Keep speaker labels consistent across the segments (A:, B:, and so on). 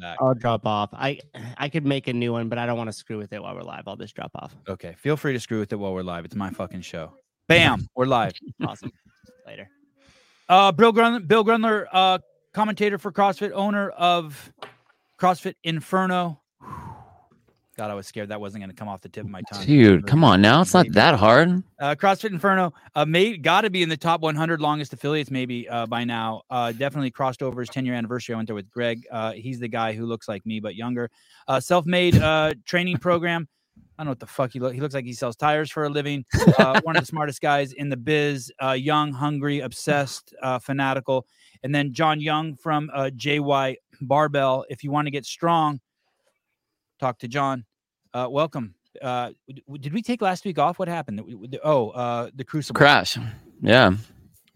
A: back.
B: Uh,
C: I'll drop off. I I could make a new one, but I don't want to screw with it while we're live. I'll just drop off.
A: Okay, feel free to screw with it while we're live. It's my fucking show. Bam, we're live.
C: Awesome. Later.
A: Uh, Bill Grun- Bill Grunler, uh, commentator for CrossFit, owner of CrossFit Inferno. God, I was scared that wasn't going to come off the tip of my tongue.
B: Dude, come on now. It's not
A: Maybe.
B: that hard.
A: Uh, CrossFit Inferno, uh, may got to be in the top 100 longest affiliates, maybe uh, by now. Uh, definitely crossed over his 10 year anniversary. I went there with Greg. Uh, he's the guy who looks like me but younger. Uh, Self made uh, training program. I don't know what the fuck he looks. He looks like he sells tires for a living. Uh, one of the smartest guys in the biz. Uh, young, hungry, obsessed, uh, fanatical. And then John Young from uh, JY Barbell. If you want to get strong, talk to John. Uh, welcome uh w- w- did we take last week off what happened W- w- oh uh the crucible
B: Crash. Yeah.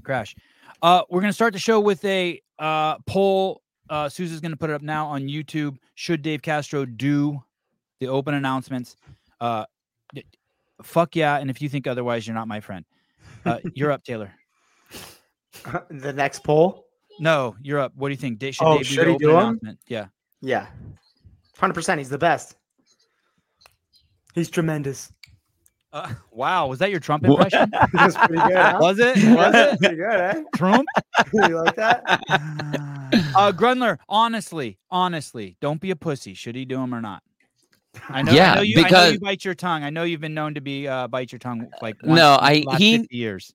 A: crash uh we're gonna start the show with a uh poll uh susan's gonna put it up now on youtube should dave castro do the open announcements uh d- fuck yeah and if you think otherwise you're not my friend uh you're up taylor
D: the next poll.
A: no you're up what do you think Da- should
D: Oh,
A: dave do the
D: should he
A: open
D: do 'em?
A: announcement yeah
D: Yeah, hundred percent. He's the best. He's tremendous.
A: uh, wow was that your trump
B: Wha-
A: impression
D: That's pretty good. Huh?
A: was it was
D: Yeah,
A: it
D: pretty good, eh?
A: trump
D: You like that?
A: uh, Grunler, honestly, honestly, don't be a pussy. Should he do him or not? I know, I
B: Yeah,
A: know you, I know
B: because-
A: you bite your tongue. I know you've been known to be uh, bite your tongue like once
B: No,
A: in the
B: I-
A: last
B: he-
A: 50 years.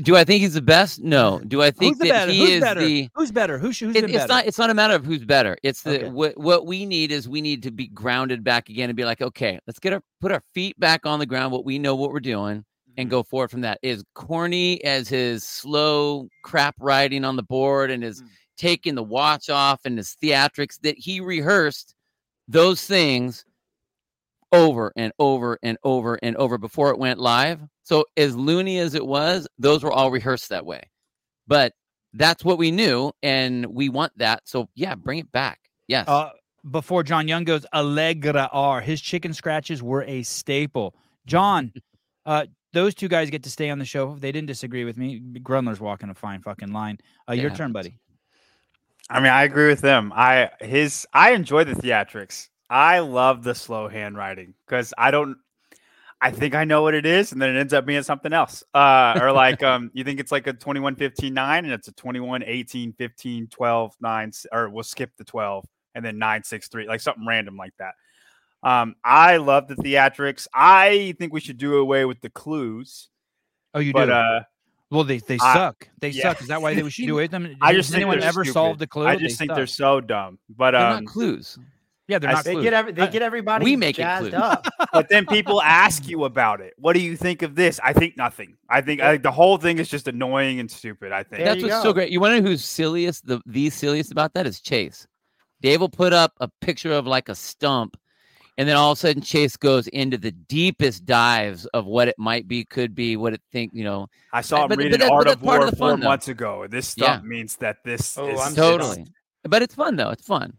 B: Do I think he's the best? No. Do I think
A: Who's the
B: that
A: better?
B: he
A: Who's
B: is
A: better?
B: the
A: Who's better? Who should? Who's
B: it-
A: been
B: it's
A: better?
B: not it's not a matter of who's better. It's the
A: Okay.
B: what what we need is we need to be grounded back again and be like, okay, let's get our put our feet back on the ground, what we know what we're doing,
A: Mm-hmm.
B: and go forward from that. Is corny as his slow crap riding on the board and his
A: Mm.
B: taking the watch off and his theatrics that he rehearsed those things over and over and over and over before it went live. So as loony as it was, those were all rehearsed that way. But that's what we knew and we want that. So yeah, bring it back. Yes.
A: Uh, before John Young goes, Allegra R. His chicken scratches were a staple. John, uh, those two guys get to stay on the show. They didn't disagree with me. Grunler's walking a fine fucking line. Uh,
B: It
A: your turn,
B: happens.
A: buddy.
E: I mean, I agree with them. I his I enjoy the theatrics. I love the slow handwriting because I don't. I think I know what it is, and then it ends up being something else. Uh, or like, um, you think it's like a 21 15 9, and it's a 21 18 15 12 9, s- or we'll skip the 12 and then 9 6 3, like something random like that. Um, I love the theatrics. I think we should do away with the clues,
A: Oh, you
E: but
A: do.
E: uh,
A: Well, they they
E: I-
A: suck. They
E: yeah.
A: suck. Is that why they should do it? I, mean,
E: I
A: has
E: just think
A: anyone
E: they're
A: ever
E: stupid.
A: solved the clue?
E: I
A: They
E: just think
A: suck.
E: they're so dumb. But
B: They're
E: um,
B: not clues.
A: yeah, they're
B: I
A: not
D: They
A: clues.
D: get every, they
A: Uh,
D: get everybody.
B: we make it
D: jazzed
B: clues.
D: up.
E: but then people ask you about it. What do you think of this? I think nothing. I think I think the whole thing is just annoying and stupid. I think.
D: There
B: That's
D: you
B: what's so
D: go.
B: great. You want to know who's silliest? The the silliest about that is Chase. Dave will put up a picture of like a stump, and then all of a sudden Chase goes into the deepest dives of what it might be, could be, what it think. You know,
E: I saw him
B: but- but
E: read
B: that-
E: an
B: but
E: Art
B: that's
E: of
B: part
E: War
B: of the
E: four
B: fun, though.
E: months ago. This
B: Yeah.
E: stuff means that this
D: Oh,
E: is
D: I'm sure.
B: totally. But it's fun though. It's fun.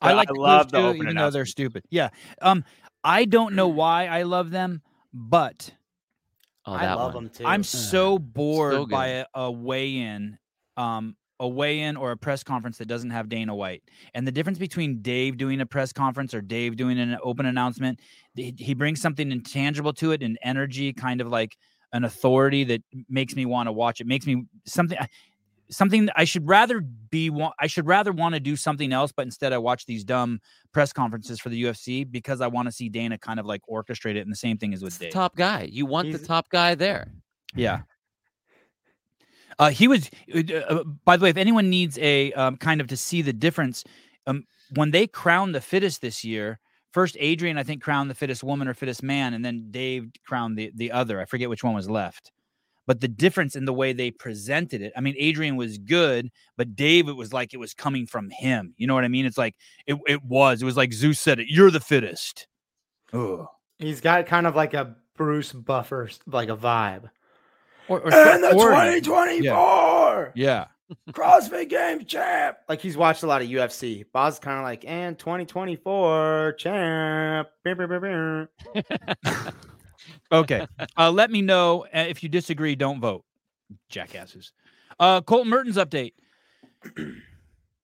A: I
E: But
A: like
E: I
A: the
E: love
A: clues
E: the
A: too,
E: open
A: even though they're stupid. Yeah. Um, I don't know why I love them, but
B: Oh,
D: I
B: that
D: love
B: one.
D: him too.
A: I'm so bored
B: so
A: by a, a weigh-in, um, a weigh-in or a press conference that doesn't have Dana White. And the difference between Dave doing a press conference or Dave doing an open announcement, he, he brings something intangible to it, an energy, kind of like an authority that makes me want to watch. It makes me something. I- Something that I should rather be. wa- I should rather want to do something else, but instead I watch these dumb press conferences for the UFC because I want to see Dana kind of like orchestrate it. And the same thing is with
B: It's the
A: Dave.
B: top guy. You want the
D: He's-
B: top guy there.
A: Yeah. Uh, he was. uh, Uh, by the way, if anyone needs a um, kind of to see the difference, um, when they crowned the fittest this year, first Adrian I think crowned the fittest woman or fittest man, and then Dave crowned the the other. I forget which one was left. But the difference in the way they presented it. I mean, Adrian was good, but Dave, it was like it was coming from him. You know what I mean? It's like it, it was. It was like Zeus said it. You're the fittest. Ugh.
D: He's got kind of like a Bruce Buffer s- like a vibe.
A: Or, or
D: And the
A: authority.
D: 2024
A: Yeah.
D: CrossFit Games champ. Like he's watched a lot of UFC. Bob's kind of like, and 2024 champ. Beep, beep, beep, beep."
A: Okay. uh, let me know uh, if you disagree. Don't vote, jackasses. Uh, Colton Mertens update.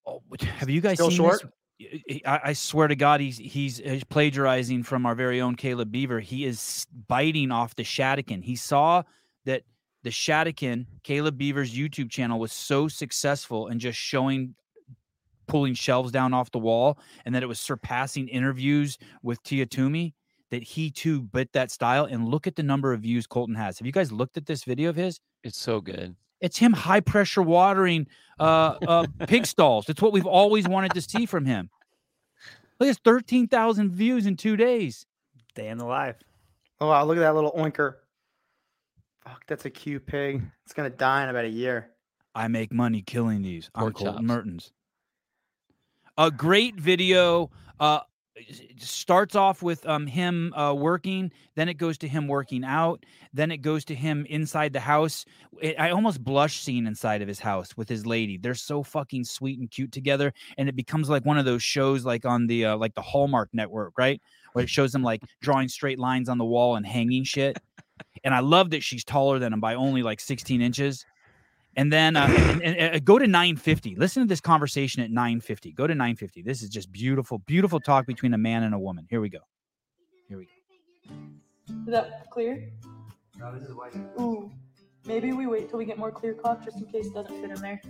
A: Oh, what- have you guys
D: Still
A: seen
D: short?
A: This? I- I, I swear to God, he's, he's he's plagiarizing from our very own Caleb Beaver. He is biting off the Shadakin. He saw that the Shadakin, Caleb Beaver's YouTube channel, was so successful and just showing pulling shelves down off the wall, and that it was surpassing interviews with Tia Toomey. That he too bit that style, and look at the number of views Colton has. Have you guys looked at this video of his?
B: It's so good.
A: It's him high pressure watering uh, uh, pig stalls. It's what we've always wanted to see from him. Look, it's 13,000 views in two days.
E: Day in the life.
D: Oh wow, look at that little oinker. Fuck, that's a cute pig. It's gonna die in about a year.
A: I make money killing these. I'm
B: Pork
A: Colton
B: chops.
A: Mertens. A great video. Uh, s- starts off with um, him uh, working, then it goes to him working out, then it goes to him inside the house. It, I almost blush seeing inside of his house with his lady. They're so fucking sweet and cute together, and it becomes like one of those shows, like on the uh, like the Hallmark Network, right? Where it shows them like drawing straight lines on the wall and hanging shit. And I love that she's taller than him by only like 16 inches. And then uh, and, and- and go to 950. Listen to this conversation at 950. Go to 950. This is just beautiful, beautiful talk between a man and a woman. Here we go. Here we go.
F: Is that clear? No, this is white. Ooh. Maybe we wait till we get more clear cloth just in case it doesn't fit in there.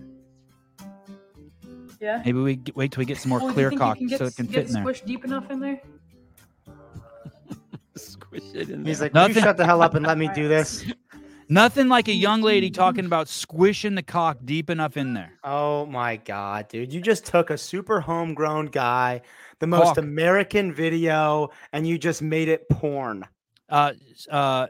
F: Yeah?
A: Maybe we g- wait till we get some more
F: Well, Oh, do
A: clear
F: you think
A: cock
F: you can get,
A: so it can
F: get
A: fit in there.
F: squished deep enough in there?
B: Squish it in
D: He's
B: there.
D: like, Will you
A: Nothing.
D: shut the hell up and let me do this.
A: Nothing like a young lady talking about squishing the cock deep enough in there.
D: Oh my god, dude. You just took a super homegrown guy, the most
A: Hawk.
D: American video, and you just made it porn.
A: Uh, s- uh,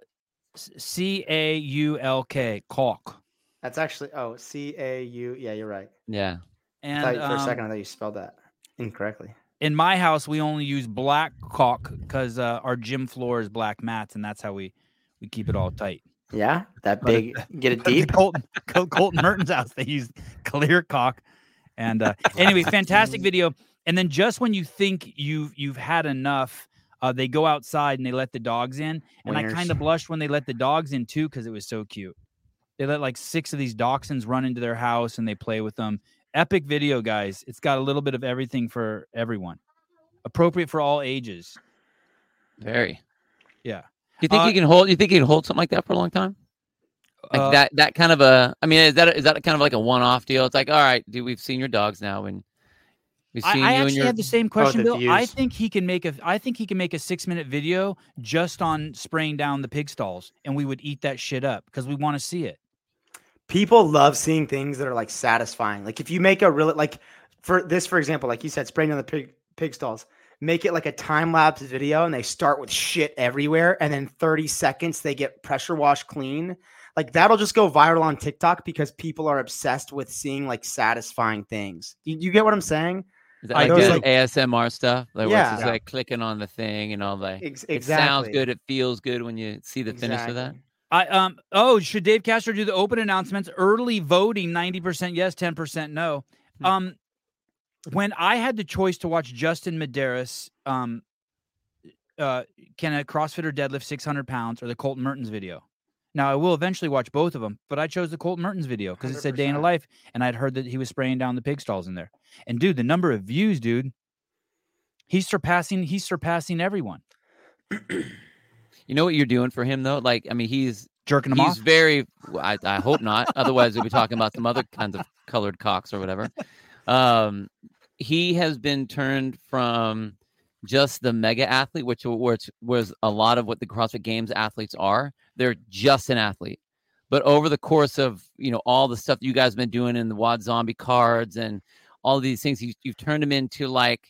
A: C A U L K, caulk.
D: That's actually oh C A U. Yeah, you're right.
B: yeah.
A: And
D: I thought, for a
A: um,
D: second I thought you spelled that incorrectly.
A: in my house we only use black caulk because uh, our gym floor is black mats and that's how we we keep it all tight
D: Yeah, that
A: But
D: big
A: it-
D: get it
A: But the
D: deep.
A: colton Col- colton merton's house they use clear caulk and uh, anyway fantastic video and then just when you think you've you've had enough uh, they go outside and they let the dogs in and i
D: Wieners.
A: kind of blushed when they let the dogs in too because it was so cute they let like six of these dachshunds run into their house and they play with them epic video guys it's got a little bit of everything for everyone appropriate for all ages
B: Very.
A: Yeah.
B: Do you think
A: Uh,
B: you can hold? You think you can hold something like that for a long time? Like
A: Uh,
B: that? That kind of a. I mean, is that is that kind of like a one-off deal? It's like, all right, dude, we've seen your dogs now, and we've
A: I,
B: seen
A: I
B: you and
A: actually
B: your.
A: had the same question,
D: the
A: Bill. I
D: views.
A: think he can make a. I think he can make a six-minute video just on spraying down the pig stalls, and we would eat that shit up because we want to see it.
D: people love seeing things that are like satisfying. Like if you make a really like for this, for example, like you said, spraying on the pig pig stalls, make it like a time lapse video, and they start with shit everywhere, and then thirty seconds they get pressure wash clean. Like that'll just go viral on TikTok because people are obsessed with seeing like satisfying things. You, you get what I'm saying?
B: Is that
A: I
B: like,
A: was
B: the
D: like-
B: ASMR stuff? Like where it's just
D: Yeah.
B: like clicking on the thing and all like
A: E,
D: Ex-
B: it sounds good, it feels good when you see the finish of that.
D: Exactly.
A: I um. Oh, should Dave Castro do the open announcements? Early voting, ninety percent yes, ten percent no.
B: Hmm.
A: Um, when I had the choice to watch Justin Medeiros, um, uh, can a CrossFitter deadlift six hundred pounds or the Colton Mertens video? Now I will eventually watch both of them, but I chose the Colton Mertens video because it said day in a
D: 100%.
A: life, and I'd heard that he was spraying down the pig stalls in there. And dude, the number of views, dude, he's surpassing he's surpassing everyone,
B: You know what you're doing for him though? Like, I mean, he's
A: jerking them
B: he's
A: off.
B: very. well, I, I hope not. Otherwise, we'll be talking about some other kinds of colored cocks or whatever. Um, he has been turned from just the mega athlete, which w- which was a lot of what the CrossFit Games athletes are. They're just an athlete. But over the course of you know all the stuff you guys have been doing in the Wad Zombie cards and all these things, you, you've turned him into like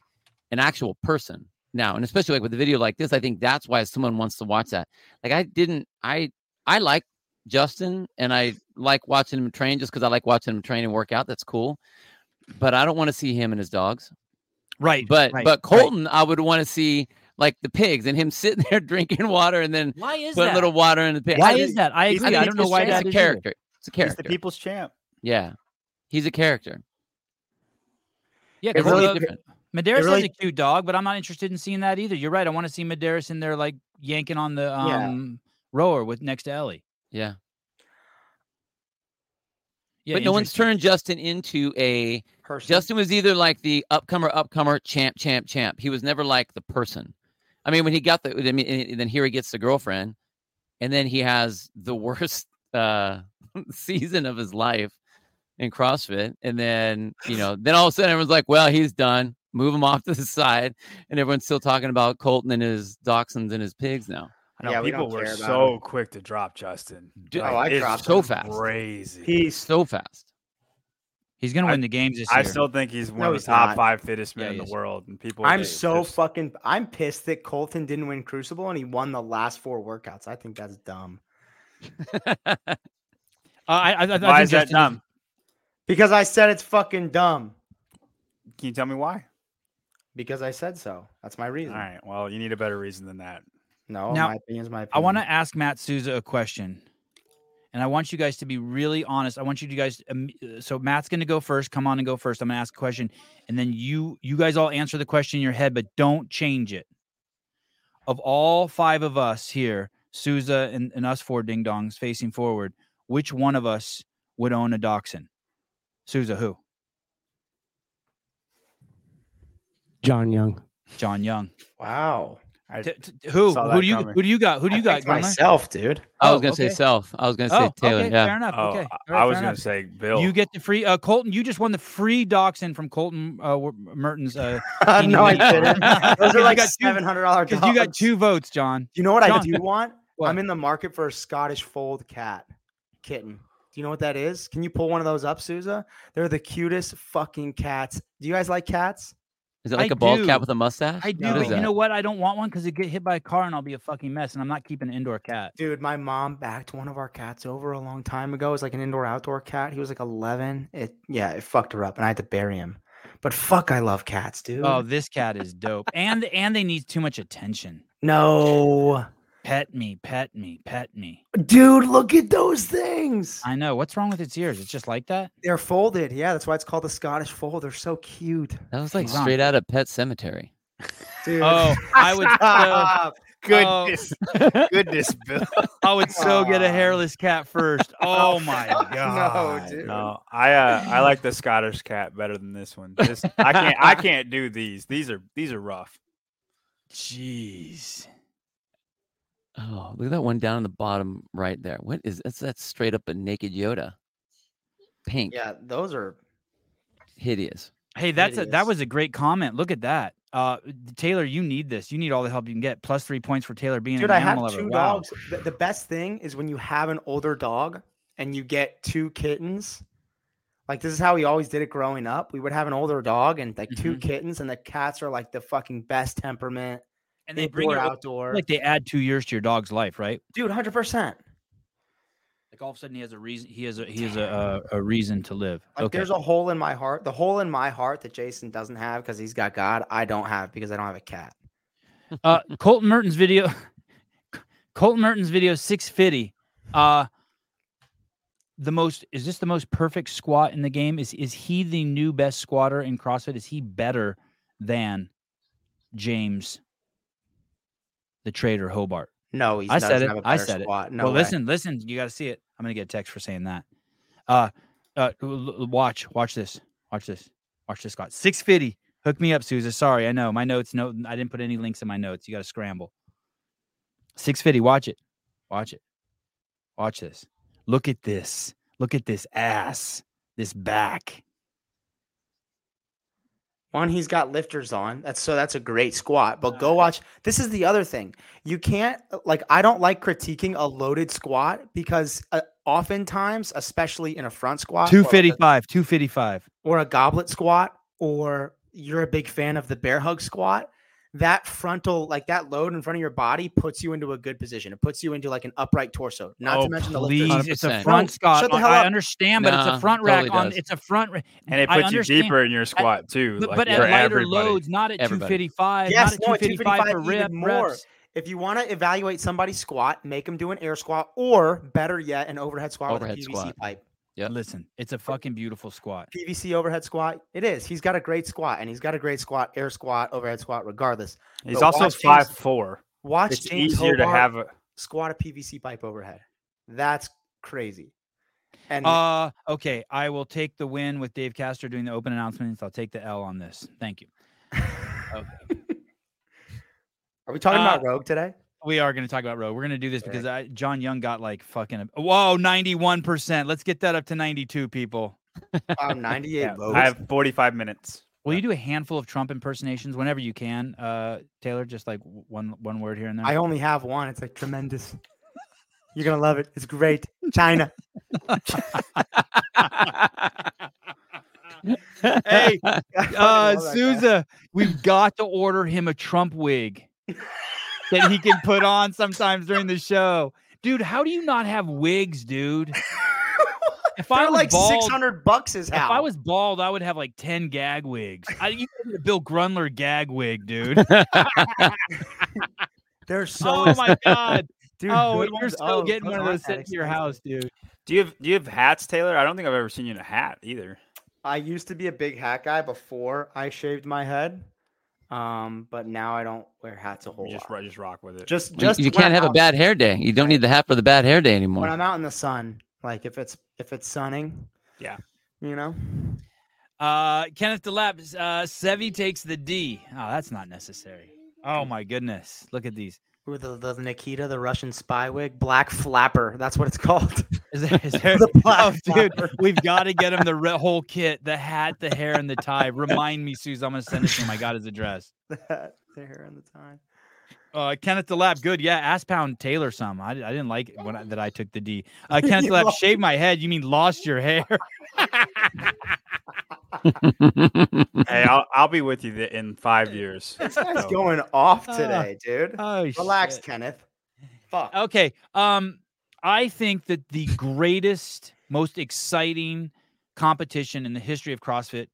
B: an actual person now. And especially like with a video like this, I think that's why someone wants to watch that. Like I didn't, I I like Justin and I like watching him train just because I like watching him train and work out. That's cool. But I don't want to see him and his dogs.
A: right,
B: But
A: right,
B: but
A: right.
B: Colton, I would want to see like the pigs and him sitting there drinking water and then
A: why is
B: put
A: that?
B: a little water in the pig.
A: why
B: I
A: is
B: think-
A: that? I
E: he's-
A: agree.
E: I
A: I
E: think
A: don't
E: it's
A: know why
E: just-
A: that
B: It's
A: is
B: a
A: either.
B: character. It's a
E: He's
B: character.
E: the people's champ.
B: yeah, he's a character.
A: Yeah,
D: It
A: because
D: really-
A: uh,
D: it-
B: different.
A: Medeiros
D: really-
A: is a cute dog, but I'm not interested in seeing that either. You're right. I want to see Medeiros in there like yanking on the
D: Yeah.
A: um rower with next to Ellie.
B: Yeah.
A: Yeah,
B: but no one's
A: interesting.
B: turned Justin into a
D: person.
B: Justin was either like the upcomer, upcomer, champ, champ, champ. He was never like the person. I mean, when he got the, I mean, and- and then here he gets the girlfriend, and then he has the worst uh, season of his life in CrossFit, and then you know, then all of a sudden everyone's like, well, he's done. Move him off to the side, and everyone's still talking about Colton and his dachshunds and his pigs now.
E: I know
D: Yeah, we
E: people
D: don't
E: were
D: care about
E: so quick to drop Justin.
B: Dude,
D: oh, I
E: it's
D: dropped
B: so fast.
E: Crazy.
D: He's
B: So fast.
A: He's gonna
E: I-
A: win the games this year.
E: I still think he's one
D: No,
E: of the
D: he's
E: top
D: not.
E: five fittest men
A: Yeah,
E: in
A: he
E: the
A: is.
E: world, and people.
D: I'm
E: they-
D: so
E: there's-
D: fucking I'm pissed that Colton didn't win Crucible and he won the last four workouts. I think that's dumb.
A: Uh, I, I, I, I
E: Why
A: think
E: is that
A: Justin
E: dumb?
D: Because I said it's fucking dumb.
E: Can you tell me why?
D: Because I said so. That's my
E: All
D: reason.
E: right. Well, you need a better reason than that.
D: No,
A: Now,
D: my opinion is my opinion.
A: I want to ask Matt Souza a question. And I want you guys to be really honest. I want you to guys um, uh, so Matt's going to go first. Come on and go first. I'm going to ask a question and then you you guys all answer the question in your head but don't change it. Of all 5 of us here, Souza and, and us four ding dongs facing forward, which one of us would own a dachshund? Souza who?
C: John Young.
A: John Young.
D: Wow.
E: I,
A: T- t- who
E: saw
A: who
E: that
A: do you
E: coming.
A: who do you got? Who do you
D: I
A: got?
D: picked
A: Grandma?
D: myself, dude.
B: I was
A: Oh,
B: gonna
A: okay.
B: say self. I was gonna say
A: Oh,
B: Taylor.
A: okay,
B: yeah.
A: fair enough.
E: oh,
A: okay.
E: I-
A: All right,
E: I was
A: fair
E: gonna
A: enough.
E: say Bill.
A: You get the free uh, Colton. You just won the free dachshund from Colton uh, Wer- Mertens. Uh, Teeny
D: no, I
A: Weeny.
D: didn't. Those
A: 'Cause
D: are
A: you
D: like
A: got two-
D: seven hundred dollars.
A: 'cause you got two votes, John.
D: You know what I
A: John.
D: do want?
A: What?
D: I'm in the market for a Scottish fold cat kitten. Do you know what that is? Can you pull one of those up, Souza? They're the cutest fucking cats. Do you guys like cats?
B: Is it
A: I
B: like a bald
A: do.
B: cat with a mustache?
A: I do,
D: No.
B: What
A: but
B: is
A: you
B: that?
A: know what? I don't want one because it get hit by a car and I'll be a fucking mess. And I'm not keeping an indoor cat.
D: Dude, my mom backed one of our cats over a long time ago. It was like an indoor outdoor cat. He was like 11. It yeah, it fucked her up and I had to bury him. But fuck, I love cats, dude.
A: Oh, this cat is dope, and and they need too much attention.
D: no.
A: Pet me, pet me, pet me.
D: Dude, look at those things.
A: I know. What's wrong with its ears? It's just like that.
D: They're folded. Yeah, that's why it's called the Scottish fold. They're so cute.
B: That was like
A: Hold on.
B: straight out of Pet Cemetery.
D: Dude.
A: Oh, I would. So,
D: Stop.
A: Oh.
E: goodness, goodness, Bill.
A: I would so get a
D: Aw.
A: hairless cat first. Oh my
D: fuck no,
A: god.
D: dude.
E: No, I uh, I like the Scottish cat better than this one. This, I can't I can't do these. These are these are rough.
A: Jeez.
B: Oh, look at that one down in the bottom right there. What is that's that's straight up a naked Yoda. Pink.
D: Yeah, those are
B: Hideous.
A: Hey, that's a, that
D: Hideous.
A: was a great comment. Look at that, uh, Taylor. You need this. You need all the help you can get. Plus three points for Taylor being
D: Dude,
A: an
D: I
A: animal
D: have
A: lover.
D: two
A: Wow.
D: dogs. The, the best thing is when you have an older dog and you get two kittens. Like this is how we always did it growing up. We would have an older dog and like
A: Mm-hmm.
D: two kittens, and the cats are like the fucking best temperament.
A: And they bring
D: indoor,
A: it out.
D: outdoor.
A: Like they add two years to your dog's life, right?
D: Dude, hundred percent.
A: Like all of a sudden he has a reason. He has a he has a a, a reason to live.
D: Like
A: okay.
D: there's a hole in my heart. The hole in my heart that Jason doesn't have because he's got God. I don't have because I don't have a cat.
A: uh, Colton Merton's video. Colton Merton's video six fifty. Uh, the most is this the most perfect squat in the game? Is is he the new best squatter in CrossFit? Is he better than James, the trader Hobart?
D: No, he
A: I
D: doesn't
A: said it.
D: have a
A: I
D: better
A: said it.
D: squat. No
A: well,
D: way.
A: listen, listen. You got to see it. I'm gonna get a text for saying that. Uh, uh, l- l- watch, watch this, watch this, watch this. Scott, six fifty. Hook me up, Sousa. Sorry, I know my notes. No, I didn't put any links in my notes. You got to scramble. Six fifty. Watch it, watch it, watch this. Look at this. Look at this ass. This back.
D: One, he's got lifters on. That's so that's a great squat. But go watch. This is the other thing. You can't like I don't like critiquing a loaded squat because uh, oftentimes, especially in a front squat, or
A: Two
D: like a-
A: fifty five. Two fifty five.
D: or a goblet squat, or you're a big fan of the bear hug squat. That frontal, like that load in front of your body, puts you into a good position. It puts you into like an upright torso. Not to mention the lifters.
A: Oh, please, it's a
B: 100%.
A: front Scott.
D: shut the
A: on-
D: hell
A: I
D: up.
A: understand, but it's
B: Nah,
A: a front rack
B: totally
A: on.
B: does.
A: It's a front. ra-
E: And it
A: I
E: puts you
A: understand.
E: deeper in your squat too.
A: But,
E: like,
A: but at
E: for
A: lighter
E: everybody.
A: loads, not at
B: Everybody.
A: 255,
D: Yes,
A: not at
D: no, at
A: 255, for
D: 255
A: rip
D: even more.
A: reps.
D: If you want to evaluate somebody's squat, make them do an air squat, or better yet, an overhead squat
B: Overhead
D: with a PVC
B: squat.
D: pipe.
B: Yep.
A: Listen, it's a fucking beautiful squat.
D: PVC overhead squat. It is. He's got a great squat, and he's got a great squat, air squat, overhead squat. Regardless,
E: He's
D: But
E: also
D: watch these-
E: five four.
D: watch
E: It's
D: James
E: easier to
D: Hobart
E: have. A,
D: squat a PVC pipe overhead. That's crazy. And
A: Uh, okay, I will take the win with Dave Castor doing the open announcements. I'll take the L on this. Thank you.
D: are we talking
A: uh,
D: about Rogue today?
A: We are going to talk about Rogue. We're going to do this because I, John Young got like fucking whoa, ninety one percent. Let's get that up to ninety two people.
D: Wow, 98
E: Yeah,
D: votes.
E: I have 45 minutes.
A: Will you do a handful of Trump impersonations whenever you can, uh, Taylor? Just like w- one one word here and there.
D: I only have one. It's like tremendous. You're gonna love it. It's great. China.
A: hey, uh,
D: love that guy.
A: Souza, we've got to order him a Trump wig that he can put on sometimes during the show. Dude, how do you not have wigs, dude? If I
D: They're
A: was
D: like
A: bald,
D: 600 bucks is
A: if
D: how.
A: I was bald, I would have like ten gag wigs. I, you could get a Bill Grunler gag wig, dude.
D: They're so.
A: oh my god!
D: dude,
A: oh,
D: good
A: you're
D: ones-
A: still
D: oh,
A: getting one of
D: aren't
A: those
D: that
A: sent to your
D: expensive.
A: house, dude.
E: Do you have do you have hats, Taylor? I don't think I've ever seen you in a hat either.
D: I used to be a big hat guy before I shaved my head, um, but now I don't wear hats a whole
E: You just
D: lot.
E: ro- just rock with it.
D: Just,
B: You-
D: just
B: you
D: when
B: can't
D: I'm
B: have a
D: out-
B: bad hair day. You don't need the hat for the bad hair day
D: when
B: anymore.
D: I'm out in the sun. Like if it's if it's sunning.
E: Yeah.
D: You know.
A: Uh, Kenneth DeLap, uh, Sevi takes the D. Oh, that's not necessary. Oh my goodness! Look at these.
D: Ooh, the, the Nikita, the Russian spy wig, black flapper. That's what it's called.
A: Is there, is there
D: The
A: oh,
D: black
A: dude, we've got to get him the re- whole kit, the hat, the hair, and the tie. Remind me, Suze. I'm gonna send it to him. I got his address.
D: the hair and the time.
A: Uh, Kenneth DeLap, good. Yeah, ass pound Taylor some. I, I didn't like it when I, that I took the D. Uh, Kenneth
D: You
A: DeLap,
D: lost-
A: shave my head. You mean lost your hair?
E: hey, I'll, I'll be with you th- in five years.
D: This guy's
E: So,
D: going off
A: Ah.
D: today, dude.
A: oh,
D: Relax,
A: shit.
D: Kenneth. Fuck.
B: Oh.
A: Okay. Um, I think that the greatest, most exciting competition in the history of CrossFit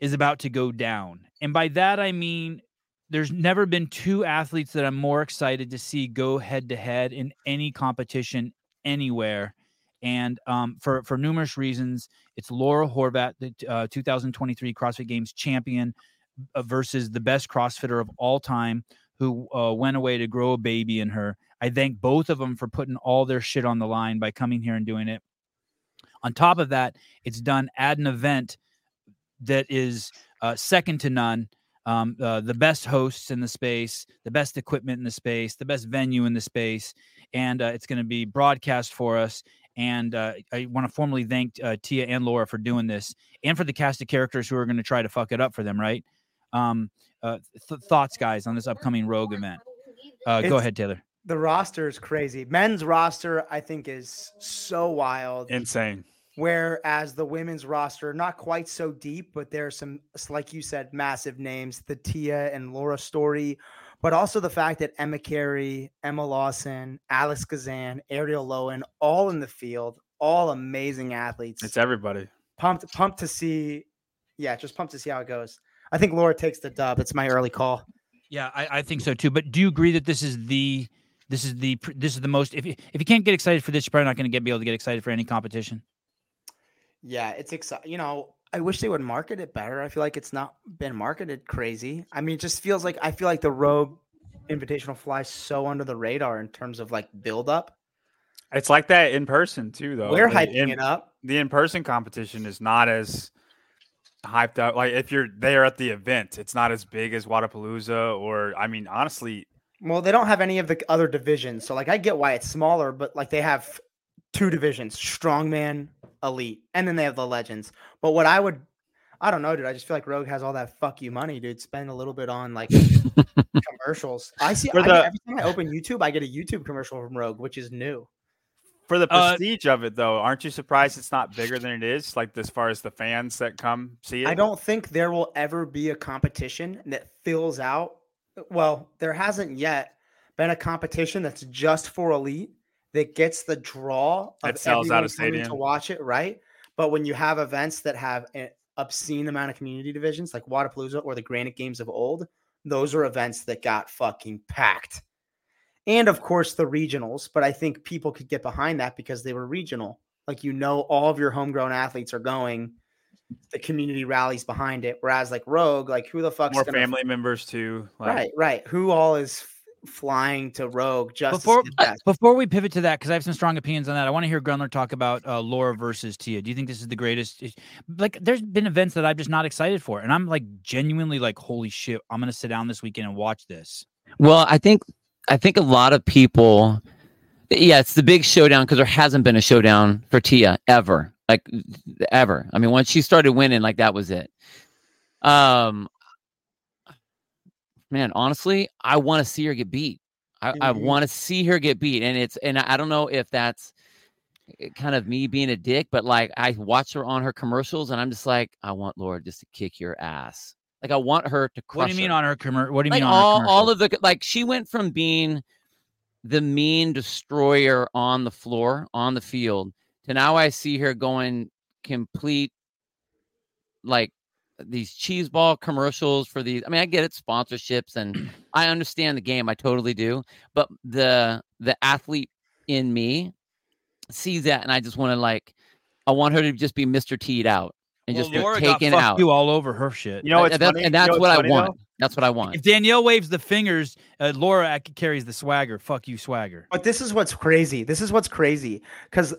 A: is about to go down. And by that I mean there's never been two athletes that I'm more excited to see go head to head in any competition anywhere. And um, for for numerous reasons, it's Laura Horvat, the uh, 2023 CrossFit Games champion, uh, versus the best CrossFitter of all time, who uh, went away to grow a baby in her. I thank both of them for putting all their shit on the line by coming here and doing it. On top of that, it's done at an event that is uh, second to none. Um, uh, the best hosts in the space, the best equipment in the space, the best venue in the space, and uh, it's going to be broadcast for us. And uh, I want to formally thank uh, Tia and Laura for doing this, and for the cast of characters who are going to try to fuck it up for them. Right? Um, uh, th- thoughts, guys, on this upcoming Rogue event. Uh, go
D: It's-
A: ahead, Taylor.
D: The roster is crazy. Men's roster, I think, is so wild.
E: Insane.
D: Whereas the women's roster, not quite so deep, but there are some, s- like you said, massive names the Tia and Laura story, but also the fact that Emma Carey, Emma Lawson, Alice Kazan, Ariel Lowen, all in the field, all amazing athletes.
E: It's everybody.
D: pumped, pumped to see. Yeah, just pumped to see how it goes. I think Laura takes the dub. It's my early call.
A: Yeah, I, I think so too. But do you agree that this is the this is the pr- this is the most if you, if you can't get excited for this, you're probably not going to get be able to get excited for any competition.
D: Yeah, it's exciting. You know, I wish they would market it better. I feel like it's not been marketed crazy. I mean, it just feels like I feel like the Rogue Invitational flies so under the radar in terms of like build up.
E: It's like that in person too, though.
D: We're
E: Oh, The
D: hyping
E: in-
D: it up.
E: The in person competition is not as hyped up. Like if you're there at the event, it's not as big as Wadapalooza or I mean, honestly,
D: Well, they don't have any of the other divisions, so like I get why it's smaller, but like they have two divisions: strongman, elite, and then they have the legends. But what I would, I don't know, dude. I just feel like Rogue has all that fuck you money, dude. Spend a little bit on like commercials. I see.
E: For
D: I-
E: the-
D: every time I open YouTube, I get a YouTube commercial from Rogue, which is new.
E: for the
A: Uh,
E: prestige of it though, aren't you surprised it's not bigger than it is? Like as far as the fans that come see it.
D: I don't think there will ever be a competition that fills out. Well, there hasn't yet been a competition that's just for elite that gets the draw
E: That
D: of
E: sells out a
D: everyone coming to
E: stadium.
D: watch it, right? But when you have events that have an obscene amount of community divisions, like Wadapalooza or the Granite Games of old, those are events that got fucking packed. And of course, the regionals, but I think people could get behind that because they were regional. Like, you know, all of your homegrown athletes are going, the community rallies behind it. Whereas, like, Rogue, like, who the fuck's
E: more
D: gonna-
E: family members too. Like
D: right, right. Who all is, flying to Rogue just to
A: Before-
D: see that.
A: Before we pivot to that, because I have some strong opinions on that, I want to hear Grunler talk about uh, Laura versus Tia. Do you think this is the greatest? is- Like, there's been events that I'm just not excited for, and I'm like genuinely like, holy shit, I'm gonna sit down this weekend and watch this.
B: Well, I think I think a lot of people yeah, it's the big showdown because there hasn't been a showdown for Tia ever. Like ever. I mean, once she started winning, like that was it. Um man, honestly, I want to see her get beat. I, I
D: Mhm.
B: want to see her get beat. And it's and I I don't know if that's eh, kind of me being a dick, but like I watch her on her commercials and I'm just like, I want Laura just to kick your ass. Like I want her to crush
A: What do you mean
B: her
A: on her commercial? What do you
B: like
A: mean on
B: all,
A: her
B: all
A: commercial?
B: of the like she went from being the mean destroyer on the floor on the field to now i see her going complete like these cheese ball commercials for these i mean i get it sponsorships and i understand the game i totally do but the the athlete in me sees that and i just want to like i want her to just be mr t'd out and
E: Well,
B: just get
E: Laura got
B: taken
E: fucked
B: out
A: you all over her shit.
E: You know,
B: and,
E: it's
B: that's,
E: funny?
B: and
E: You know
B: that's
E: what's
B: what i
E: funny, though?
B: want that's what i want
A: if Danielle waves the fingers, uh, Laura ac- carries the swagger. Fuck you, swagger.
D: But this is what's crazy. This is what's crazy because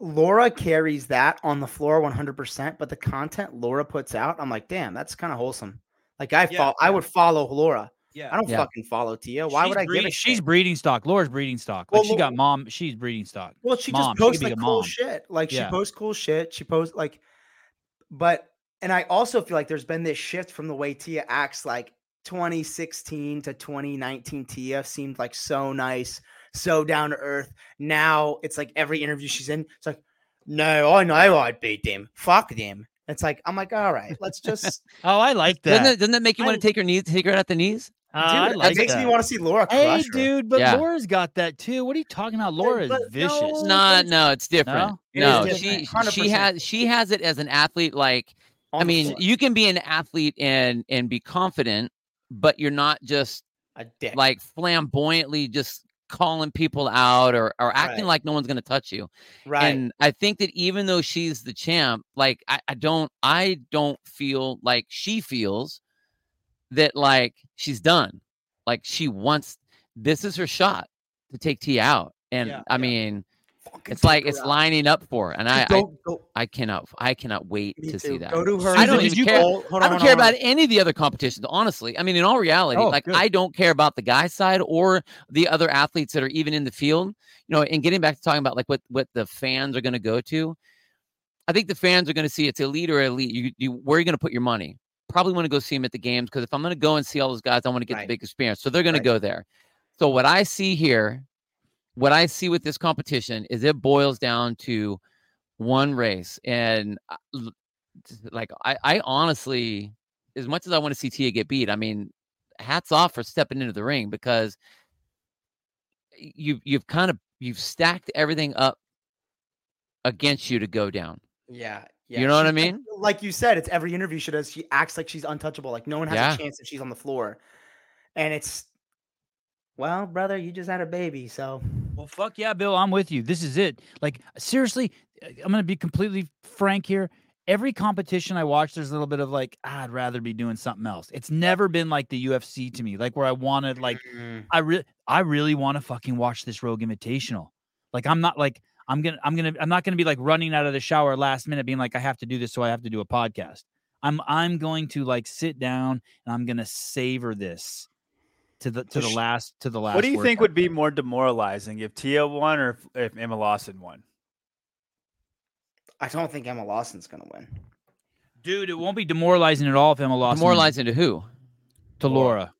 D: Laura carries that on the floor 100%. But the content Laura puts out, I'm like, damn, that's kind of wholesome. Like I
A: Yeah,
D: fol- I
A: yeah.
D: would follow Laura. I
A: Yeah.
D: don't
B: Yeah.
D: fucking follow Tia. Why
A: She's
D: would I
A: breed-
D: give a
A: She's
D: shit?
A: breeding stock. Laura's breeding stock. Like
D: Well,
A: she got
D: Laura-
A: mom. She's breeding stock.
D: Well, she
A: Mom.
D: just
A: She could
D: posts
A: be
D: like
A: a
D: cool
A: mom.
D: shit. Like
A: Yeah.
D: she posts cool shit. She posts like, but and I also feel like there's been this shift from the way Tia acts. Like 2016 to 2019, Tia seemed like so nice, so down to earth. Now it's like every interview she's in, it's like, no, I know I'd beat them. Fuck them. It's like I'm like, all right, let's just.
A: Oh, I like
B: Doesn't
A: that.
B: that, doesn't that make you want
A: I-
B: to take her knees, take her out at the knees?
A: Uh, I
D: dude,
A: like
D: it makes
A: that.
D: me want to see Laura crush
A: Hey,
D: her.
A: dude, but
B: Yeah.
A: Laura's got that too. What are you talking about? Laura is
D: but
A: vicious.
D: no,
B: It's
D: Oh,
B: not.
D: there's-
B: No, it's different.
D: It
B: No,
D: is
B: she
D: different,
B: she
D: 100%.
B: has she has it as an athlete. Like
D: on
B: I
D: the
B: mean,
D: floor.
B: you can be an athlete and and be confident, but you're not just
D: a dick.
B: like flamboyantly just calling people out or or acting
D: Right.
B: like no one's gonna touch you.
D: right.
B: And I think that even though she's the champ, like I, I don't I don't feel like she feels that like she's done. Like she wants this is her shot to take T out. And
D: Yeah,
B: I
D: yeah.
B: mean,
D: Fucking
B: it's like
D: take her
B: it's
D: out.
B: lining up for her. And I,
D: Just
B: I
D: don't go.
B: I cannot I cannot wait
D: Me
B: to see
D: too.
B: that.
D: Go to her.
B: I don't
A: Susan,
B: even
A: did you-
B: care.
D: Hold- hold
B: I
D: on,
B: don't
D: hold
B: care
D: on, hold
B: about
D: on.
B: any of the other competitions, honestly. I mean, in all reality,
A: Oh,
B: like
A: good.
B: I don't care about the guy side or the other athletes that are even in the field. You know, and getting back to talking about like what what the fans are going to go to, I think the fans are going to see it's elite or elite. You, you where are you going to put your money? Probably want to go see them at the games because if I'm going to go and see all those guys, I want to get
D: Right.
B: the big experience. So they're going
D: Right.
B: to go there. So what I see here, what I see with this competition is it boils down to one race and I- l- like I, I honestly as much as i want to see tia get beat i mean hats off for stepping into the ring because you you've kind of you've stacked everything up against you to go down
D: Yeah.
B: You
D: yeah.
B: know what I
D: She-
B: mean?
D: Like you said, it's every interview she does. She acts like she's untouchable. Like no one has
B: Yeah.
D: a chance if she's on the floor. And it's, well, brother, you just had a baby, so
A: Well, fuck yeah, Bill. I'm with you. This is it. Like, seriously, uh, I'm going to be completely frank here. Every competition I watch, there's a little bit of like, "Ah, I'd rather be doing something else. It's never been like the UFC to me, like where I wanted, like,
B: Mm-hmm.
A: I really, I really want to fucking watch this Rogue Invitational. Like, I'm not like, I'm gonna, I'm gonna, I'm not gonna be like running out of the shower last minute, being like, I have to do this, so I have to do a podcast. I'm, I'm going to like sit down and I'm gonna savor this to the to the
E: sh-
A: last to the last.
E: What do you
A: word
E: think
A: type
E: would be
A: thing.
E: more demoralizing if Tia won or if, if Emma Lawson won?
D: I don't think Emma Lawson's gonna win.
A: Dude, it won't be demoralizing at all if Emma lost.
B: demoralizing to who
A: to Laura.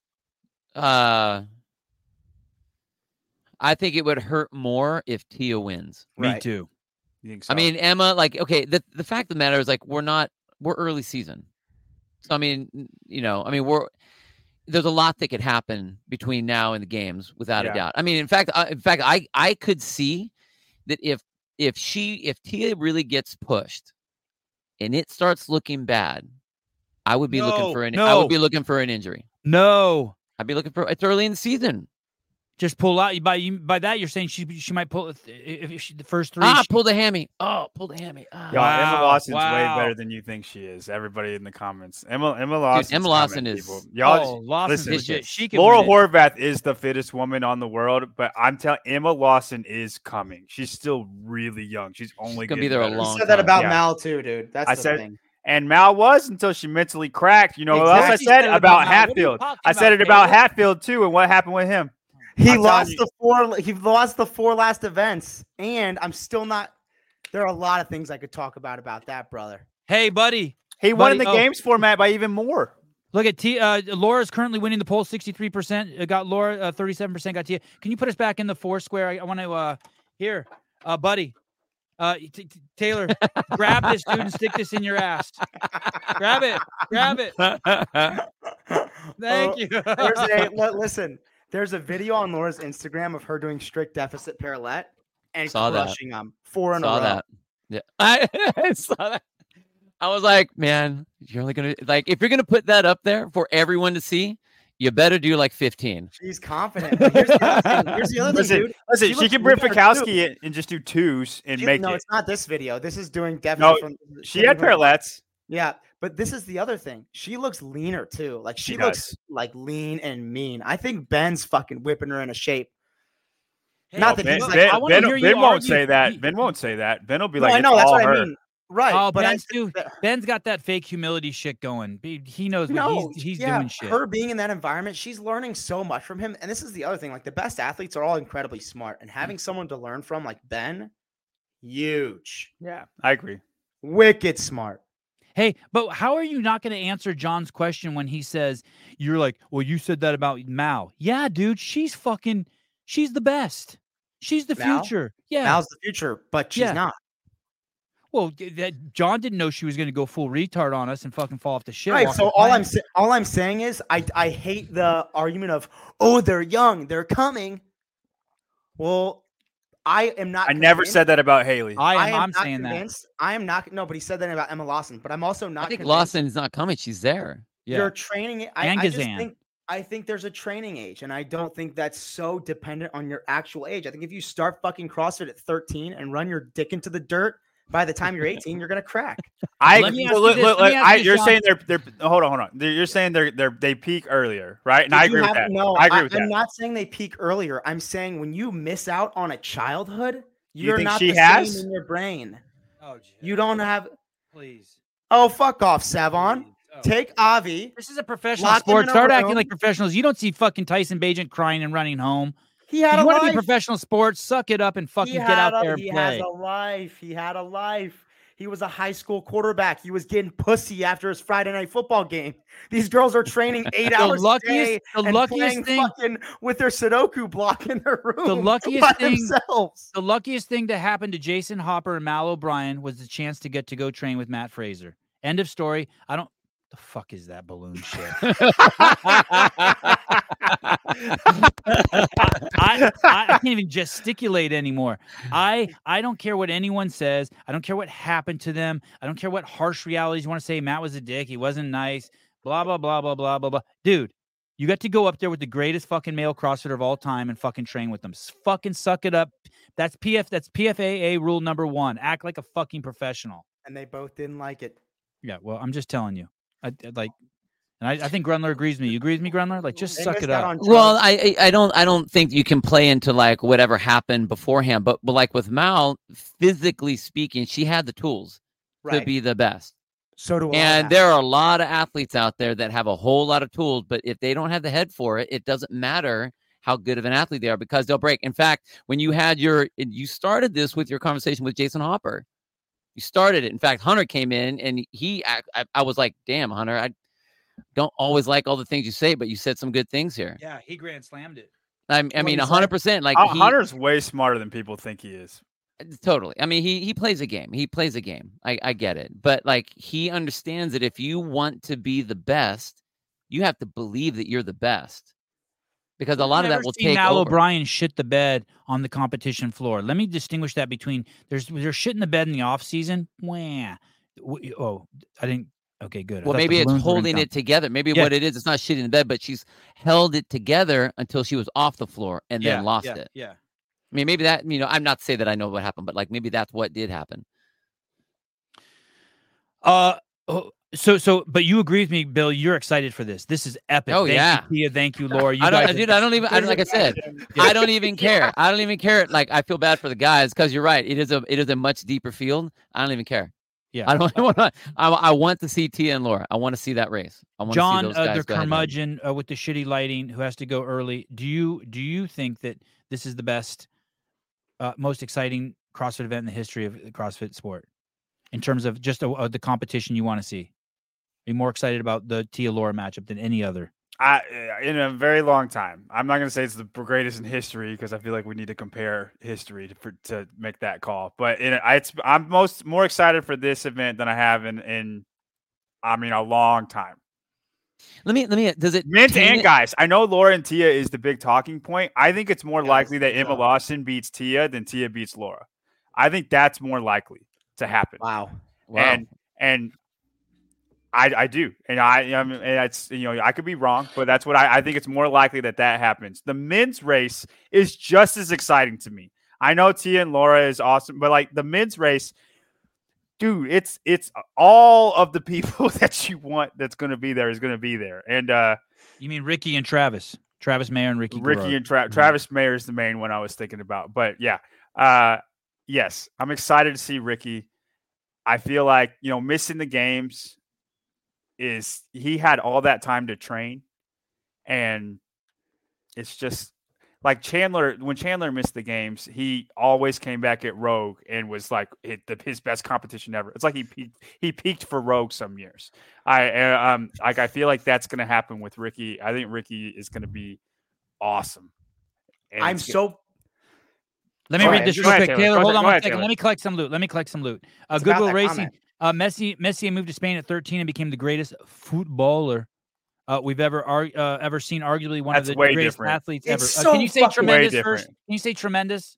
B: uh i think it would hurt more if tia wins
A: Me
D: Right.
A: too.
E: You think
B: I mean, Emma, like, okay, the the fact of the matter is, like, we're not we're early season, so I mean, n- you know, I mean, we're there's a lot that could happen between now and the games, without
E: Yeah.
B: a doubt. I mean, in fact, I, in fact, I I could see that if if she if Tia really gets pushed, and it starts looking bad, I would be looking
A: No,
B: for an I
A: no.
B: would be looking for an injury.
A: No.
B: I'd be looking for it's early in the season.
A: Just pull out. By you, by that, you're saying she she might pull if, if she, the first three.
B: Ah,
A: she-
B: pull the hammy. Oh, pull the hammy. Ah.
E: Y'all, Emma
A: Wow,
E: Lawson's
A: wow.
E: way better than you think she is. Everybody in the comments. Emma Emma Lawson.
B: Emma Lawson is-
E: y'all.
A: oh, Lawson's
E: listen,
A: legit. She can
E: Laurel
A: win it.
E: Horvath is the fittest woman on the world, but I'm telling Emma Lawson is coming. She's still really young. She's only
B: gonna be
E: getting
B: there a
E: better.
D: You
B: long
D: said that
B: time.
D: about
E: Yeah.
D: Mal too, dude. That's
E: I
D: the
E: said-
D: thing.
E: And Mal was until she mentally cracked. You know what else I
D: Exactly.
E: said, about
A: now? What are you
E: Hatfield?
A: talking
E: I said it
A: Taylor?
E: about Hatfield too, and what happened with him?
D: He
E: I'm telling
D: lost
E: you-
D: the four. He lost the four last events, and I'm still not. There are a lot of things I could talk about about that, brother.
A: Hey, buddy.
E: He won in the
A: Buddy, oh.
E: games format by even more.
A: Look at T. Uh, Laura's currently winning the poll, sixty-three percent. Got Laura, uh, thirty-seven percent. Got Tia. Can you put us back in the four square? I, I want to. Uh, here, uh, buddy, uh, t- t- Taylor, grab this dude and stick this in your ass. Grab it, grab it. Thank
D: Oh,
A: you.
D: There's a, li- listen, there's a video on Laura's Instagram of her doing strict deficit parallel and
B: Saw that.
D: crushing them four in a
B: saw
D: row.
B: that. Yeah, I, I saw that. I was like, man, you're only gonna like if you're gonna put that up there for everyone to see, you better do like 15.
D: She's confident. But here's the other thing. Here's the other
E: Listen,
D: thing, dude.
E: Listen,
D: She
E: she,
D: looks
E: can bring
D: way better,
E: Fikowski and- and just do twos and
D: She-
E: make
D: no,
E: it.
D: it's not this video. This is doing deficit.
E: No,
D: from,
E: She had
D: from-
E: parallettes.
D: Yeah, but this is the other thing. She looks leaner too. Like she,
E: She
D: looks
E: does.
D: like lean and mean. I think Ben's fucking whipping her into shape.
A: Hey, oh,
D: not that
E: Ben,
D: he's like,
E: ben,
A: I wanna
E: ben,
A: hear you
E: Ben won't
A: argue.
E: say that.
A: He-
E: Ben won't say that. Ben will be
D: no,
E: like,
D: I
E: it's
D: know that's
E: all
D: what
E: her.
D: I mean. Right.
A: Oh,
D: but I
A: Ben's
D: said
A: too-
D: that-
A: Ben's got that fake humility shit going. Be- He knows what he's, he's
D: yeah,
A: doing shit.
D: Her being in that environment, she's learning so much from him. And this is the other thing: like the best athletes are all incredibly smart,
A: Mm.
D: and having someone to learn from, like Ben, huge,
E: Yeah, I agree.
D: wicked smart.
A: Hey, but how are you not going to answer John's question when he says you're like, "Well, you said that about Mao." Yeah, dude, she's fucking she's the best. She's the
D: Mao?
A: future. Yeah.
D: Now's the future, but she's
A: Yeah.
D: not.
A: Well, d- that John didn't know she was going to go full retard on us and fucking fall off the shit.
D: Right.
A: walk
D: So
A: the
D: all I'm
A: planet.
D: sa- all I'm saying is, I I hate the argument of, oh, they're young, they're coming. Well, I am not.
E: I never
D: convinced-
E: said that about Haley.
A: I am, I am
D: not
A: saying that.
D: convinced. I am not. No, but he said that about Emma Lawson. But I'm also not.
B: I think
D: convinced.
B: Lawson is not coming. She's there. Yeah.
D: You're training. I,
A: And
D: I just
A: Gazan.
D: think I think there's a training age, and I don't think that's so dependent on your actual age. I think if you start fucking CrossFit at 13 and run your dick into the dirt by the time you're 18, you're gonna crack.
E: I
A: Let me ask
E: look,
A: you
E: look,
A: this,
E: look,
A: let me ask
E: I,
A: you,
E: you're
A: Sean.
E: saying they're they're hold on, hold on. They're- You're saying they're they're they peak earlier, right? And
D: Did
E: I
D: you
E: agree with
D: have-
E: that.
D: No,
E: I agree with
D: am
E: that.
D: not saying they peak earlier. I'm saying when you miss out on a childhood,
E: You
D: you're
E: think
D: not
E: she
D: the
E: has?
D: same in your brain.
A: Oh,
D: You don't have.
A: please. Oh.
D: Oh, fuck off, Savon. Take Avi.
A: This is a professional
D: Lock him
A: sport.
D: in a
A: Start acting
D: room.
A: like professionals. You don't see fucking Tyson Bajent crying and running home.
D: He had
A: you
D: a
A: want to be
D: life.
A: professional sports? Suck it up and fucking
D: he
A: get
D: had
A: out
D: a,
A: there and
D: he
A: play.
D: has a life. He had a life. He was a high school quarterback. He was getting pussy after his Friday night football game. These girls are training eight
A: the
D: hours a day
A: luckiest, the
D: and
A: luckiest
D: playing
A: thing,
D: fucking with their Sudoku block in their room.
A: the
D: by
A: luckiest thing,
D: themselves.
A: the luckiest thing to happen to Jason Hopper and Mal O'Brien was the chance to get to go train with Matt Fraser. End of story. I don't. The fuck is that balloon shit? I, I, I can't even gesticulate anymore. I I don't care what anyone says. I don't care what happened to them. I don't care what harsh realities you want to say. Matt was a dick. He wasn't nice. Blah blah blah blah blah blah blah. Dude, you got to go up there with the greatest fucking male CrossFitter of all time and fucking train with them. S- Fucking suck it up. That's PF. That's PFAA rule number one. Act like a fucking professional.
D: And they both didn't like it.
A: Yeah. Well, I'm just telling you. I, I- like, and I, I think Grunler agrees with me. You agree with me, Grunler? Like, just
D: They
A: suck
D: missed
A: it
D: out
A: up.
D: on
B: Well,
D: drugs.
B: I I I don't I don't think you can play into like whatever happened beforehand, but but like with Mal, physically speaking, she had the tools to
D: right.
B: be the best.
D: so do I.
B: and there are a lot of athletes out there that have a whole lot of tools, but if they don't have the head for it, it doesn't matter how good of an athlete they are because they'll break. In fact, when you had your and you started this with your conversation with Jason Hopper, you started it. In fact, Hunter came in and he I, I, I was like, "Damn, Hunter, I don't always like all the things you say, but you said some good things here."
A: Yeah, he grand slammed it.
B: I, I
D: Well,
B: mean,
D: he's like-
B: hundred percent. Like
E: Uh,
B: he,
E: Hunter's way smarter than people think he is.
B: totally. I mean, he he plays a game. He plays a game. I I get it, but like he understands that if you want to be the best, you have to believe that you're the best, because a lot of that will take
A: Mal
B: over.
A: O'Brien shit the bed on the competition floor. Let me distinguish that between there's there's shit in the bed in the off season. Wah. W- Oh, I didn't Okay, good. I
B: Well,
A: thought the
B: maybe it's
A: balloons were gonna
B: holding
A: come.
B: it together. Maybe
A: Yeah.
B: what it is, it's not shitting in bed, but she's held it together until she was off the floor and
A: Yeah,
B: then lost
A: yeah,
B: it.
A: Yeah.
B: I mean, maybe that, you know, I'm not saying that I know what happened, but like maybe that's what did happen.
A: Uh, oh, so so, but you agree with me, Bill. You're excited for this. This is epic.
B: Oh,
A: Thank
B: yeah.
A: you, Tia. Thank you, Laura. You
B: I don't,
A: guys,
B: dude, I don't even, I, don't- like I said, I don't even care. I don't even care. Like, I feel bad for the guys because you're right. It is a, it is a much deeper field. I don't even care.
A: Yeah.
B: I don't want to, I, I want to see Tia and Laura. I want to see that race. I want to see
A: John,
B: those
A: uh,
B: guys
A: the
B: go ahead and win.
A: curmudgeon uh, with the shitty lighting, who has to go early. Do you do you think that this is the best, uh, most exciting CrossFit event in the history of the CrossFit sport, in terms of just uh, uh, the competition you want to see? Are you more excited about the Tia Laura matchup than any other?
E: I eh, in a very long time. I'm not gonna say it's the greatest in history because I feel like we need to compare history to for, to make that call. But in, I, it's I'm most more excited for this event than I have in in I mean a long time.
B: Let me, let me, does it,
E: Men
B: pin
E: and
B: it-
E: guys, I know Laura and Tia is the big talking point. I think it's more
D: Yeah,
E: likely
D: this
E: that
D: is,
E: Emma
D: uh,
E: Lawson beats Tia than Tia beats Laura. I think that's more likely to happen.
D: Wow.
B: Wow.
E: And and I I do, and I I mean, and it's you know I could be wrong, but that's what I, I think. It's more likely that that happens. The men's race is just as exciting to me. I know Tia and Laura is awesome, but like the men's race, dude, it's it's all of the people that you want that's going to be there is going to be there, and uh
A: You mean Ricky and Travis, Travis Mayer and Ricky?
E: Ricky
A: Garrard.
E: and Tra-
A: Mhm.
E: Travis Mayer is the main one I was thinking about. But yeah, uh, yes, I'm excited to see Ricky. I feel like you know missing the games is he had all that time to train, and it's just like Chandler when Chandler missed the games, he always came back at Rogue and was like hit the, his best competition ever. It's like he peaked, he peaked for Rogue some years. I uh, um like I feel like that's gonna happen with Ricky. I think Ricky is gonna be awesome. And
D: I'm
E: it's-
D: so
A: Let me
E: Go
A: read
E: ahead,
A: this
E: go
A: real
E: ahead,
A: quick,
E: Taylor.
A: Taylor.
E: Go
A: Hold
E: ahead-
A: on
E: go
A: one
E: ahead,
A: second.
E: Taylor.
A: Let me collect some loot. Let me collect some loot. Uh,
D: It's about
A: Goodwill
D: that
A: Racing.
D: comment.
A: Uh, Messi. Messi moved to Spain at 13 and became the greatest footballer uh, we've ever ar- uh, ever seen. Arguably one
E: That's
A: of the
E: way
A: greatest
E: different.
A: athletes
D: It's
A: ever. Uh,
D: so
A: can you say
D: fucking-
E: Way
A: tremendous
E: different.
A: first? Can you say tremendous?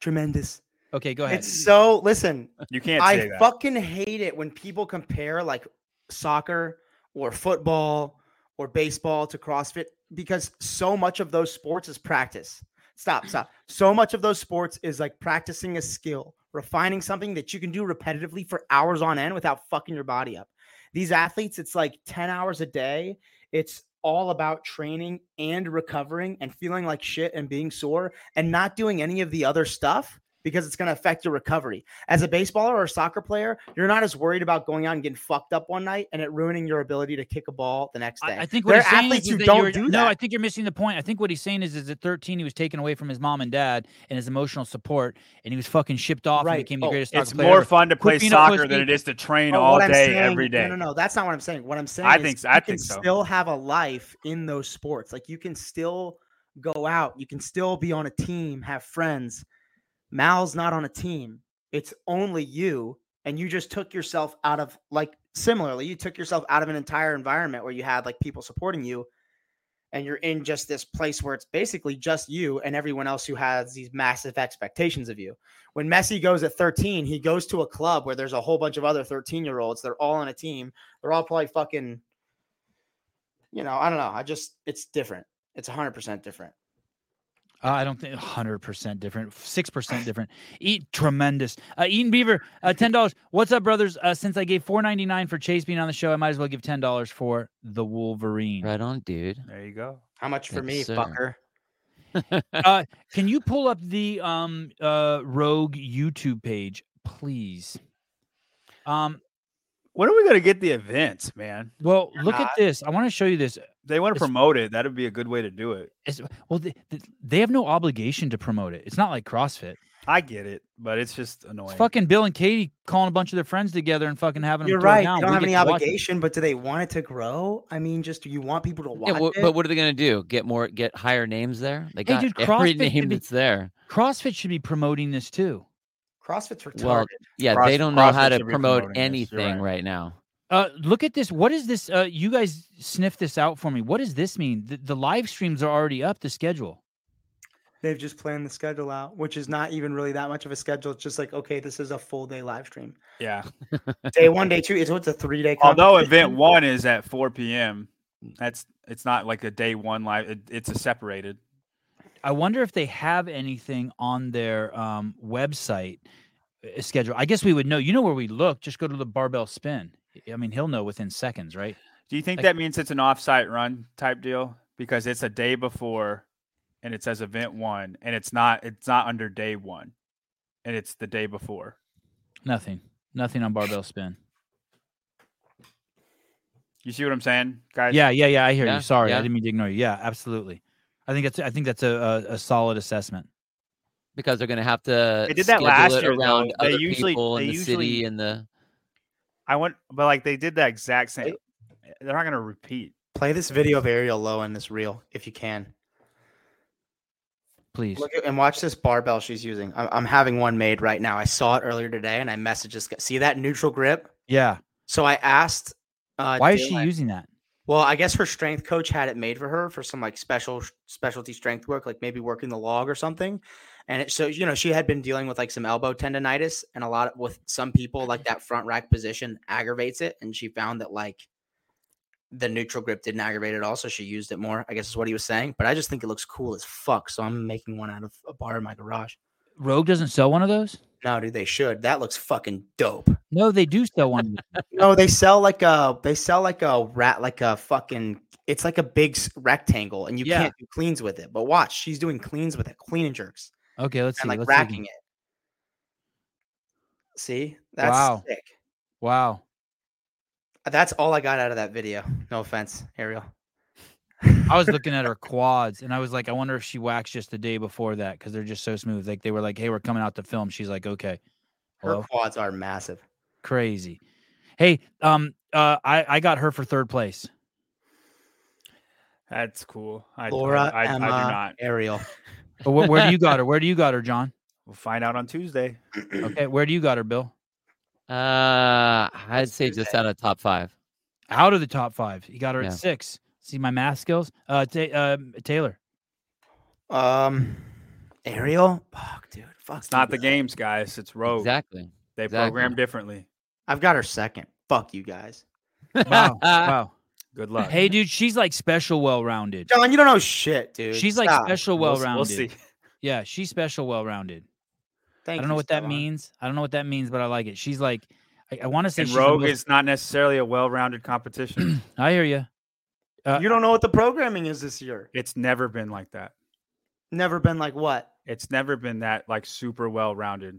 D: tremendous.
A: Okay, go ahead.
D: It's so listen,
E: You can't say
D: I
E: that.
D: fucking hate it when people compare like soccer or football or baseball to CrossFit because so much of those sports is practice. Stop, stop. So much of those sports is like practicing a skill, refining something that you can do repetitively for hours on end without fucking your body up. These athletes, it's like 10 hours a day. It's all about training and recovering and feeling like shit and being sore and not doing any of the other stuff because it's going to affect your recovery as a baseballer or a soccer player, you're not as worried about going out and getting fucked up one night and it ruining your ability to kick a ball the next day.
A: I, I think what
D: there are
A: he's saying
D: athletes
A: is
D: who
A: that
D: don't
A: you're-
D: do
A: No,
D: that.
A: I think you're missing the point. I think what he's saying is, is at 13 he was taken away from his mom and dad and his emotional support, and he was fucking shipped off and
D: Right.
A: became the
D: Oh,
A: greatest soccer
E: It's
A: player
E: more
A: ever.
E: fun to
A: Quit
E: play
A: being a
E: soccer
A: pussy.
E: than it is to train
D: But
E: all
D: what I'm
E: day,
D: saying-
E: every day.
D: No, no, no. That's not what I'm saying. What I'm saying
E: I
D: is
E: think so-
D: you
E: I
D: can
E: think so.
D: still have a life in those sports. Like you can still go out, you can still be on a team, have friends. Mal's not on a team. It's only you, and you just took yourself out of like similarly, you took yourself out of an entire environment where you had like people supporting you, and you're in just this place where it's basically just you and everyone else who has these massive expectations of you when Messi goes at 13, he goes to a club where there's a whole bunch of other 13 year olds. They're all on a team. They're all probably fucking, you know, I don't know. I just, it's different. It's 100% different.
A: Uh, I don't think 100% different, 6% different. Eat tremendous. Uh, Eaton Beaver, uh, $10. What's up, brothers? Uh, since I gave $4.99 for Chase being on the show, I might as well give $10 for the Wolverine.
B: right on, dude.
E: There you go.
D: How much for
B: Yes,
D: me,
A: uh,
B: sir.
D: fucker?
A: Can you pull up the um, uh, Rogue YouTube page, please? Um,
E: When are we gonna get the events, man?
A: well,
D: You're
A: look at
D: not.
A: this. I want to show you this.
E: They want to
A: It's-
E: promote it. That'd be a good way to do it.
A: It's, well, th th- they have no obligation to promote it. It's not like CrossFit.
E: I get it, but it's just
A: It's
E: annoying.
A: fucking Bill and Katie calling a bunch of their friends together and fucking having
D: You're
A: them. throw
D: right.
A: down.
D: You don't
A: We
D: have
A: get
D: any
A: to watch it.
D: obligation, but do they want it to grow? I mean, just do you want people to watch
B: Yeah, wha-
D: it?
B: but what are they gonna do? Get more, get higher names there? They got
A: dude,
B: every
A: CrossFit could
B: name
A: be-
B: that's there.
A: CrossFit should be promoting this too.
D: CrossFit's retarded.
B: Well, Yeah,
E: Cross-
B: they don't know
E: CrossFit
B: how to
E: should be
B: promote
E: promoting this. You're
B: anything
E: right.
B: right. now.
A: Uh, look at this. What is this? Uh, you guys sniff this out for me. What does this mean? The, the live streams are already up. The schedule.
D: They've just planned the schedule out, which is not even really that much of a schedule. It's just like, okay, this is a full day live stream.
E: Yeah.
D: Day one, day two. It's what's a three day.
E: Although event one is at 4 p.m. That's it's not like a day one live. It, it's a separated.
A: I wonder if they have anything on their um, website uh, schedule. I guess we would know. You know where we look. Just go to the barbell spin. I mean, he'll know within seconds, right?
E: Do you think
A: Like-
E: that means it's an offsite run type deal because it's a day before, and it says event one, and it's not it's not under day one, and it's the day before.
A: Nothing. Nothing on barbell spin.
E: You see what I'm saying, guys?
A: Yeah, yeah, yeah. I hear
B: Yeah,
A: you. Sorry,
B: yeah.
A: I didn't mean to ignore you. Yeah, absolutely. I think that's I think that's a a, a solid assessment.
B: because they're going to have to.
E: They did that
B: schedule
E: last
B: it
E: year, though.
B: around
E: They
B: other
E: usually-
B: people in
E: they
B: the city
E: usually-
B: and the.
E: I want, but like they did the exact same.
D: Wait.
E: They're not gonna repeat.
D: Play this video of Ariel Low in this reel if you can.
A: Please.
D: Look at, and watch this barbell she's using. I'm, I'm having one made right now. I saw it earlier today, and I messaged this guy. See that neutral grip?
A: Yeah.
D: So I asked. Uh,
A: Why is she
D: Daylight-
A: using that?
D: Well, I guess her strength coach had it made for her for some like special specialty strength work, like maybe working the log or something. And it, so you know she had been dealing with like some elbow tendonitis, and a lot of, with some people like that front rack position aggravates it. And she found that like the neutral grip didn't aggravate it at all, so she used it more. I guess is what he was saying. But I just think it looks cool as fuck, so I'm making one out of a bar in my garage.
A: Rogue doesn't sell one of those?
D: No, dude, they should. That looks fucking dope.
A: No, they do sell one. of those.
D: No, they sell like a they sell like a rat like a fucking it's like a big s- rectangle and you
A: Yeah.
D: can't do cleans with it. But watch, she's doing cleans with it, clean and jerks
A: Okay, let's see.
D: and like
A: let's see again.
D: racking it. See? That's
A: Wow.
D: sick.
A: Wow.
D: That's all I got out of that video. No offense, Ariel.
A: I was looking at her quads and I was like, I wonder if she waxed just the day before that because they're just so smooth. Like they were like, hey, we're coming out to film. She's like, okay.
D: Her
A: Hello?
D: quads are massive.
A: Crazy. Hey, um, uh, I, I got her for third place.
E: That's cool. I, don't-
D: Laura,
E: I, I do
D: Emma,
E: not.
D: Ariel.
A: But wh- where do you got her? Where do you got her, John?
E: We'll find out on Tuesday.
A: Okay, where do you got her, Bill?
B: Uh, I'd
D: Let's
B: say
D: do
B: just
D: that.
B: out of top five.
A: Out of the top five. You got her
B: Yeah.
A: at six. See my math skills? Uh, ta- uh Taylor.
D: Um Ariel? Fuck, dude. Fuck.
E: It's not
D: you
E: the
D: guys.
E: games, guys. It's rogue.
B: Exactly.
E: They
B: exactly.
E: program differently.
D: I've got her second. Fuck you guys.
A: Wow. wow.
E: Good luck.
A: Hey, dude, she's like special well rounded.
D: John, you don't know shit, dude.
A: She's like
D: Stop.
A: special
E: We'll
A: well
E: s-
A: rounded.
E: We'll see.
A: Yeah, she's special well rounded.
D: Thank
A: I don't
D: you,
A: know what that
D: Stella.
A: means. I don't know what that means, but I like it. She's like, I, I want to say
E: And
A: she's the
E: rogue
A: most-
E: is not necessarily a well-rounded competition.
A: I hear you. Uh,
D: You don't know what the programming is this year.
E: it's never been like that.
D: Never been like what?
E: It's never been that like super well-rounded.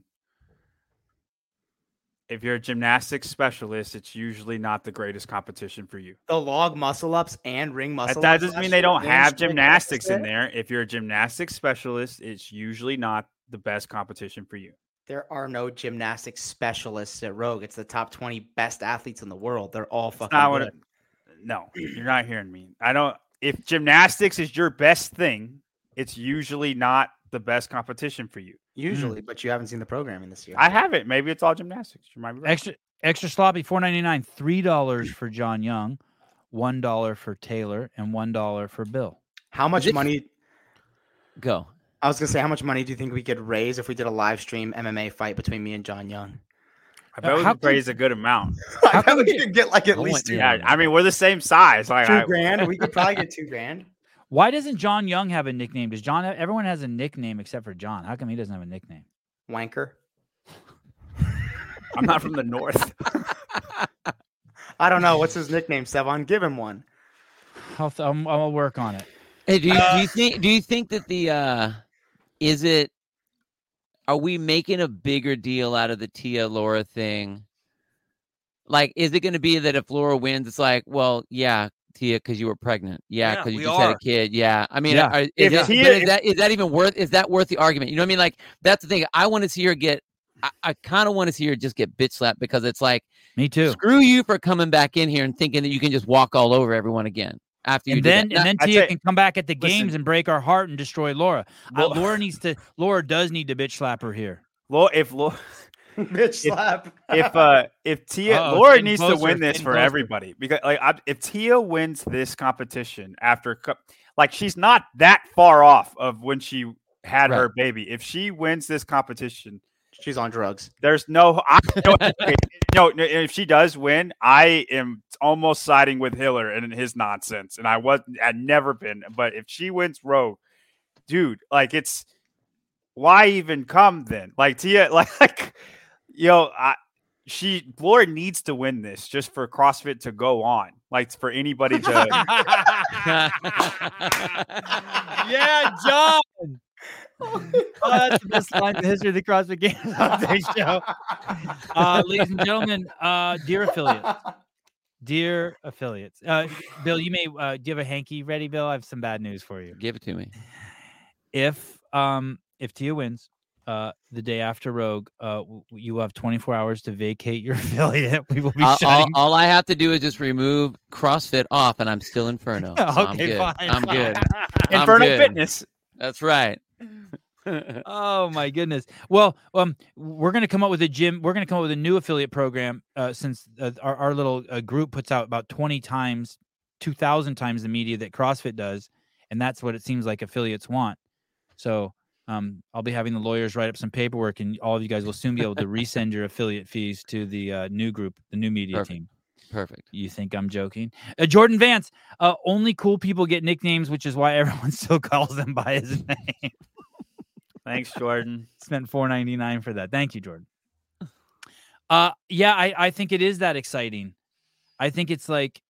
E: If you're a gymnastics specialist, it's usually not the greatest competition for you.
D: The log muscle ups and ring
E: That,
D: muscle.
E: that
D: ups
E: doesn't
D: last
E: mean they
D: year,
E: don't
D: ring
E: have
D: strength
E: gymnastics in
D: deficit.
E: there. If you're a gymnastics specialist, it's usually not the best competition for you.
D: There are no gymnastics specialists at Rogue. It's the top twenty best athletes in the world. They're all
E: It's
D: fucking.
E: not what.
D: good.
E: it- no, you're not hearing me. I don't. If gymnastics is your best thing, it's usually not the best competition for you.
D: Usually, but you haven't seen the programming this year.
E: Hmm. I haven't. Maybe it's all gymnastics. You might be right.
A: Extra extra sloppy four ninety nine, three dollars for John Young, one dollar for Taylor, and one dollar for Bill.
D: How much
B: it-
D: money?
B: Go.
D: I was gonna say, how much money do you think we could raise if we did a live stream MMA fight between me and John Young?
E: I bet we
A: how
E: could raise a good amount.
D: I
A: How
D: bet we
A: could you-
D: could get like at
B: I
D: least
B: want
D: two,
B: you.
E: Yeah, I mean we're the same size. Like,
D: two
E: I,
D: grand. We could probably get two grand.
A: Why doesn't John Young have a nickname? Does John? Everyone has a nickname except for John. How come he doesn't have a nickname?
D: Wanker.
E: I'm not from the north.
D: I don't know what's his nickname, Sevon. Give him one.
A: I'll th- I'm, I'll work on it.
B: Hey, do you, do you think do you think that the uh is it are we making a bigger deal out of the Tia Laura thing? Like, is it going to be that if Laura wins, it's like, well, yeah, Tia, because you were pregnant, yeah,
G: Yeah,
B: because you
G: we
B: just had
G: are.
B: a kid, yeah. I mean,
A: Yeah.
B: are- is,
E: If
B: it-
E: Tia-
B: but is
E: if-
B: that is that even worth is that worth the argument? You know what I mean? Like, that's the thing. I want to see her get. I, I kind of want to see her just get bitch slapped because it's like,
A: Me too.
B: screw you for coming back in here and thinking that you can just walk all over everyone again after you
A: And
B: did that.
A: then, and then
E: I
A: Tia
E: tell-
A: can come back at the
E: listen.
A: games and break our heart and destroy Laura. I-
E: Well-
A: Laura needs to. Laura does need to bitch slap her here.
E: Lo- if Lo-
D: Bitch slap.
E: if uh if Tia
A: Uh-oh, it's
E: Laura
A: getting
E: needs to
A: closer,
E: win
A: it's
E: this
A: getting
E: for
A: closer.
E: everybody because like I, if Tia wins this competition after a cou- like she's not that far off of when she had
B: Right.
E: her baby. If she wins this competition,
D: She's on drugs.
E: there's no I don't- no, no, if she does win, I am almost siding with Hiller and his nonsense. And I was I'd never been, but if she wins Rogue, dude, like it's why even come then? Like Tia, like, like yo, I she Laura needs to win this just for CrossFit to go on. Like for anybody to
A: yeah, John. oh, that's the best line in the history of the CrossFit Games update show. Uh, ladies and gentlemen, uh, dear affiliates, dear affiliates, uh, Bill, you may uh, do you have a hanky ready, Bill? I have some bad news for you.
B: Give it to me.
A: If um if Tia wins. Uh, the day after Rogue, uh, w- you have 24 hours to vacate your affiliate. We will be
B: All, all-
A: shutting.
B: all I have to do is just remove CrossFit off, and I'm still Inferno. So I'm
A: okay,
B: good.
A: fine.
B: I'm good. I'm
E: Inferno
B: good.
E: Fitness.
B: That's right.
A: Oh my goodness. Well, um, we're gonna come up with a gym. We're gonna come up with a new affiliate program. Uh, since uh, our, our little uh, group puts out about twenty times, two thousand times the media that CrossFit does, and that's what it seems like affiliates want. So, um, I'll be having the lawyers write up some paperwork, and all of you guys will soon be able to resend your affiliate fees to the uh, new group, the new media
B: Perfect.
A: team.
B: Perfect.
A: You think I'm joking? Uh, Jordan Vance. Uh, only cool people get nicknames, which is why everyone still calls him by his name.
E: Thanks, Jordan.
A: Spent four ninety nine for that. Thank you, Jordan. Uh, yeah, I I think it is that exciting. I think it's like,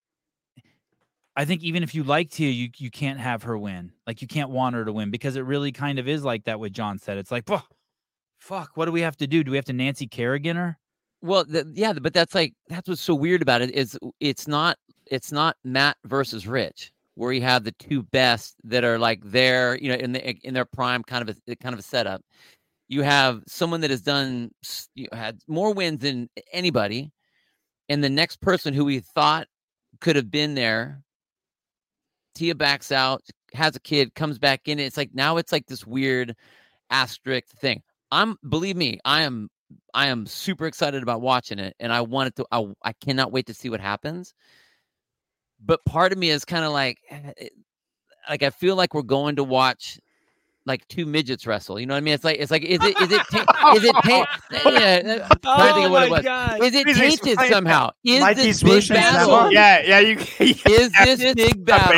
A: I think even if you like Tia, you you can't have her win. Like you can't want her to win because it really kind of is like that. What John said. It's like, "Pah, fuck. What do we have to do? Do we have to Nancy Kerrigan her?
B: Well, th- yeah, but that's like that's what's so weird about it is it's not it's not Matt versus Rich where you have the two best that are like there, you know, in the in their prime kind of a kind of a setup. You have someone that has done s- you know, had more wins than anybody, and the next person who we thought could have been there, Tia backs out, has a kid, comes back in. and It's like now it's like this weird asterisk thing. I'm believe me, I am I am super excited about watching it, and I want it to. I, I cannot wait to see what happens. But part of me is kind of like, eh, it- like I feel like we're going to watch like two midgets wrestle. You know what I mean? It's like it's like is it is it ta- is it ta-
A: Oh.
B: yeah, I think of what it was.
A: god.
B: is it
E: Please
B: tainted
E: explain.
B: somehow? Is
D: Mighty
B: this big
D: Swoosh and
B: battle?
D: Samoa.
E: Yeah, yeah, you
B: Is
E: yeah,
B: this
E: it's
B: big
E: a
B: battle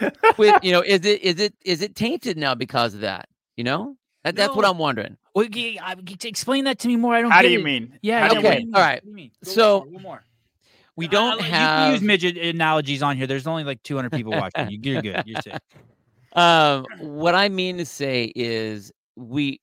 E: band.
B: with you know? Is it is it is it tainted now because of that? You know, that, that's what
A: No.
B: I'm wondering.
A: Well, g- I- g- explain that to me more. I don't.
E: How do
A: get
E: you
A: it.
E: mean?
A: Yeah.
E: How do
A: yeah,
E: you
A: what
B: okay,
A: do you
E: mean?
B: all
A: mean?
B: right.
A: What do you mean? Go
B: So-
A: one more, one more.
B: We
A: I- I
B: don't
A: like-
B: have
A: You can use midget analogies on here. There's only like 200 people watching. You- You're good. You're safe.
B: Um, what I mean to say is, we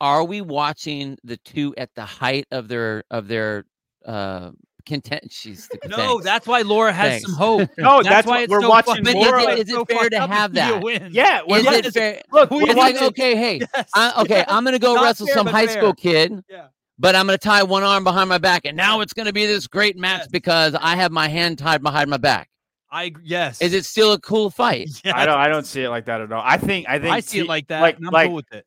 B: are we watching the two at the height of their of their uh content? She's the
A: No,
B: thanks.
A: that's why Laura has
B: Thanks.
A: some hope.
E: No, that's,
A: why
E: why
A: it's
E: we're
A: so
E: watching
A: fun.
B: But is
E: more.
B: it-
E: of-
B: is fair to have that?
E: yeah, we're
B: Is
E: watching-
B: it fair?
E: Look, we
B: It's
E: want
B: like
E: to
B: okay, hey,
A: Yes.
B: I, okay, I'm gonna go
A: Not
B: wrestle
A: fair,
B: some
A: but
B: high school
A: fair.
B: kid.
A: Yeah.
B: But I'm gonna tie one arm behind my back, and now
A: Yeah.
B: it's gonna be this great match
A: Yes.
B: because I have my hand tied behind my back.
A: I agree- yes.
B: Is it still a cool fight?
A: Yes.
E: I don't. I don't see it like that at all. I think. I think.
A: I see it
E: Ti-
A: like that.
E: like-
A: and I'm
E: like-
A: cool with it.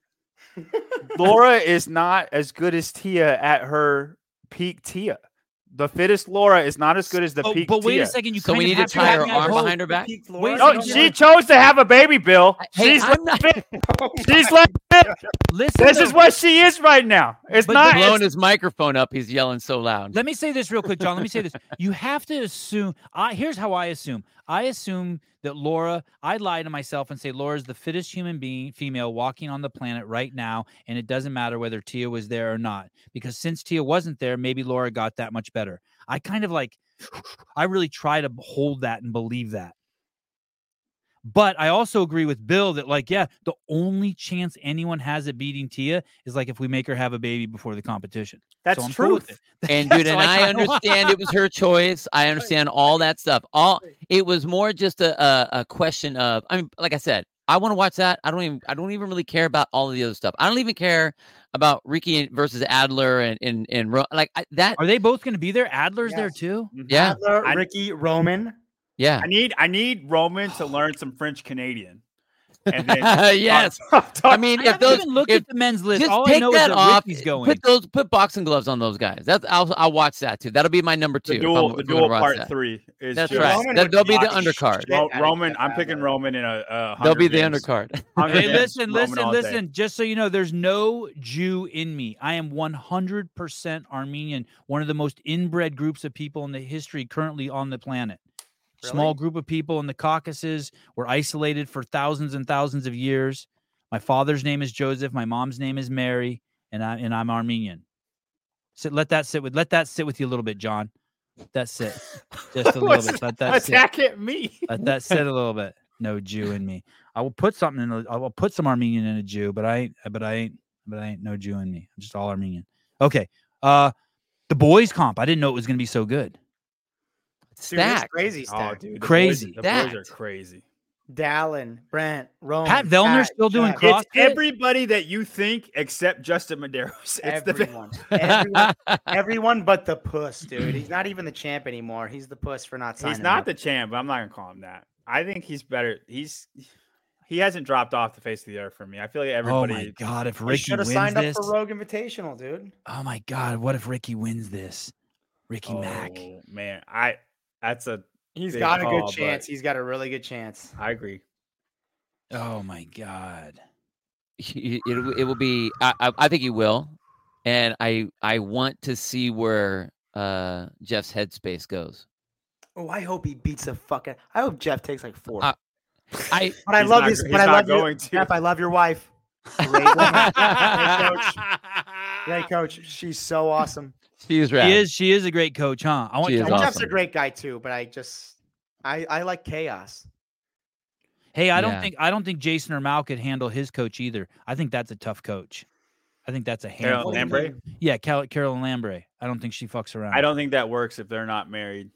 E: Laura is not as good as Tia at her peak. Tia, the fittest Laura is not as good as the
A: Oh,
E: peak.
A: but wait
E: Tia.
A: a second. You
B: So we
A: kind of
B: need to
A: have
B: tie
A: have
B: her
A: that
B: arm
A: hope.
B: behind her back?
A: Wait a
E: No,
A: second,
E: she chose to have a baby, Bill.
B: I- hey,
E: She's
B: I'm not
A: Oh
E: she's like
A: Listen.
E: this
A: though.
E: is what she is right now. It's
A: But
E: not.
B: blowing
E: it's-
B: his microphone up. He's yelling so loud.
A: Let me say this real quick, John. Let me say this. You have to assume. I here's how I assume. I assume that Laura. I lie to myself and say Laura's the fittest human being, female, walking on the planet right now, and it doesn't matter whether Tia was there or not, because since Tia wasn't there, maybe Laura got that much better. I kind of like. I really try to hold that and believe that. But I also agree with Bill that, like, yeah, the only chance anyone has at beating Tia is like if we make her have a baby before the competition.
E: that's
A: so I'm Cool
E: true.
A: with it.
B: And
A: Yeah,
B: dude,
A: so
B: and
A: I
B: I
A: kinda wa-
B: understand it was her choice. I understand all that stuff. All it was more just a a, a question of. I mean, like I said, I want to watch that. I don't even. I don't even really care about all of the other stuff. I don't even care about Ricky versus Adler and and and Ro- like I, that.
A: Are they both going to be there? Adler's there
D: Yes.
A: too.
B: Yeah,
D: Adler,
E: I-
D: Ricky, Roman.
B: yeah.
E: I need. I need Roman to learn some French Canadian. And then
B: yes. I mean,
A: I
B: if
A: haven't
B: those
A: even looked
B: if-
A: at the men's list.
B: just
A: All I
B: take
A: know is
B: that
A: that
B: off, eh,
A: Ricky's going.
B: Put those put boxing gloves on those guys. That's I'll I'll watch that too. That'll be my number two.
E: the
B: if
E: dual,
B: I'm-
E: the
B: if I'm gonna
E: dual
B: watch
E: part
B: that.
E: three is
B: That's
E: just
B: right.
E: Roman,
B: That- they'll be the
E: block the
B: undercard.
D: shit out of
E: I'm
D: Kevin
E: picking
D: Owens.
E: Roman in a. a
B: They'll be the
E: undercard.
B: undercard.
A: Hey, listen, listen, listen. Just so you know, there's no Jew in me. I am 100% Armenian, one of the most inbred groups of people in the history currently on the planet. Small
D: Really?
A: group of people in the Caucasus were isolated for thousands and thousands of years. My father's name is Joseph. My mom's name is Mary, and I and I'm Armenian. So let that sit with let that sit with you a little bit, John. That's it. Just a little bit. Let that sit.
E: Attack at me.
A: Let that sit a little bit. No Jew in me. I will put something in. A, I will put some Armenian in a Jew, but I ain't. But I ain't. But I ain't no Jew in me. I'm just all Armenian. Okay. Uh, the boys comp. I didn't know it was going to be so good.
D: Dude, it's
B: Stack.
D: crazy stack.
E: Oh, dude, the boys-
A: Crazy.
E: The
B: That.
E: boys are crazy.
D: Dallin, Brent, Rome.
A: Pat Vellner's still doing
D: Jack,
A: CrossFit?
E: It's everybody that you think except Justin Medeiros. It's the
D: everyone, everyone, everyone but the puss, dude. He's not even the champ anymore. He's the puss for not signing.
E: he's not
D: up.
E: the champ. but I'm not gonna call him that. I think he's better. He's he hasn't dropped off the face of the earth for me. I feel like everybody.
A: Oh my god! If
D: He
A: Ricky
D: should have
A: wins
D: signed
A: this,
D: up for Rogue Invitational, dude.
A: oh my god! What if Ricky wins this? Ricky Mack.
E: Oh, man, I that's a
D: He's
E: Big
D: got a
E: call,
D: good
E: but-
D: chance. He's got a really good chance.
E: I agree.
A: Oh my god!
B: It, it, it will be. I, I I think he will, and I I want to see where uh Jeff's headspace goes.
D: Oh, I hope he beats the fucking. I hope Jeff takes like four.
B: Uh, I
D: but I
E: He's
D: love
E: not-
D: this.
E: he's
D: But I
E: not
D: love
E: going
D: you,
E: to.
D: Jeff. I love your wife. Great coach. She's so awesome.
B: she's right.
A: She is. She is a great coach, huh? I want.
B: She
A: I
B: is
A: want-
D: Jeff's a
B: awesome.
D: great guy too, but I just, I, I like chaos.
A: Hey, I don't
B: Yeah.
A: think. I don't think Jason or Mal could handle his coach either. I think that's a tough coach. I think that's a
E: Carol
A: handful.
E: Lambre.
A: Yeah, Cal- Carolyn Lambre. I don't think she fucks around.
E: I don't think that works if they're not married.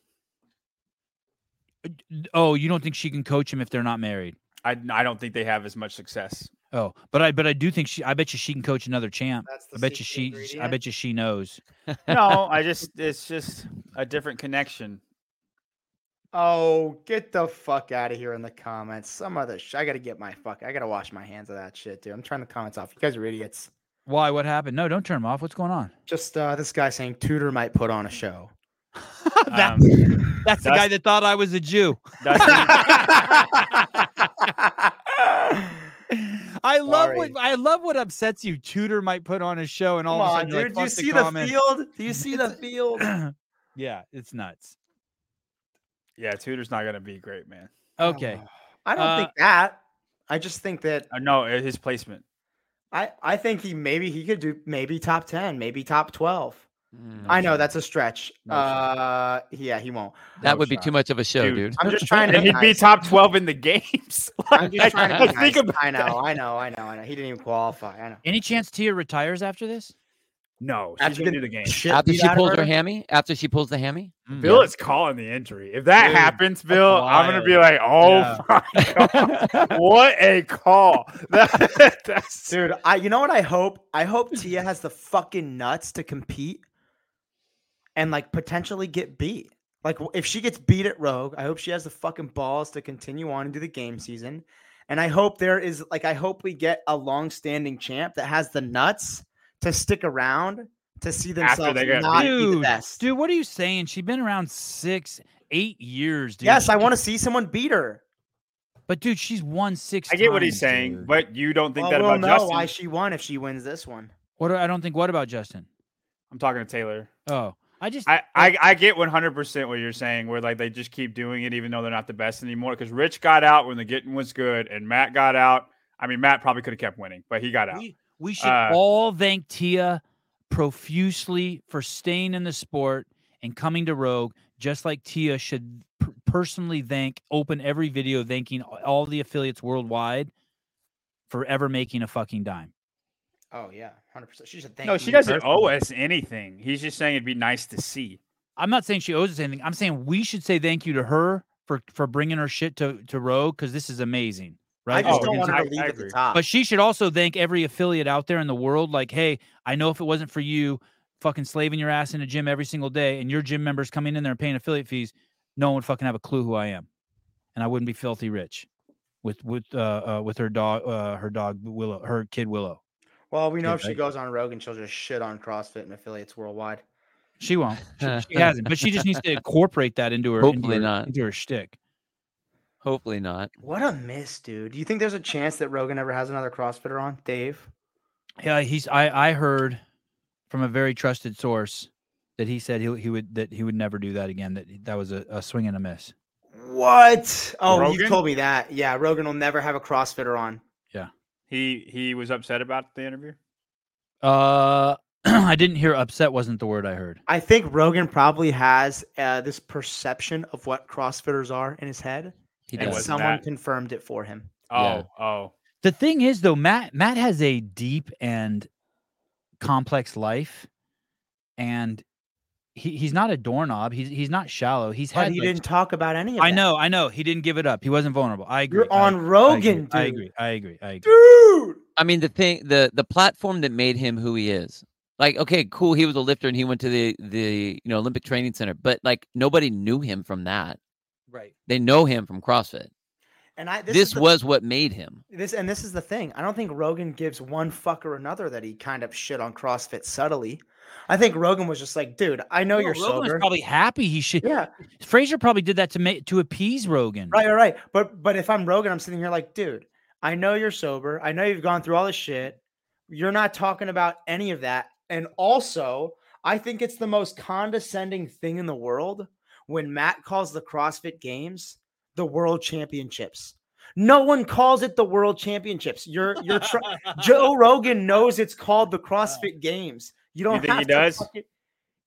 A: Oh, you don't think she can coach him if they're not married?
E: I I don't think they have as much success.
A: Oh, but I but I do think she. I bet you she can coach another champ.
D: That's the
A: I bet you
D: secret
A: she. I
D: ingredient.
A: bet you she knows.
E: No, I just it's just a different connection.
D: Oh, get the fuck out of here in the comments. Some other sh- I gotta get my fuck. I gotta wash my hands of that shit, dude. I'm trying the comments off. You guys are idiots.
A: Why? What happened? No, don't turn him off. What's going on?
D: Just uh this guy saying Tudor might put on a show.
A: That- Um,
E: Um,
A: that's the guy
E: that's-
A: that thought I was a Jew.
D: Come
A: I love
D: Sorry.
A: what I love what upsets you. Tudor might put on a show, and all of a
D: on,
A: sudden, you're like,
D: dude. Do you
A: "Fuck the
D: see the,
A: comment."
D: field? Do you see the field?
A: yeah, it's nuts.
E: yeah, Tudor's not gonna be great, man.
A: Okay,
D: I don't
A: Uh,
D: think that. I just think that
E: Uh, no, uh, his placement.
D: I I think he maybe he could do maybe top ten, maybe top twelve.
B: Mm,
D: I know that's a stretch.
E: No shot.
D: uh yeah, he won't.
B: that
E: no
B: would be
E: shot.
B: too much of a show,
E: Dude,
B: dude.
D: I'm just trying to
E: and
D: be
E: he'd be
D: nice.
E: top twelve in the games.
D: I'm just trying to be
E: Like, think
D: nice.
E: about
D: I know,
E: that.
D: I know, I know, I know. He didn't even qualify. I know.
A: any chance Tia retires after this?
E: No,
D: After
E: she's gonna
D: getting
E: do the game.
D: Shit
B: After
D: beat
B: she
D: out of
B: pulls her hammy, after she pulls the hammy,
A: Mm.
E: Bill is calling the injury. If that
A: Dude,
E: happens, Bill, I'm gonna
A: wild.
E: be like, oh
A: Yeah.
E: my god, what a call! That, that's
D: Dude, I you know what I hope? I hope Tia has the fucking nuts to compete and like potentially get beat. Like w- if she gets beat at Rogue, I hope she has the fucking balls to continue on into the game season. And I hope there is like I hope we get a long-standing champ that has the nuts to stick around to see themselves
E: they get
D: not be the
A: Dude,
D: best.
A: dude, what are you saying? She's been around six, eight years, dude.
D: yes, I want to see someone beat her.
A: But dude, she's won six.
E: I get what he's
A: times,
E: saying,
A: dude.
E: but you don't think
D: Well,
E: that
D: Uh, we'll
E: about
D: know
E: Justin.
D: why she won if she wins this one.
A: what? do- I don't think. What about Justin?
E: I'm talking to Taylor.
A: Oh, I just.
E: I, I, I get 100% what you're saying, where like they just keep doing it even though they're not the best anymore. Because Rich got out when the getting was good, and Matt got out. I mean, Matt probably could have kept winning, but he got out.
A: we, we should
E: Uh,
A: all thank Tia profusely for staying in the sport and coming to Rogue, just like Tia should p- personally thank. Open every video thanking all the affiliates worldwide for ever making a fucking dime.
D: Oh yeah, 100%. She should thank
E: no, she
D: me
E: doesn't
D: personally.
E: owe us anything. He's just saying it'd be nice to see.
A: I'm not saying she owes us anything. I'm saying we should say thank you to her for for bringing her shit to to Rogue because this is amazing,
D: I
A: right?
D: just
E: Oh,
D: don't
E: you
D: want
E: can-
D: her
E: I-
D: to leave
E: I
D: at the
E: agree.
D: top.
A: But she should also thank every affiliate out there in the world. Like, hey, I know if it wasn't for you, fucking slaving your ass in a gym every single day, and your gym members coming in there and paying affiliate fees, no one would fucking have a clue who I am, and I wouldn't be filthy rich. with with uh, uh with her dog uh her dog Willow her kid Willow.
D: Well, we know
A: Yeah,
D: if she
A: right.
D: goes on Rogan, she'll just shit on CrossFit and affiliates worldwide.
A: She won't. She, she hasn't, but she just needs to incorporate that into her into
B: Hopefully
A: her,
B: not.
A: into her shtick.
B: Hopefully not.
D: What a miss, dude. Do you think there's a chance that Rogan ever has another CrossFitter on? Dave?
A: Yeah, he's I I heard from a very trusted source that he said he he would that he would never do that again. That that was a, a swing and a miss.
D: What? Oh, you
E: Rogan?
D: told me that. Yeah, Rogan will never have a CrossFitter on.
E: He he was upset about the interview.
A: Uh, I didn't hear upset wasn't the word I heard.
D: I think Rogan probably has uh, this perception of what CrossFitters are in his head,
B: He
E: It
D: and
E: was
B: does.
E: wasn't
D: someone
E: that.
D: confirmed it for him.
E: Oh
B: Yeah.
E: oh,
A: The thing is though, Matt Matt has a deep and complex life, and he, he's not a doorknob. He's he's not shallow. He's
D: But
A: had.
D: he
A: like-
D: didn't talk about any of
A: I
D: that.
A: know, I know. He didn't give it up. He wasn't vulnerable. I agree.
D: You're
A: I-
D: on
A: I agree,
D: Rogan, dude.
A: I agree. I agree. I agree.
D: Dude.
B: I mean, the thing, the the platform that made him who he is. Like, okay, cool. He was a lifter and he went to the the you know Olympic Training Center, but like nobody knew him from that.
D: Right.
B: They know him from CrossFit.
D: And I this,
B: This,
D: is the-
B: was what made him.
D: this and this is the thing. I don't think Rogan gives one fuck or another that he kind of shit on CrossFit subtly. I think Rogan was just like, dude, I know
A: No,
D: you're
A: Rogan was
D: sober.
A: probably happy. He should.
D: yeah,
A: Fraser probably did that to make to appease Rogan.
D: right, right, right. But but if I'm Rogan, I'm sitting here like, dude, I know you're sober. I know you've gone through all this shit. You're not talking about any of that. And also, I think it's the most condescending thing in the world when Matt calls the CrossFit Games the World Championships. No one calls it the World Championships. You're you're trying. Joe Rogan knows it's called the CrossFit Games. You don't
E: think he
D: have to
E: does?
D: fucking-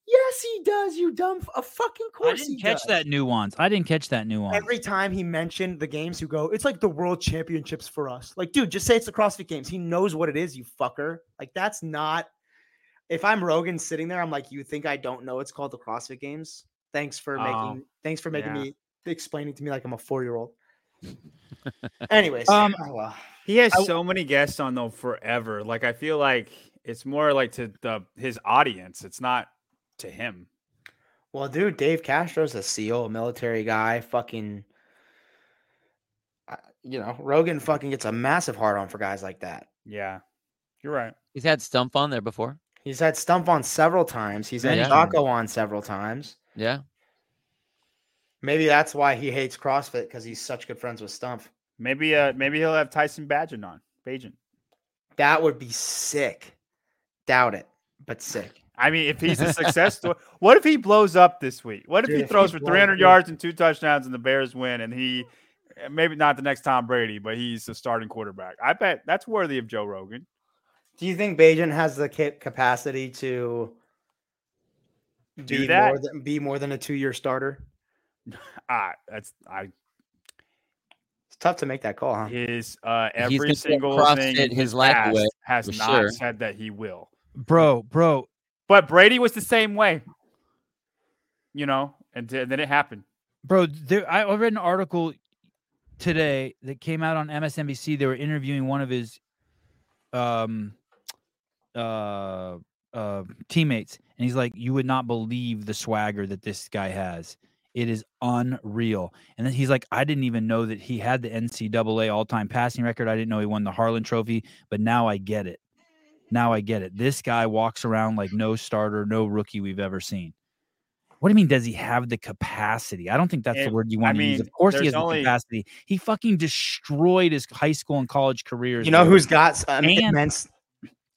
D: yes, he does. You dumb. f- A fucking
A: I
D: course.
A: didn't
D: he
A: catch
D: does.
A: that nuance. I didn't catch that nuance.
D: Every time he mentioned the games, you go, "It's like the World Championships for us." Like, dude, just say it's the CrossFit Games. He knows what it is, you fucker. Like, that's not. If I'm Rogan sitting there, I'm like, you think I don't know it's called the CrossFit Games? Thanks for
E: Oh,
D: making. Thanks for making
E: yeah.
D: me explaining to me like I'm a four year old. Anyways,
A: Um,
D: oh, well.
E: he has
A: I-
E: so many guests on though forever. Like I feel like it's more like to the his audience. It's not to him.
D: Well, dude, Dave Castro's a SEAL, a military guy. Fucking, uh, you know, Rogan fucking gets a massive hard on for guys like that.
E: Yeah, you're right.
B: He's had Stump on there before.
D: He's had Stump on several times. He's had
B: Yeah.
D: Jocko on several times.
B: Yeah.
D: Maybe that's why he hates CrossFit because he's such good friends with Stump.
E: Maybe uh maybe he'll have Tyson Badgett on. Bajan.
D: That would be sick. Doubt it, but sick.
E: I mean, if he's a success story, what if he blows up this week? What if
D: Dude,
E: he
D: if he
E: throws for
D: blows
E: 300
D: up-
E: yards and two touchdowns and the Bears win and he eh, maybe not the next Tom Brady, but he's the starting quarterback? I bet that's worthy of Joe Rogan.
D: Do you think Bajan has the ca- capacity to
E: Do
D: be
E: that?
D: More than, be more than a two-year starter?
E: Ah, that's I
D: It's tough to make that call, huh?
E: his uh
B: He's gonna
E: every
B: get
E: single thing
B: CrossFit
E: in
B: his
E: his
B: life
E: past
B: away,
E: has
B: for
E: not
B: sure.
E: said that he will.
A: bro, bro,
E: But Brady was the same way, you know, and th- then it happened.
A: bro. There, I I read an article today that came out on MSNBC. They were interviewing one of his um uh uh teammates, and he's like, "You would not believe the swagger that this guy has." It is unreal. And then he's like, I didn't even know that he had the NCAA all time passing record. I didn't know he won the Harlan Trophy, but now I get it. Now I get it. This guy walks around like no starter, no rookie we've ever seen. What do you mean? Does he have the capacity? I don't think that's the
E: It-
A: word you want to use.
E: mean,
A: Of course, he
E: there's
A: has the
E: only-
A: capacity. He fucking destroyed his high school and college careers.
D: You know
A: dude.
D: who's got um,
A: And-
D: immense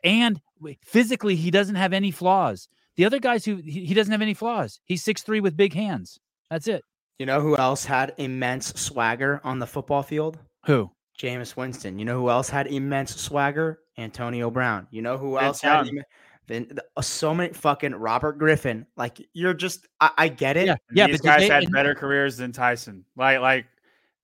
A: and w- physically he doesn't have any flaws. The other guys who he, he doesn't have any flaws. He's six three with big hands. That's it.
D: You know who else had immense swagger on the football field?
A: Who?
D: Jameis Winston. You know who else had immense swagger? Antonio Brown. You know who
E: Vince
D: else had
E: Young.
D: imme- Vin- th- uh, so many fucking Robert Griffin? Like you're just, I, I get it.
A: Yeah, yeah.
E: These
A: But
E: guys
A: they,
E: had
A: and-
E: better careers than Tyson. Like, like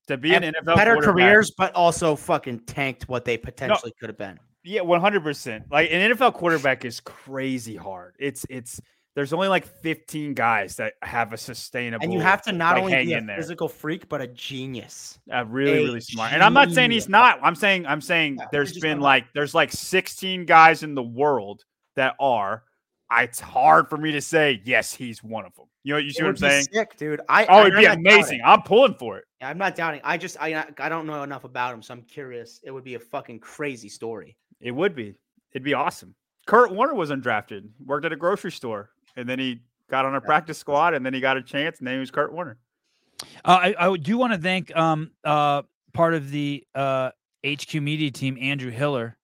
E: to be an
D: And
E: NFL
D: Better
E: quarterback-
D: careers, but also fucking tanked what they potentially could have been.
E: Yeah, one hundred percent. Like an NFL quarterback is crazy hard. It's it's there's only like fifteen guys that have a sustainable.
D: And you have to not
E: like,
D: only
E: hang
D: be a
E: in there.
D: physical freak, but a genius.
E: a uh, really
D: a
E: really smart. And I'm not saying he's
D: genius.
E: not. I'm saying I'm saying
D: Yeah, we
E: there's
D: just
E: been
D: don't-
E: like there's like sixteen guys in the world that are, I, it's hard for me to say yes, he's one of them. You know, you see
D: It
E: what I'm
D: would be
E: saying?
D: Sick, dude. I
E: Oh,
D: I'm
E: it'd be
D: not doubting-
E: amazing. I'm pulling for it.
D: I'm not doubting. I just I I don't know enough about him, so I'm curious. It would be a fucking crazy story.
E: It would be. It'd be awesome. Kurt Warner was undrafted, worked at a grocery store, and then he got on a practice squad, and then he got a chance, and then he was Kurt Warner.
A: Uh, I, I do want to thank um uh part of the uh HQ media team, Andrew Hiller,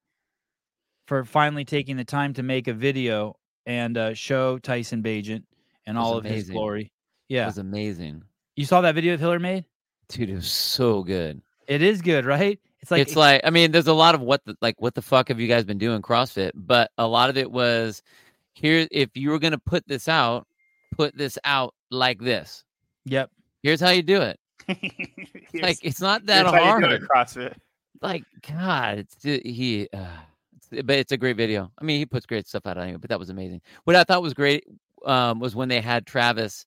A: for finally taking the time to make a video and uh, show Tyson Bajent and
B: It was
A: all of his
B: amazing.
A: glory.
B: It
A: Yeah,
B: was amazing.
A: you saw that video that Hiller made.
B: Dude, it was so good.
A: It is good, right? It's like
B: it's like I mean, there's a lot of what the like what the fuck have you guys been doing CrossFit? But a lot of it was here if you were gonna put this out, put this out like this.
A: yep.
B: Here's how you do it. Like
E: Here's-
B: it's not
E: here's
B: that
E: how you do
B: hard.
E: it, CrossFit.
B: Like God, it's ju- he. Uh, it's- but it's a great video. I mean, he puts great stuff out anyway. But that was amazing. What I thought was great um, was when they had Travis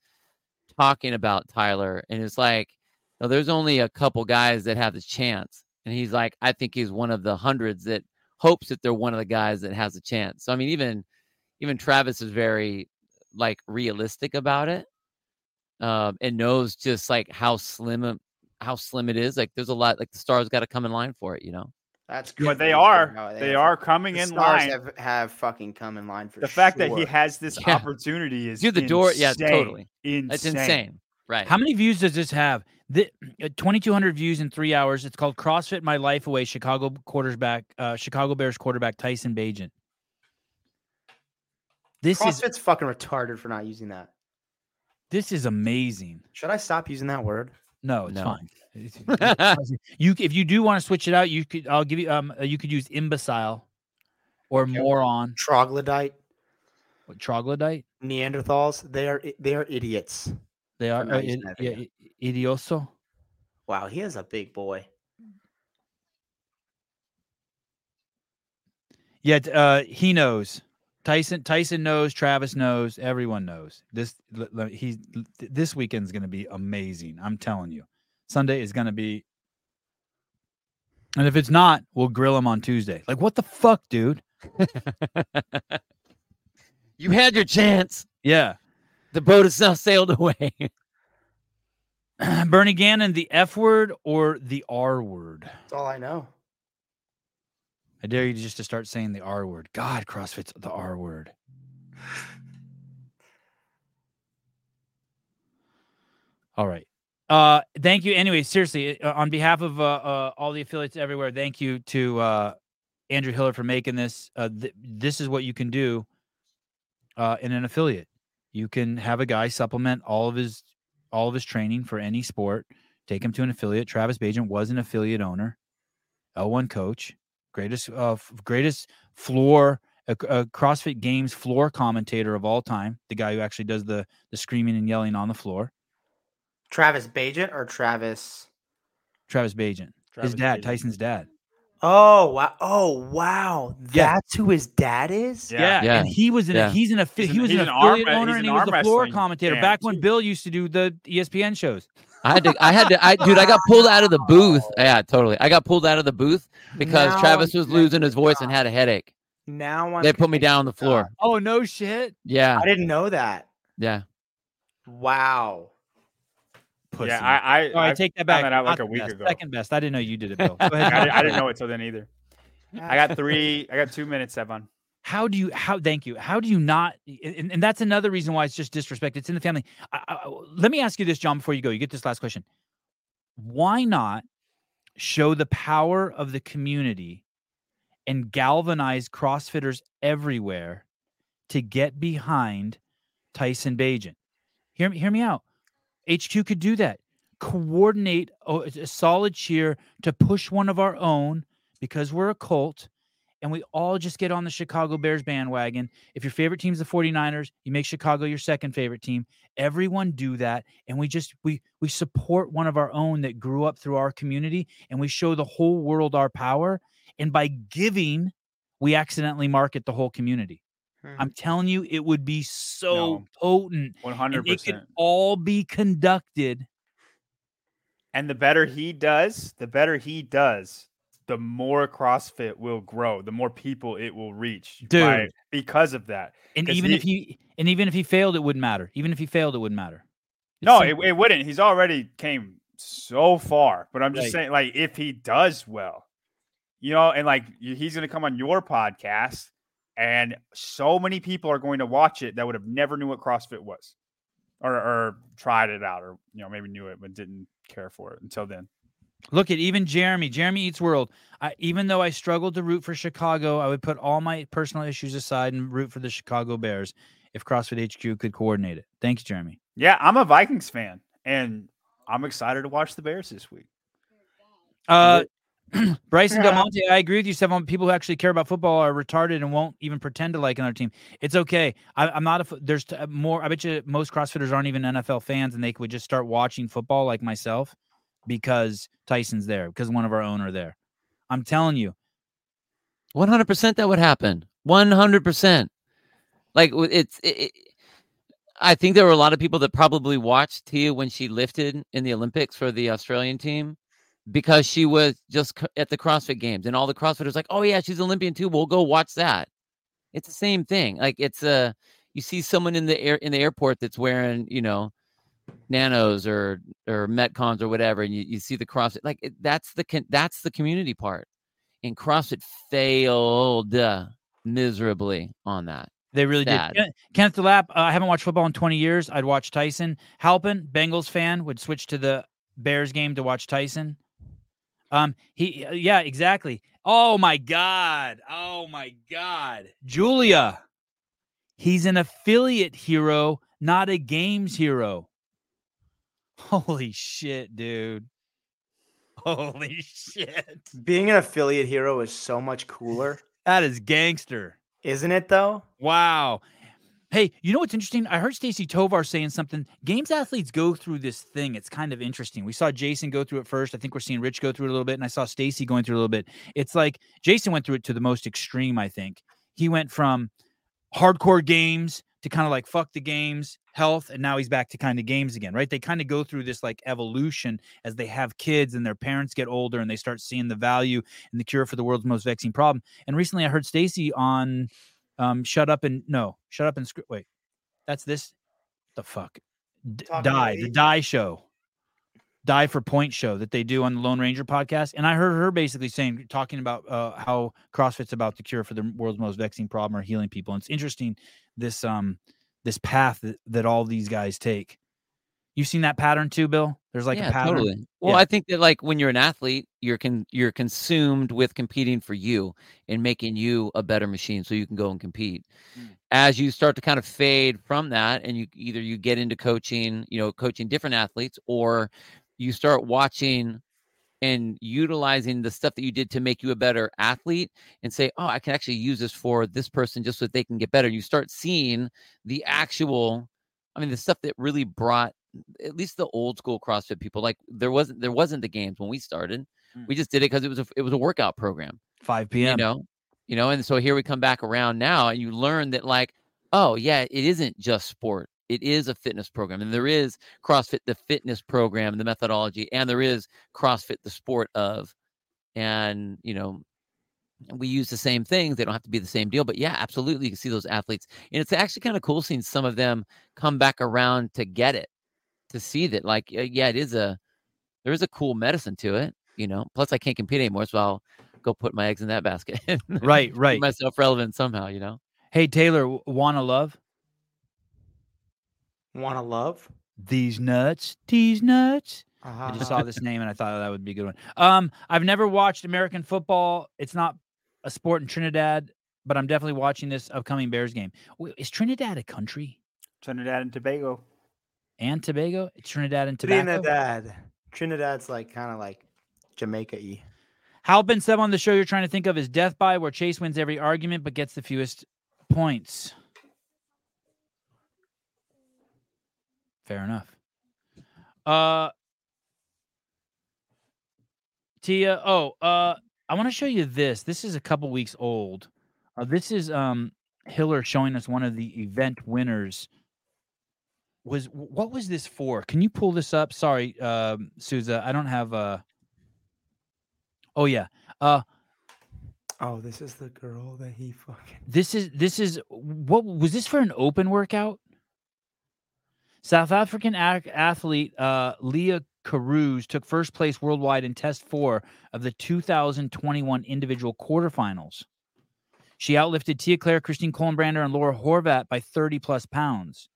B: talking about Tyler, and it's like, no, there's only a couple guys that have the chance, and he's like, I think he's one of the hundreds that hopes that they're one of the guys that has a chance. So I mean, even even Travis is very like realistic about it, um, and knows just like how slim a- how slim it is. Like there's a lot like the stars got to come in line for it, you know.
D: That's good.
E: But
D: for
E: they
D: you,
E: are.
D: bro.
E: They
D: have-
E: are coming
D: the
E: in
D: stars
E: line.
D: Have, have fucking come in line for
E: The fact that he
D: sure.
E: has this
B: Yeah.
E: opportunity is
B: Dude, the door- yeah,
E: insane.
B: totally.
E: Insane.
B: That's insane, right?
A: How many views does this have? The uh, 2,200 views in three hours. It's called CrossFit My Life Away. Chicago quarterback, uh, Chicago Bears quarterback Tyson Bajent. This is
D: CrossFit's fucking retarded for not using that.
A: this is amazing.
D: Should I stop using that word?
A: No, it's
B: No.
A: fine. It's- you if you do want to switch it out, you could. I'll give you. Um, uh, you could use imbecile, or moron,
D: Troglodyte,
A: what, troglodyte.
D: Neanderthals. They are i- they are idiots.
A: They are
D: not
A: uh,
D: using
A: i-
D: that
A: yeah,
D: video.
A: i- idioso.
D: Wow, he is a big boy.
A: Yet uh, he knows. Tyson Tyson knows. Travis knows. Everyone knows. This l- l- he's l- th- this weekend's going to be amazing. I'm telling you, Sunday is going to be. And if it's not, we'll grill him on Tuesday. Like what the fuck, dude?
B: You had your chance.
A: Yeah.
B: The boat has now sailed away.
A: Bernie Gannon, the F word or the R word?
D: That's all I know.
A: I dare you to just to start saying the R word. God, CrossFit's the R word. All right. Uh, thank you. Anyway, seriously, uh, on behalf of uh, uh, all the affiliates everywhere, thank you to uh, Andrew Hiller for making this. Uh, th- this is what you can do uh, in an affiliate. You can have a guy supplement all of his all of his training for any sport. Take him to an affiliate. Travis Bajan was an affiliate owner, L1 coach greatest uh, f- greatest floor uh, c- uh, CrossFit Games floor commentator of all time, the guy who actually does the the screaming and yelling on the floor,
D: Travis Bajent or Travis?
A: Travis Bajan, his
E: Travis
A: dad,
E: Bajent.
A: Tyson's dad.
D: Oh wow! Oh wow!
A: Yeah.
D: That's who his dad is.
E: Yeah.
A: and he was in
B: Yeah.
A: he's an affi-
E: He's
A: he
E: an-
A: was
E: he's
A: an
E: an arm
A: affiliate
E: wre-
A: owner
E: he's
A: and
E: an
A: he was
E: arm
A: the floor
E: wrestling
A: commentator
E: fan,
A: back when
E: too.
A: Bill used to do the E ESPN shows.
B: I had to, I had to, I, dude, I got pulled out of the booth. Yeah, totally. I got pulled out of the booth because
D: Now
B: Travis was
D: I'm
B: losing his voice and had a headache.
D: Now I'm
B: They put me
D: connected.
B: down on the floor.
A: Oh no shit!
B: Yeah,
D: I didn't know that.
B: yeah.
D: Wow.
A: Pussy.
E: Yeah, I, I,
A: All right,
E: I,
A: take that
E: found
A: back.
E: that out like
A: Not
E: a
A: the
E: week
A: best,
E: ago.
A: Second best. I didn't know you did it, Bill. Go ahead.
E: I, didn't, I didn't know it till then either. I got three. I got two minutes, Evan.
A: how do you how thank you how do you not and, and that's another reason why it's just disrespect it's in the family I, I- I- let me ask you this john before you go you get this last question why not show the power of the community and galvanize crossfitters everywhere to get behind tyson bajan hear me hear me out hq could do that coordinate a, a solid cheer to push one of our own because we're a cult and we all just get on the Chicago Bears bandwagon. If your favorite team's the 49ers, you make Chicago your second favorite team. Everyone do that and we just we we support one of our own that grew up through our community and we show the whole world our power and by giving we accidentally market the whole community. I'm telling you it would be so
E: No.
A: potent.
E: One
A: And
E: hundred
A: it could
E: percent.
A: all be conducted
E: And the better he does, the better he does, the more CrossFit will grow, the more people it will reach,
A: Dude.
E: by- because of that.
A: And
E: 'Cause
A: even
E: he-
A: if he and even if he failed, it wouldn't matter. Even if he failed, it wouldn't matter. It's
E: No, it,
A: simple.
E: it wouldn't. He's already came so far, but I'm just
A: Right.
E: saying, like, if he does well, you know, and like y- he's going to come on your podcast, and so many people are going to watch it that would have never knew what CrossFit was, or or tried it out, or you know, maybe knew it but didn't care for it until then.
A: Look at even Jeremy. Jeremy Eats World. I, even though I struggled to root for Chicago, I would put all my personal issues aside and root for the Chicago Bears if CrossFit HQ could coordinate it. Thanks, Jeremy.
E: Yeah, I'm a Vikings fan, and I'm excited to watch the Bears this week.
A: Uh, Bryson Del Monte, I agree with you, Stefan. People who actually care about football are retarded and won't even pretend to like another team. It's okay. I, I'm not a. fo- There's t- uh, more. I bet you most CrossFitters aren't even NFL fans, and they would just start watching football like myself because Tyson's there, because one of our own are there. I'm telling you,
B: One hundred percent, that would happen. One hundred percent. Like w- it's. It, it, I think there were a lot of people that probably watched Tia when she lifted in the Olympics for the Australian team because she was just c- at the CrossFit Games, and all the CrossFitters like, "Oh yeah, she's Olympian too. We'll go watch that." It's the same thing. Like it's a. You see someone in the air in the airport that's wearing, you know, nanos or or metcons or whatever, and you, you see the CrossFit. Like it, that's the con- that's the community part and CrossFit failed uh, miserably on that.
A: They really
B: Sad.
A: did. Ken- Kenneth Delap, uh, I haven't watched football in 20 years. I'd watch Tyson. Halpin, Bengals fan, would switch to the Bears game to watch Tyson. Um, he, yeah, exactly. Oh my God. Oh my God. Julia, he's an affiliate hero, not a games hero. Holy shit, dude. Holy shit.
D: Being an affiliate hero is so much cooler,
A: That is gangster.
D: isn't it? Though
A: Wow. Hey, you know what's interesting? I heard Stacy Tovar saying something. Games athletes go through this thing. It's kind of interesting. We saw Jason go through it first. I think we're seeing Rich go through it a little bit, and I saw Stacy going through it a little bit. It's like Jason went through it to the most extreme, I think. He went from hardcore games to kind of like fuck the games, health, and now he's back to kind of games again, right? They kind of go through this like evolution as they have kids and their parents get older and they start seeing the value and the cure for the world's most vexing problem. And recently I heard Stacy on um, shut up and no, shut up and screw. Wait, that's this. The fuck, D-
D: Talking to
A: die the
D: Eve.
A: die show, die for point show that they do on the Lone Ranger podcast. And I heard her basically saying, talking about uh, how CrossFit's about the cure for the world's most vexing problem or healing people. And it's interesting this um this path that, that all these guys take. You've seen that pattern too, Bill. There's like a pattern.
B: Well,
A: Yeah.
B: I think that like when you're an athlete, you're con- you're consumed with competing for you and making you a better machine so you can go and compete.
E: Mm.
B: As you start to kind of fade from that and you either you get into coaching, you know, coaching different athletes or you start watching and utilizing the stuff that you did to make you a better athlete and say, "Oh, I can actually use this for this person just so that they can get better." You start seeing the actual I mean, the stuff that really brought at least the old school CrossFit people, like there wasn't there wasn't the games when we started.
E: Mm.
B: We just did it because it was a it was a workout program,
A: 5 p.m.
B: you know, you know. And so here we come back around now, and you learn that like, oh yeah, it isn't just sport. It is a fitness program, and there is CrossFit the fitness program, the methodology, and there is CrossFit the sport of, and you know. We use the same things. They don't have to be the same deal, but yeah, absolutely. You can see those athletes, and it's actually kind of cool seeing some of them come back around to get it to see that like uh, yeah it is a there is a cool medicine to it you know plus i can't compete anymore so i'll go put my eggs in that basket
A: Right,
B: Keep
A: right.
B: myself relevant somehow you know
A: Hey Taylor, w- wanna love
D: want to love?
A: these nuts? These nuts. I
D: Uh-huh.
A: just saw this name and I thought that would be a good one. Um, I've never watched American football. It's not a sport in Trinidad, but I'm definitely watching this upcoming Bears game. Wait, is Trinidad a country?
E: Trinidad and Tobago.
A: And Tobago, Trinidad and Tobago.
D: Trinidad. Trinidad's like kind of like Jamaica y.
A: Halpin said on the show you're trying to think of is Death by, where Chase wins every argument but gets the fewest points. Fair enough. Uh, Tia. Oh, uh, I want to show you this. This is a couple weeks old. Uh, this is um Hiller showing us one of the event winners. Was what was this for? Can you pull this up? Sorry, um, Souza, I don't have uh Oh yeah, Uh,
D: Oh, this is the girl that he fucking.
A: this is this is what was this for an open workout? South African ac- athlete uh, Leah Carews took first place worldwide in Test Four of the 2021 individual quarterfinals. She outlifted Tia Claire, Christine Kohlenbrander, and Laura Horvat by 30 plus pounds.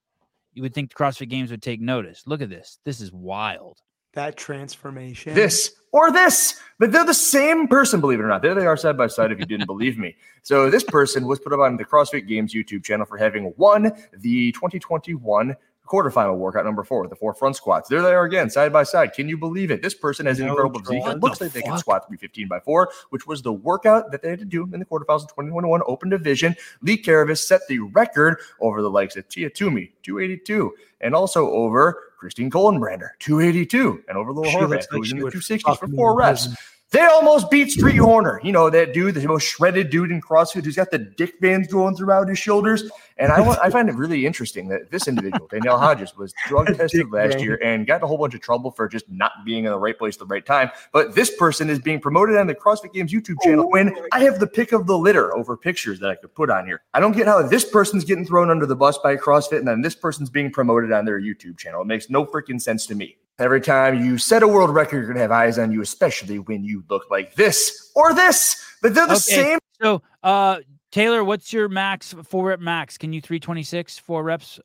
A: You would think the CrossFit Games would take notice. Look at this. This is wild.
D: That transformation.
G: this or this, but they're the same person, believe it or not. There they are side by side if you didn't believe me. So this person was put up on the CrossFit Games YouTube channel for having won the 2021 quarterfinal workout number four, the four front squats. There they are again, side by side. Can you believe it? This person has an
D: No
G: incredible physique.
A: What
G: It looks
A: the
G: like they can
A: fuck?
G: squat 315 by four, which was the workout that they had to do in the quarterfinals in 2021 open division. Lee Caravis set the record over the likes of Tia Toomey, 282, and also over Christine Kohlenbrander, 282, and over Laura
D: Oh, She
G: Horvath,
D: looks
G: who
D: like
G: was
D: she
G: in the
D: would
G: 260s
D: fuck
G: for
D: me
G: four
D: in
G: reps.
D: prison.
G: They almost beat Street Horner. You know that dude, the most shredded dude in CrossFit, who's got the dick bands going throughout his shoulders. And I, wa- I find it really interesting that this individual, Danielle Hodges, was drug tested
D: Dick
G: last
D: band.
G: year and got in a whole bunch of trouble for just not being in the right place at the right time. But this person is being promoted on the CrossFit Games YouTube
D: Oh
G: channel when I have the pick of the litter over pictures that I could put on here. I don't get how this person's getting thrown under the bus by CrossFit and then this person's being promoted on their YouTube channel. It makes no freaking sense to me. Every time you set a world record, you're going to have eyes on you, especially when you look like this or this. But they're the same
A: So, uh, Taylor, what's your max four rep max? Can you 326 four reps?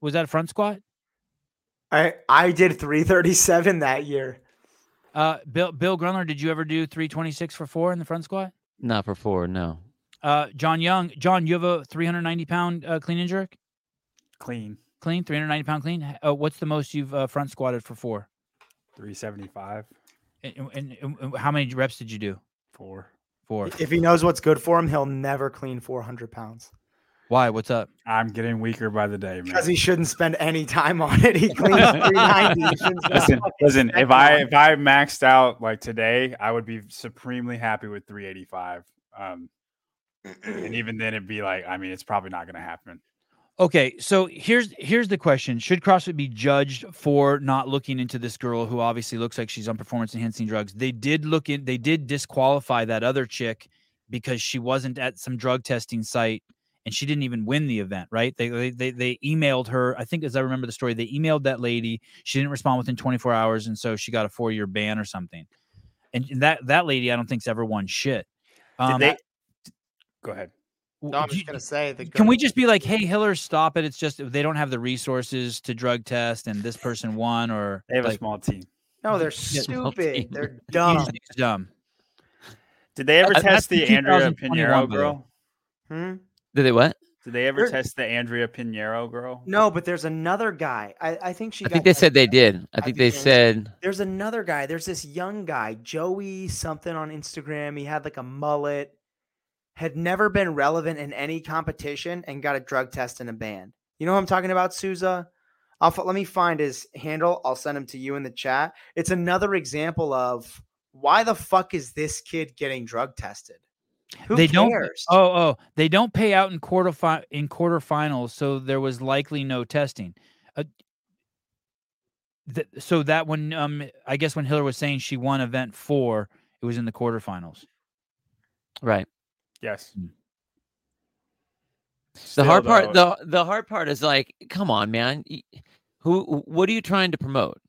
A: Was that a front squat?
D: I I did 337 that year.
A: Uh, Bill Bill Grunler, did you ever do 326 for four in the front squat?
B: Not for four, no.
A: Uh, John Young, John, you have a 390 pound uh, clean and jerk,
E: Clean.
A: clean 390 pound clean. H- Uh, what's the most you've uh, front squatted for four?
E: 375.
A: And, and- and- and how many reps did you do?
E: Four.
A: Four.
D: If he knows what's good for him, he'll never clean 400 pounds
A: Why? What's up?
E: I'm getting weaker by the day, man.
D: because he shouldn't spend any time on it. He cleans 390. He shouldn't spend
E: Listen,
D: fucking
E: listen. If
D: second
E: I
D: on it.
E: if I maxed out like today, I would be supremely happy with 385. Um, and even then, it'd be like, I mean, it's probably not going to happen.
A: Okay, so here's here's the question: Should CrossFit be judged for not looking into this girl who obviously looks like she's on performance enhancing drugs? They did look in. They did disqualify that other chick because she wasn't at some drug testing site and she didn't even win the event. Right? They they they, they emailed her. I think, as I remember the story, they emailed that lady. She didn't respond within 24 hours, and so she got a four year ban or something. And that that lady, I don't think's ever won shit.
E: Did
A: Um,
E: they? Go ahead.
A: w-
D: No,
A: do
D: I'm just
A: you-
D: gonna say the
A: can we
D: girl-
A: just be like, hey, Hiller, stop it? It's just they don't have the resources to drug test, and this person won, or
E: They have a
A: like,
E: small team.
D: No, they're
B: small
D: stupid.
B: team. Oh.
D: They're
A: you
D: dumb.
A: just think it's dumb.
E: Did they ever
A: Uh, that's
E: test
A: in
E: the Andrea
A: 2021,
E: Pinheiro
A: by the way.
E: girl?
D: Hmm?
B: Did they what?
E: Did they ever
D: They're-
E: test the Andrea Pinheiro girl?
D: No, but there's another guy. I, I think she.
B: I
D: got
B: think they
D: tested.
B: said they did. I
D: I
B: think
D: think
B: they
D: they-
B: said
D: There's another guy. There's this young guy, Joey something on Instagram. He had like a mullet, had never been relevant in any competition, and got a drug test in a band. You know who I'm talking about, Souza? I'll f- let me find his handle. I'll send him to you in the chat. It's another example of why the fuck is this kid getting drug tested? Who
A: They don't-
D: cares?
A: Oh, oh, they don't pay out in quarter fi- in quarterfinals, so there was likely no testing. Uh, th- so that when um, I guess when Hiller was saying she won event four, it was in the quarterfinals.
B: right.
E: Yes.
A: Mm.
B: The
E: Still,
B: hard part,
E: though,
B: the the hard part is like, come on, man. Y- Who? What are you trying to promote?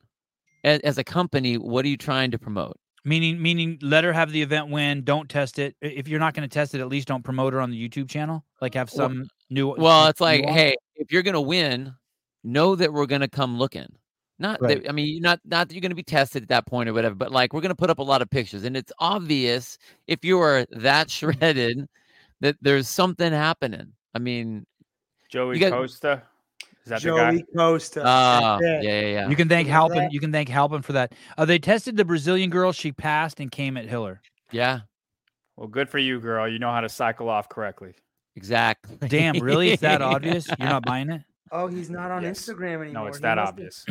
B: As, as a company, what are you trying to promote?
A: Meaning, meaning, let her have the event win. Don't test it. I- If you're not going to test it, at least don't promote her on the YouTube channel. Like have
B: Well-
A: some new.
B: Well, it's like,
A: nuance.
B: hey, if you're gonna win, know that we're gonna come looking. Not
A: Right.
B: that I mean, you're not not that you're gonna be tested at that point or whatever, but like we're gonna put up a lot of pictures, and it's obvious if you are that shredded that there's something happening. I mean,
E: Joey
B: you got-
E: Costa. Is that the
D: Joey
E: guy?
D: Costa. that's
B: uh, yeah,
D: it.
B: yeah, yeah.
A: You can thank
D: Remember
A: Halpin. You can thank Halpin for that. Uh, they tested the Brazilian girl. She passed and came at Hiller.
B: yeah,
E: Well, good for you, girl. You know how to cycle off correctly.
B: exactly.
A: Damn, really? It's that obvious? You're not buying it?
D: Oh, he's not on
E: Yes.
D: Instagram anymore.
E: No, it's
D: He
E: that
D: must have-
E: obvious.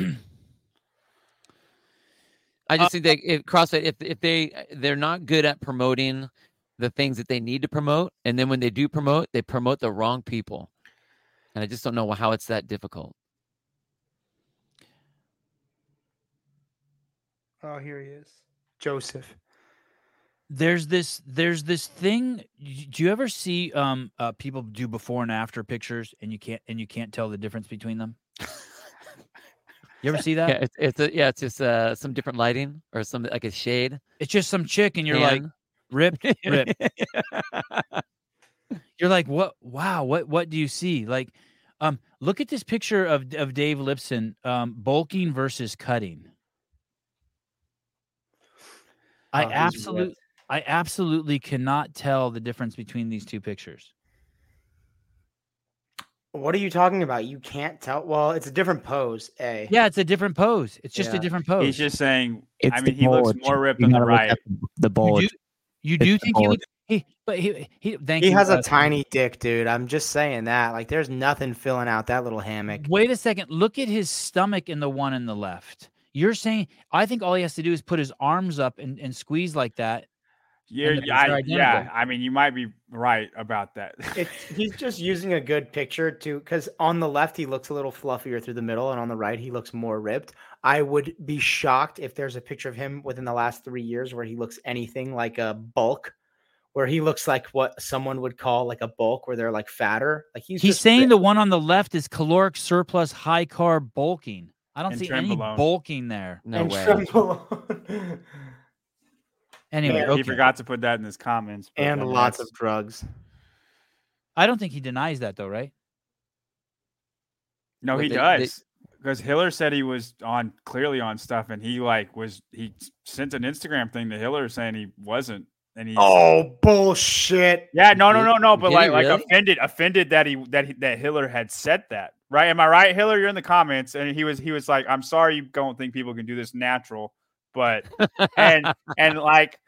B: I just think they if CrossFit if if they they're not good at promoting the things that they need to promote, and then when they do promote, they promote the wrong people. And I just don't know how it's that difficult.
D: Oh, here he is. Joseph.
A: there's this there's this thing y- do you ever see um uh, people do before and after pictures and you can't and you can't tell the difference between them you ever see that
B: Yeah, it's, it's a, yeah, it's just uh, some different lighting or some like a shade.
A: it's just some chick and you're like
B: tan.
A: ripped ripped you're like what wow what what do you see like um look at this picture of of dave lipson um bulking versus cutting i
D: Oh, he's ripped.
A: absolutely i absolutely cannot tell the difference between these two pictures
D: What are you talking about? You can't tell. Well, it's a different pose. A.
A: yeah it's a different pose it's just a
D: Yeah.
A: different pose
E: He's just saying.
C: It's
E: I
C: the
E: mean, he looks
C: bulge.
E: more ripped
C: You
E: on the
C: gotta look
E: right.
C: at
A: you
C: the- The
A: do,
C: bulge.
A: you
C: It's
A: do
C: the
A: think he
C: bulge.
A: looks he but he he thank
D: He
A: you,
D: has
A: uh,
D: a tiny dick, dude. I'm just saying that. Like, there's nothing filling out that little hammock.
A: Wait a second. Look at his stomach in the one in the left. You're saying I think all he has to do is put his arms up and, and squeeze like that.
E: You're,
A: the
E: I-
A: picture
E: yeah,
A: identical.
E: I mean, you might be right about that.
D: It's, he's just using a good picture to because on the left he looks a little fluffier through the middle, and on the right he looks more ripped. I would be shocked if there's a picture of him within the last three years where he looks anything like a bulk, where he looks like what someone would call like a bulk, where they're like fatter. Like he's
A: He's
D: just
A: saying
D: ripped.
A: the one on the left is caloric surplus, high carb bulking. I don't
E: And
A: see any
E: trenbolone.
A: bulking there.
B: No
D: and
B: way.
D: tremble-
A: Anyway,
E: He
A: okay.
E: forgot to put that in his comments. but I
D: and
E: mean,
D: lots of
E: that's-
D: drugs.
A: I don't think he denies that though, right?
E: No,
B: But
E: he
B: they- they-
E: does. Because Hiller said he was on clearly on stuff, and he like was he s- sent an Instagram thing to Hiller saying he wasn't, and he
D: Oh bullshit!
E: yeah no no
B: Did-
E: no no
B: did
E: but
B: he
E: like like
B: really?
E: offended offended that he that he, that Hiller had said that right am I right Hiller you're in the comments and he was he was like I'm sorry you don't think people can do this natural but and and like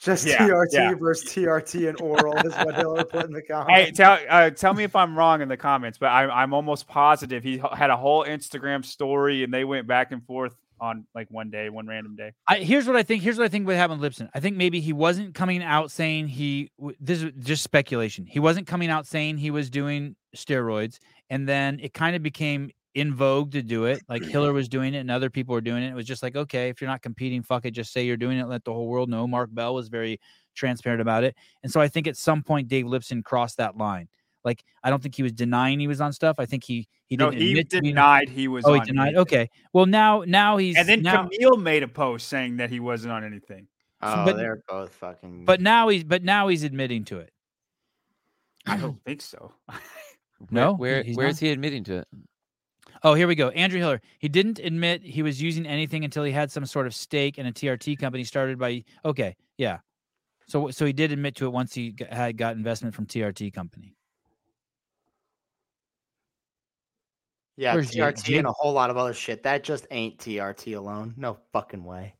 D: Just
E: Yeah,
D: TRT
E: yeah.
D: versus TRT and oral is what Hiller put in the comments.
E: hey tell uh, tell me if I'm wrong in the comments but I'm I'm almost positive he h- had a whole Instagram story and they went back and forth on like one day one random day
A: I, here's what I think. Here's what I think would happen, with Lipson. I think maybe he wasn't coming out saying he. w- This is just speculation. He wasn't coming out saying he was doing steroids, and then it kind of became in vogue to do it. Like Hiller was doing it, and other people were doing it. It was just like, okay, if you're not competing, fuck it, just say you're doing it. Let the whole world know. Mark Bell was very transparent about it, and so I think at some point Dave Lipson crossed that line. Like I don't think he was denying he was on stuff. I think he he
E: no
A: didn't.
E: he
A: admit to being-
E: denied he was
A: Oh, he
E: on
A: denied.
E: anything.
A: Okay. Well, now now he's
E: and then
A: now,
E: Camille made a post saying that he wasn't on anything.
D: Oh,
A: but-
D: they're both fucking.
A: But now he's but now he's admitting to it.
E: I don't think so.
A: No,
B: Where
A: he's
B: where
A: not.
B: is he admitting to it?
A: Oh, here we go. Andrew Hiller. He didn't admit he was using anything until he had some sort of stake in a TRT company started by. Okay, yeah. So so he did admit to it once he g- had got investment from TRT company.
D: yeah,
A: where's Jake?
D: TRT
A: Jake-
D: and a whole lot of other shit. That just ain't TRT alone. No fucking way.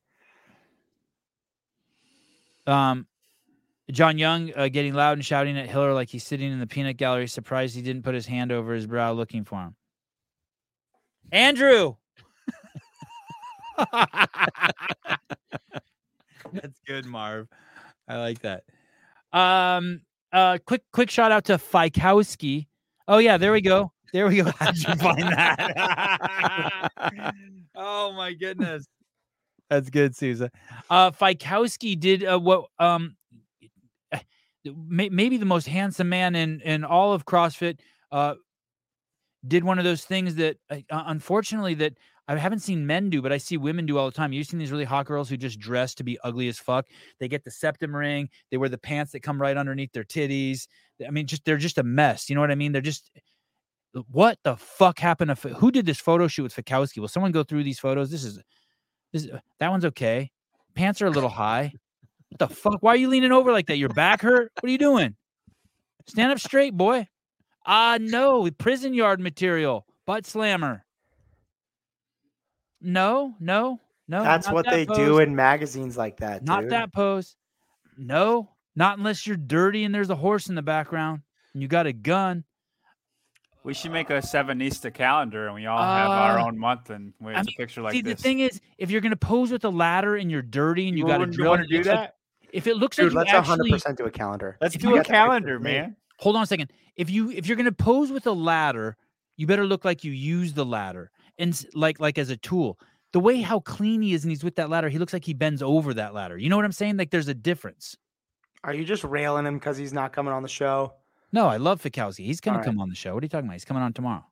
A: Um, John Young uh, getting loud and shouting at Hiller like he's sitting in the peanut gallery, surprised he didn't put his hand over his brow looking for him. Andrew. That's good, Marv. I like that. Um, uh, quick, quick shout out to Fikowski. Oh yeah, there we go. There we go. How'd you find that? oh my goodness. That's good, Sousa. Uh, Fikowski did uh, what? Um, eh, may, maybe the most handsome man in in all of CrossFit. Uh, did one of those things that, uh, uh, unfortunately, that I haven't seen men do, but I see women do all the time. You've seen these really hot girls who just dress to be ugly as fuck. They get the septum ring. They wear the pants that come right underneath their titties. I mean, just they're just a mess. You know what I mean? They're just eh, what the fuck happened to Fa- who did this photo shoot with Fakowski? Will someone go through these photos? This is this that one's okay. Pants are a little high. What the fuck? Why are you leaning over like that? Your back hurt? What are you doing? Stand up straight, boy. Ah, no, prison yard material. Butt slammer. No, no, no.
D: That's
A: not
D: what
A: that
D: they
A: pose.
D: do in magazines like that.
A: Not
D: dude.
A: that pose. No, not unless you're dirty and there's a horse in the background and you got a gun.
E: We should make a Sevenista calendar, and we all have our
A: Uh,
E: own month, and we
A: I
E: have a
A: mean,
E: picture like
A: See,
E: this.
A: the thing is, if you're gonna pose with a ladder and you're dirty and you, got a
E: wouldn't
A: drill,
E: wanna
A: and it
E: do
A: looks like-
E: that.
A: if it looks
D: dude.
A: like
D: Let's
A: you
D: 100
A: actually
D: percent do a calendar.
E: Let's
A: if
E: do
A: you
E: a
A: got
D: the picture
E: calendar,
D: made.
E: man.
A: hold on a second. If you if you're gonna pose with a ladder, you better look like you use the ladder and s- like like as a tool. the way how clean he is and he's with that ladder, he looks like he bends over that ladder. You know what I'm saying? Like there's a difference.
D: Are you just railing him because he's not coming on the show?
A: No, I love Fikowski. He's gonna
D: All right.
A: come on the show. What are you talking about? He's coming on tomorrow.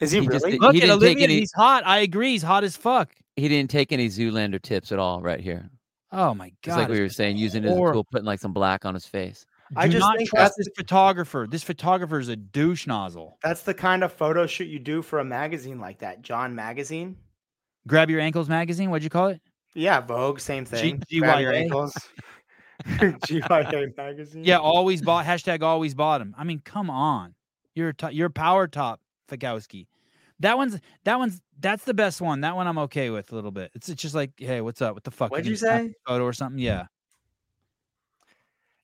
D: Is he,
B: He just
D: really?
B: did-
A: Look
B: he
A: at
B: didn't take
A: Olivia.
B: any.
A: He's hot. I agree. He's hot as fuck.
B: He didn't take any Zoolander tips at all. Right here,
A: Oh my
B: just
A: god.
B: like we
A: it's
B: were
A: just
B: saying, using it as a
A: horrible.
B: tool, putting like some black on his face.
D: I
A: Do
D: just
A: not
D: think
A: trust
D: that's-
A: this photographer. This photographer is a douche nozzle.
D: That's the kind of photo shoot you do for a magazine like that, John Magazine.
A: Grab your ankles magazine. What'd you call it?
D: Yeah, Vogue, same thing.
A: G-
D: Grab your
A: GYA.
D: ankles. GYA magazine.
A: Yeah, always bought hashtag always bottom. I mean, come on, you're a to- you're a power top Fakowski. That one's that one's that's the best one. That one I'm okay with a little bit. It's, it's just like, hey, what's up? What the fuck?
D: What'd
A: can
D: you
A: snap a
D: say?
A: Photo or something? Yeah.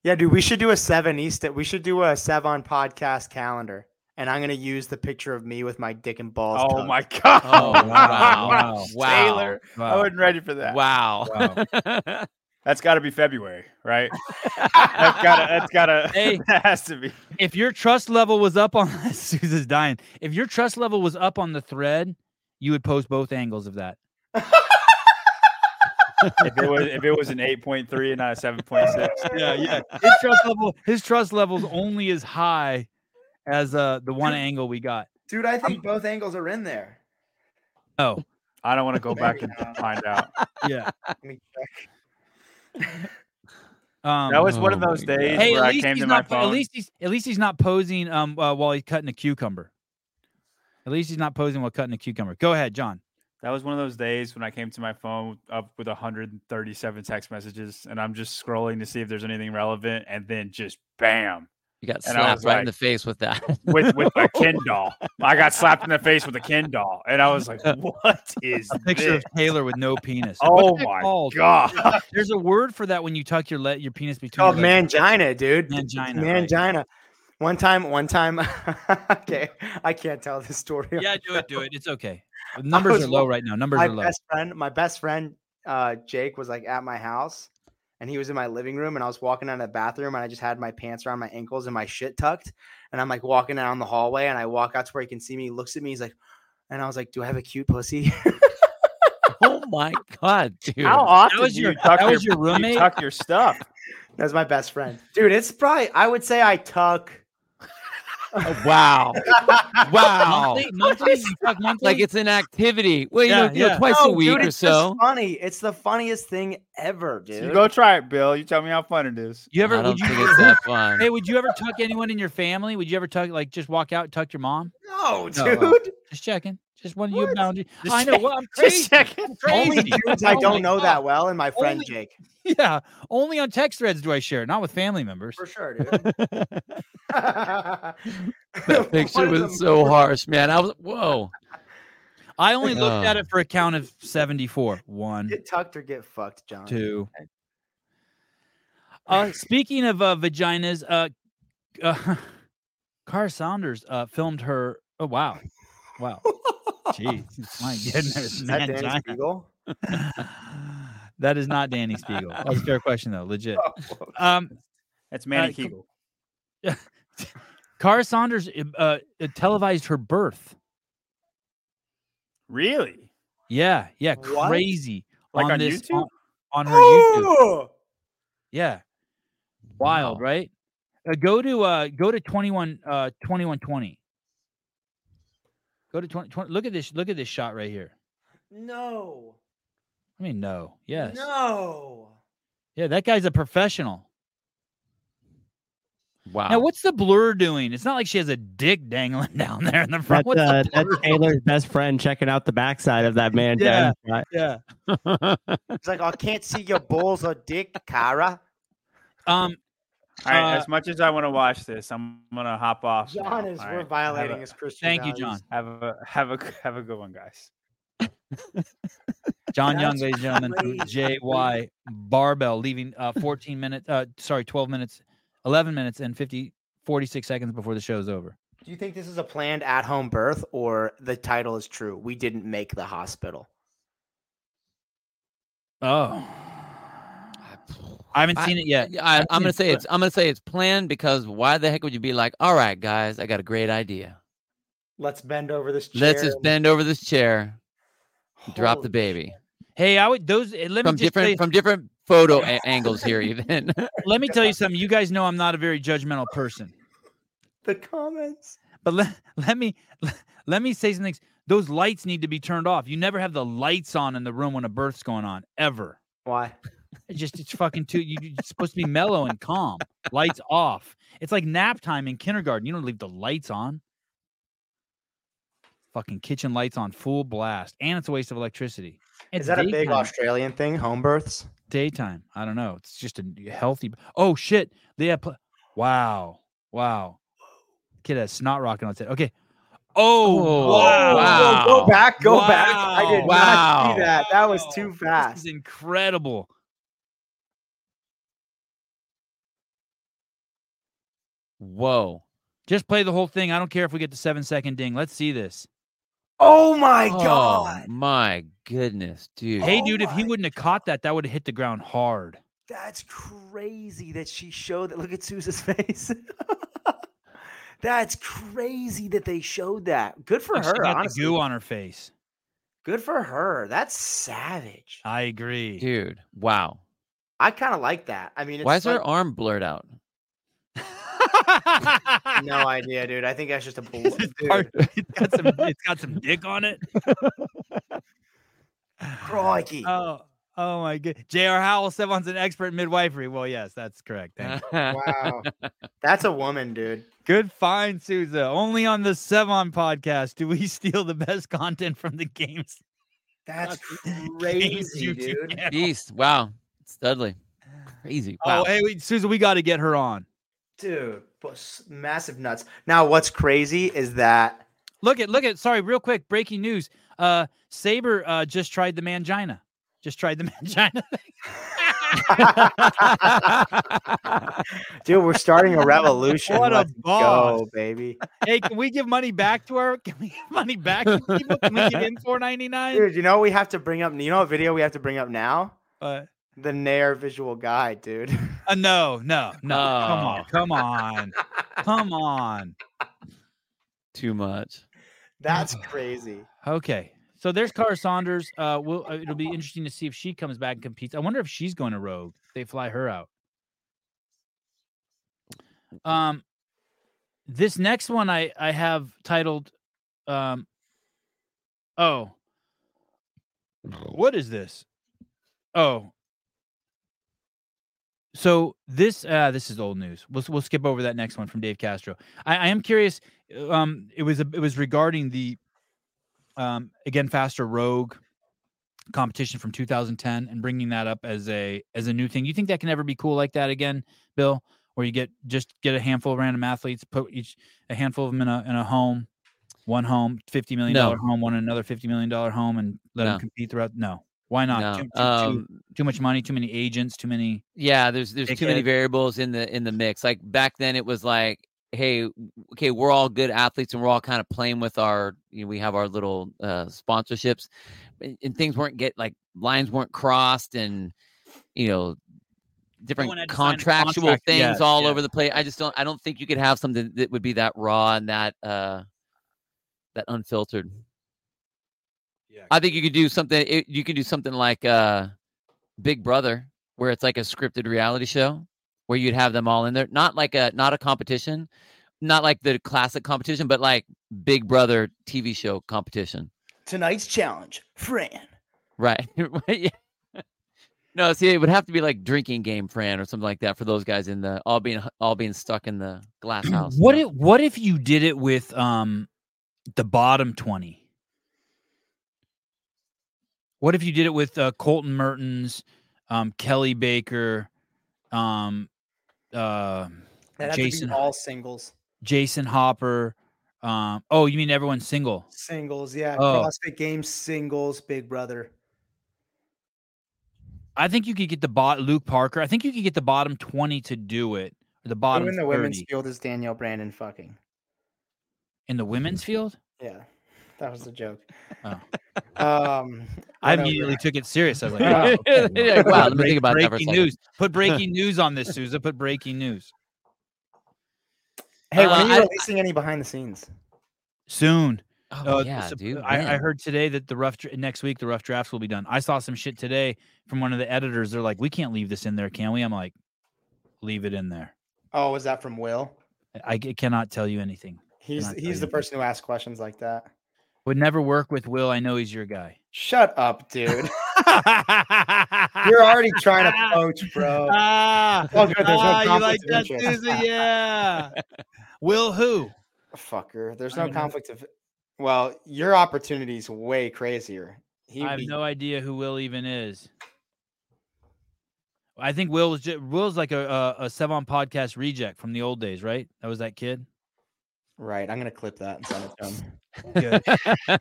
D: Yeah, dude, we should do a seven East. We should do a seven podcast calendar, and I'm gonna use the picture of me with my dick and balls.
E: Oh
D: tucked.
E: my god!
B: Oh, wow.
A: Wow.
E: Taylor, I
A: Wow.
E: wasn't ready for that.
B: Wow.
A: Wow.
E: That's got to be February, right? that's gotta. That's gotta.
A: Hey.
E: that has to be.
A: if your trust level was up on Susan's dying. If your trust level was up on the thread, you would post both angles of that.
E: If it was, if it was an eight point three and not a seven point six,
A: yeah, yeah. His trust level, his trust level's only as high as uh the one angle we got.
D: dude, I think both angles are in there.
A: Oh,
E: I don't want to go back and find out.
A: yeah.
D: Let me check.
A: Um,
E: That was one of
B: Oh
E: those
B: my God.
E: days
A: hey,
E: where
A: at
E: I
A: least
E: came
A: he's
E: to my
A: not. po-
E: phone.
A: At least he's at least he's not posing um uh, while he's cutting a cucumber. At least he's not posing while cutting a cucumber. Go ahead, John.
E: That was one of those days when I came to my phone up with 137 text messages, and I'm just scrolling to see if there's anything relevant, and then just bam
B: You got
E: And I
B: slapped
E: was
B: right
E: like-
B: in the face with that.
E: with with my Ken doll. I got slapped in the face with a Ken doll, and I was like, "What is
A: Picture
E: this?
A: of Taylor with no penis.
E: Oh
A: What's that
E: my
A: called?
E: god!"
A: There's a word for that when you tuck your let your penis between.
D: Oh,
A: your legs.
D: mangina, dude.
A: Mangina, right.
D: Mangina. One time, one time. okay, I can't tell this story. on
A: Yeah,
D: the
A: do it, do
D: show.
A: it. It's okay. Numbers
D: was
A: are low
D: wa-
A: right now. Numbers
D: My
A: are low.
D: best friend, my best friend, uh, Jake was like at my house, and he was in my living room, and I was walking out of the bathroom, and I just had my pants around my ankles and my shit tucked, and I'm like walking down the hallway, and I walk out to where he can see me. He looks at me, he's like, and I was like, "Do I have a cute pussy?"
B: oh my god, dude!
E: How often
A: was
E: do
A: your-
E: you
A: that
E: tuck your,
A: was your
E: you
A: roommate?
E: tuck your stuff?
D: That's my best friend, dude. It's probably I would say I tuck.
B: wow, wow!
A: Monthly, monthly, you talk monthly.
B: like it's an activity. Well, you
A: Yeah,
B: know, you know,
A: yeah.
B: twice a
D: No,
B: week
D: Oh, dude,
B: or
D: it's just
B: so.
D: funny. It's the funniest thing ever, dude.
E: So you go try it, Bill. You tell me how fun it is.
A: you
B: I
A: ever
B: don't
A: would
B: think
A: you
B: it's that fun.
A: hey would you ever tuck anyone in your family? Would you ever tuck like just walk out and tuck your mom?
D: no, dude.
A: No, uh, Just checking. Just one of you
D: What?
A: boundary.
E: Just
A: I know.
E: check-
A: Well, I'm crazy.
E: Just check it.
D: Only
A: crazy.
D: dudes I
A: Oh my
D: don't know
A: God.
D: that well, and my friend
A: Only-
D: Jake.
A: Yeah. Only on text threads do I share, not with family members.
D: For sure, dude.
B: That picture was so harsh, man. I was whoa.
A: I only looked at
B: Uh.
A: it for a count of 74. One,
D: Get tucked or get fucked, John.
A: two. Uh, speaking of uh, vaginas, uh, uh, Cara Saunders uh, filmed her. Oh, wow. Wow. Jeez. My goodness.
D: Is that Danny
A: mangina.
D: Spiegel?
A: that is not Danny Spiegel. That was a fair question, though. Legit.
D: Oh,
A: Um,
E: That's Manny
A: Uh, come-
E: Kegel.
A: Cara Saunders uh, uh, televised her birth.
E: Really?
A: Yeah, yeah,
D: What?
A: crazy.
E: Like on
A: this,
E: YouTube?
A: On, on her YouTube.
D: Oh!
A: Yeah, wild,
B: Wow.
A: right? Uh, go to uh, go to 21, uh, 2120. Go to 20, 20 Look at this. Look at this shot right here.
D: No.
A: I mean, no. Yes.
D: No.
A: Yeah, that guy's a professional.
B: Wow.
A: Now, what's the blur doing? It's not like she has a dick dangling down there in the front.
C: That's,
A: What's
C: uh,
A: the
C: that's
A: blur doing?
C: Taylor's best friend checking out the backside of that man.
A: Yeah.
C: down.
A: Yeah.
D: It's like, I can't see your balls or dick, Kara.
A: Um.
E: All right.
A: Uh,
E: as much as I want to watch this, I'm gonna hop off. now.
D: John is,
E: Oh, All right,
D: we're
E: have
D: violating
E: a-
D: his Christian
A: Thank you, John.
D: values.
E: Have a have a g- have a good one, guys.
A: John Young,
D: That's
A: ladies and gentlemen, from JY Barbell, leaving uh, 14 minutes, uh, sorry, 12 minutes, 11 minutes and 50, 46 seconds before the show's over.
D: Do you think this is a planned at home birth or the title is true? We didn't make the hospital.
A: Oh, I haven't seen it yet.
B: Yeah, I,
A: I've
B: I'm
A: seen
B: gonna
A: it,
B: say
A: but-
B: it's I'm gonna say it's planned because why the heck would you be like, all right, guys, I got a great idea.
D: Let's bend over this chair.
B: Let's just
D: and-
B: bend over this chair, and drop
D: Holy
B: the baby.
D: shit.
A: Hey, I would those. eh, Let me
B: from
A: just tell
B: different
A: you-
B: from different photo a- angles here. Even
A: let me tell you something. You guys know I'm not a very judgmental person,
D: The comments.
A: but let let me let me say some things. Those lights need to be turned off. You never have the lights on in the room when a birth's going on, ever.
D: Why?
A: It's just it's fucking too. you- You're supposed to be mellow and calm. Lights off. It's like nap time in kindergarten. You don't leave the lights on. Fucking kitchen lights on full blast, and it's a waste of electricity. It's
D: Is that a big
A: daytime.
D: Australian thing? Home births?
A: daytime. I don't know. It's just a n- healthy. Oh shit! They have. Pl- wow! Wow! Kid has snot rocket on his head. Okay. Oh,
B: Oh,
A: wow!
B: wow.
D: Go back. Go back. I did not
B: Wow.
D: see that. That was
A: Wow.
D: too
A: This
D: fast.
A: is incredible.
B: whoa,
A: Just play the whole thing. I don't care if we get the seven second ding. Let's see this.
D: Oh my
B: oh
D: god.
B: my goodness, dude.
A: Hey,
D: Oh
A: dude, if he
D: my
A: wouldn't have caught that, that would have hit the ground hard.
D: That's crazy that she showed that. Look at Sousa's face. That's crazy that they showed that. Good for
A: Like, she
D: her.
A: got the
D: Honestly.
A: goo on her face.
D: Good for her. That's savage.
A: I agree.
B: dude, wow.
D: I kind of like that. I mean, it's
B: Why is her
D: like,
B: arm blurred out?
D: no idea, dude. I think that's just a bull.
A: It's
D: dude,
A: part- it's got some. It's got some dick on it.
D: crikey.
A: Oh, oh my god. J.R. Howell said one's an expert in midwifery. Well, yes, that's correct. Thank you.
D: wow. That's a woman, dude.
A: Good find, Souza. Only on the Sevon podcast do we steal the best content from the games.
D: That's
A: games
D: crazy,
A: YouTube
D: dude.
A: channel.
B: Beast, wow, Studley, crazy. Wow.
A: Oh, hey, we, Souza, we got to get her on.
D: Dude, bus- massive nuts. Now, what's crazy is that
A: Look at, look at. Sorry, real quick. Breaking news. Uh, Saber uh, just tried the mangina. Just tried the mangina.
D: Dude, we're starting a revolution.
A: What a
D: Let's
A: boss.
D: go, baby.
A: hey, can we give money back to her? Can we give money back to people? Can we give him four ninety nine?
D: Dude, you know what we have to bring up. You know what video we have to bring up now?
A: Uh,
D: The Nair visual guide, dude.
A: Uh, no, no, no.
B: Oh.
A: Come on. Come on. come on.
B: Too much.
D: That's crazy.
A: Okay. So there's Cara Saunders. Uh, we'll, uh, it'll be interesting to see if she comes back and competes. I wonder if she's going to Rogue. They fly her out. Um, this next one I I have titled, um, oh, what is this? Oh, so this uh this is old news. We'll we'll skip over that next one from Dave Castro. I, I am curious. Um, it was a, it was regarding the um, again faster rogue competition from 2010 and bringing that up as a as a new thing you think that can ever be cool like that again bill where you get just get a handful of random athletes put each a handful of them in a in a home one home 50 million dollar
B: No.
A: home one another 50 million dollar home and let
B: No.
A: them compete throughout no why not
B: No,
A: too, too- too-
B: um,
A: too much money too many agents too many
B: yeah, there's there's too many
A: Dickhead.
B: variables in the in the mix. Like back then, it was like, hey, w- okay, we're all good athletes and we're all kind of playing with our, you know, we have our little uh, sponsorships, and, and things weren't get like lines weren't crossed and you know different
A: one had to sign a
B: contractual
A: contract.
B: things
A: Yes,
B: all
A: yeah.
B: over the place. I just don't I don't think you could have something that would be that raw and that uh that unfiltered.
A: yeah
B: I think you could do something. It, you could do something like uh, Big Brother, where it's like a scripted reality show, where you'd have them all in there. Not like a not a competition, not like the classic competition, but like Big Brother TV show competition.
D: Tonight's challenge, Fran.
B: Right? Yeah. no, see, it would have to be like drinking game, Fran, or something like that, for those guys in the all being h- all being stuck in the glass house.
A: what
B: you
A: if what if you did it with um the bottom 20 what if you did it with uh, colton mertens um kelly baker um uh
D: That Jason.
A: Jason.
D: Be all singles.
A: jason hopper um oh you mean everyone's single
D: Singles, yeah.
A: Oh.
D: CrossFit Games singles, Big Brother.
A: i think you could get the bot luke parker i think you could get the bottom 20 to do it or the
D: Who
A: bottom
D: in the
A: 30.
D: women's field is Danielle Brandon fucking?
A: in the women's field
D: Yeah, that was a joke.
A: Oh.
D: Um,
A: I
D: whatever.
A: immediately took it serious. I was like,
D: Oh,
A: "Wow, okay,
B: Yeah,
A: well,
B: wow, let me think about that for a
A: breaking
B: second.
A: news. Put breaking news on this, Souza. Put breaking news
D: Hey, when
B: Uh,
D: are you
B: I-
A: uh,
D: releasing any behind the scenes?
A: soon.
B: Oh
A: Uh,
B: yeah,
A: sup-
B: dude.
A: I, I
B: man.
A: heard today that the rough dra- next week the rough drafts will be done. I saw some shit today from one of the editors. They're like, "We can't leave this in there, can we?" I'm like, "Leave it in there."
D: Oh, is that from Will?
A: I, I cannot tell you anything.
D: He's
A: Cannot tell
D: he's the
A: you.
D: person who asks questions like that.
A: Would never work with Will. I know he's your guy.
D: Shut up, dude. You're already trying to poach, bro.
A: Ah,
D: It's all Oh, good. There's no
A: ah, you
D: conflict
A: like
D: of
A: that,
D: interest.
A: Susan? Yeah. Will who?
D: Fucker. There's
A: I
D: no
A: have no-
D: conflict of. Well, your opportunity's way crazier. He,
A: I have
D: he-
A: no idea who Will even is. I think Will was just, Will's like a, a a Sevon podcast reject from the old days, right? That was that kid.
D: right. I'm gonna clip that and send it to him.
A: Good.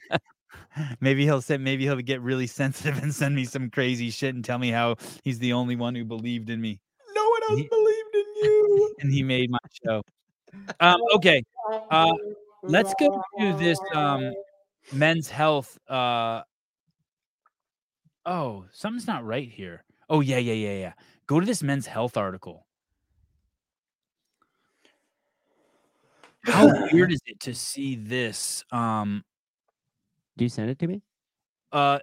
A: maybe he'll say maybe he'll get really sensitive and send me some crazy shit and tell me how he's the only one who believed in me
D: No one
A: else He-
D: believed in you.
A: and he made my show. Um, okay, Uh, let's go to this um, men's health. Uh, oh, something's not right here. Oh yeah, yeah, yeah, yeah. Go to this men's health article. How weird is it to see this? Um,
C: Do you send it to me?
A: uh,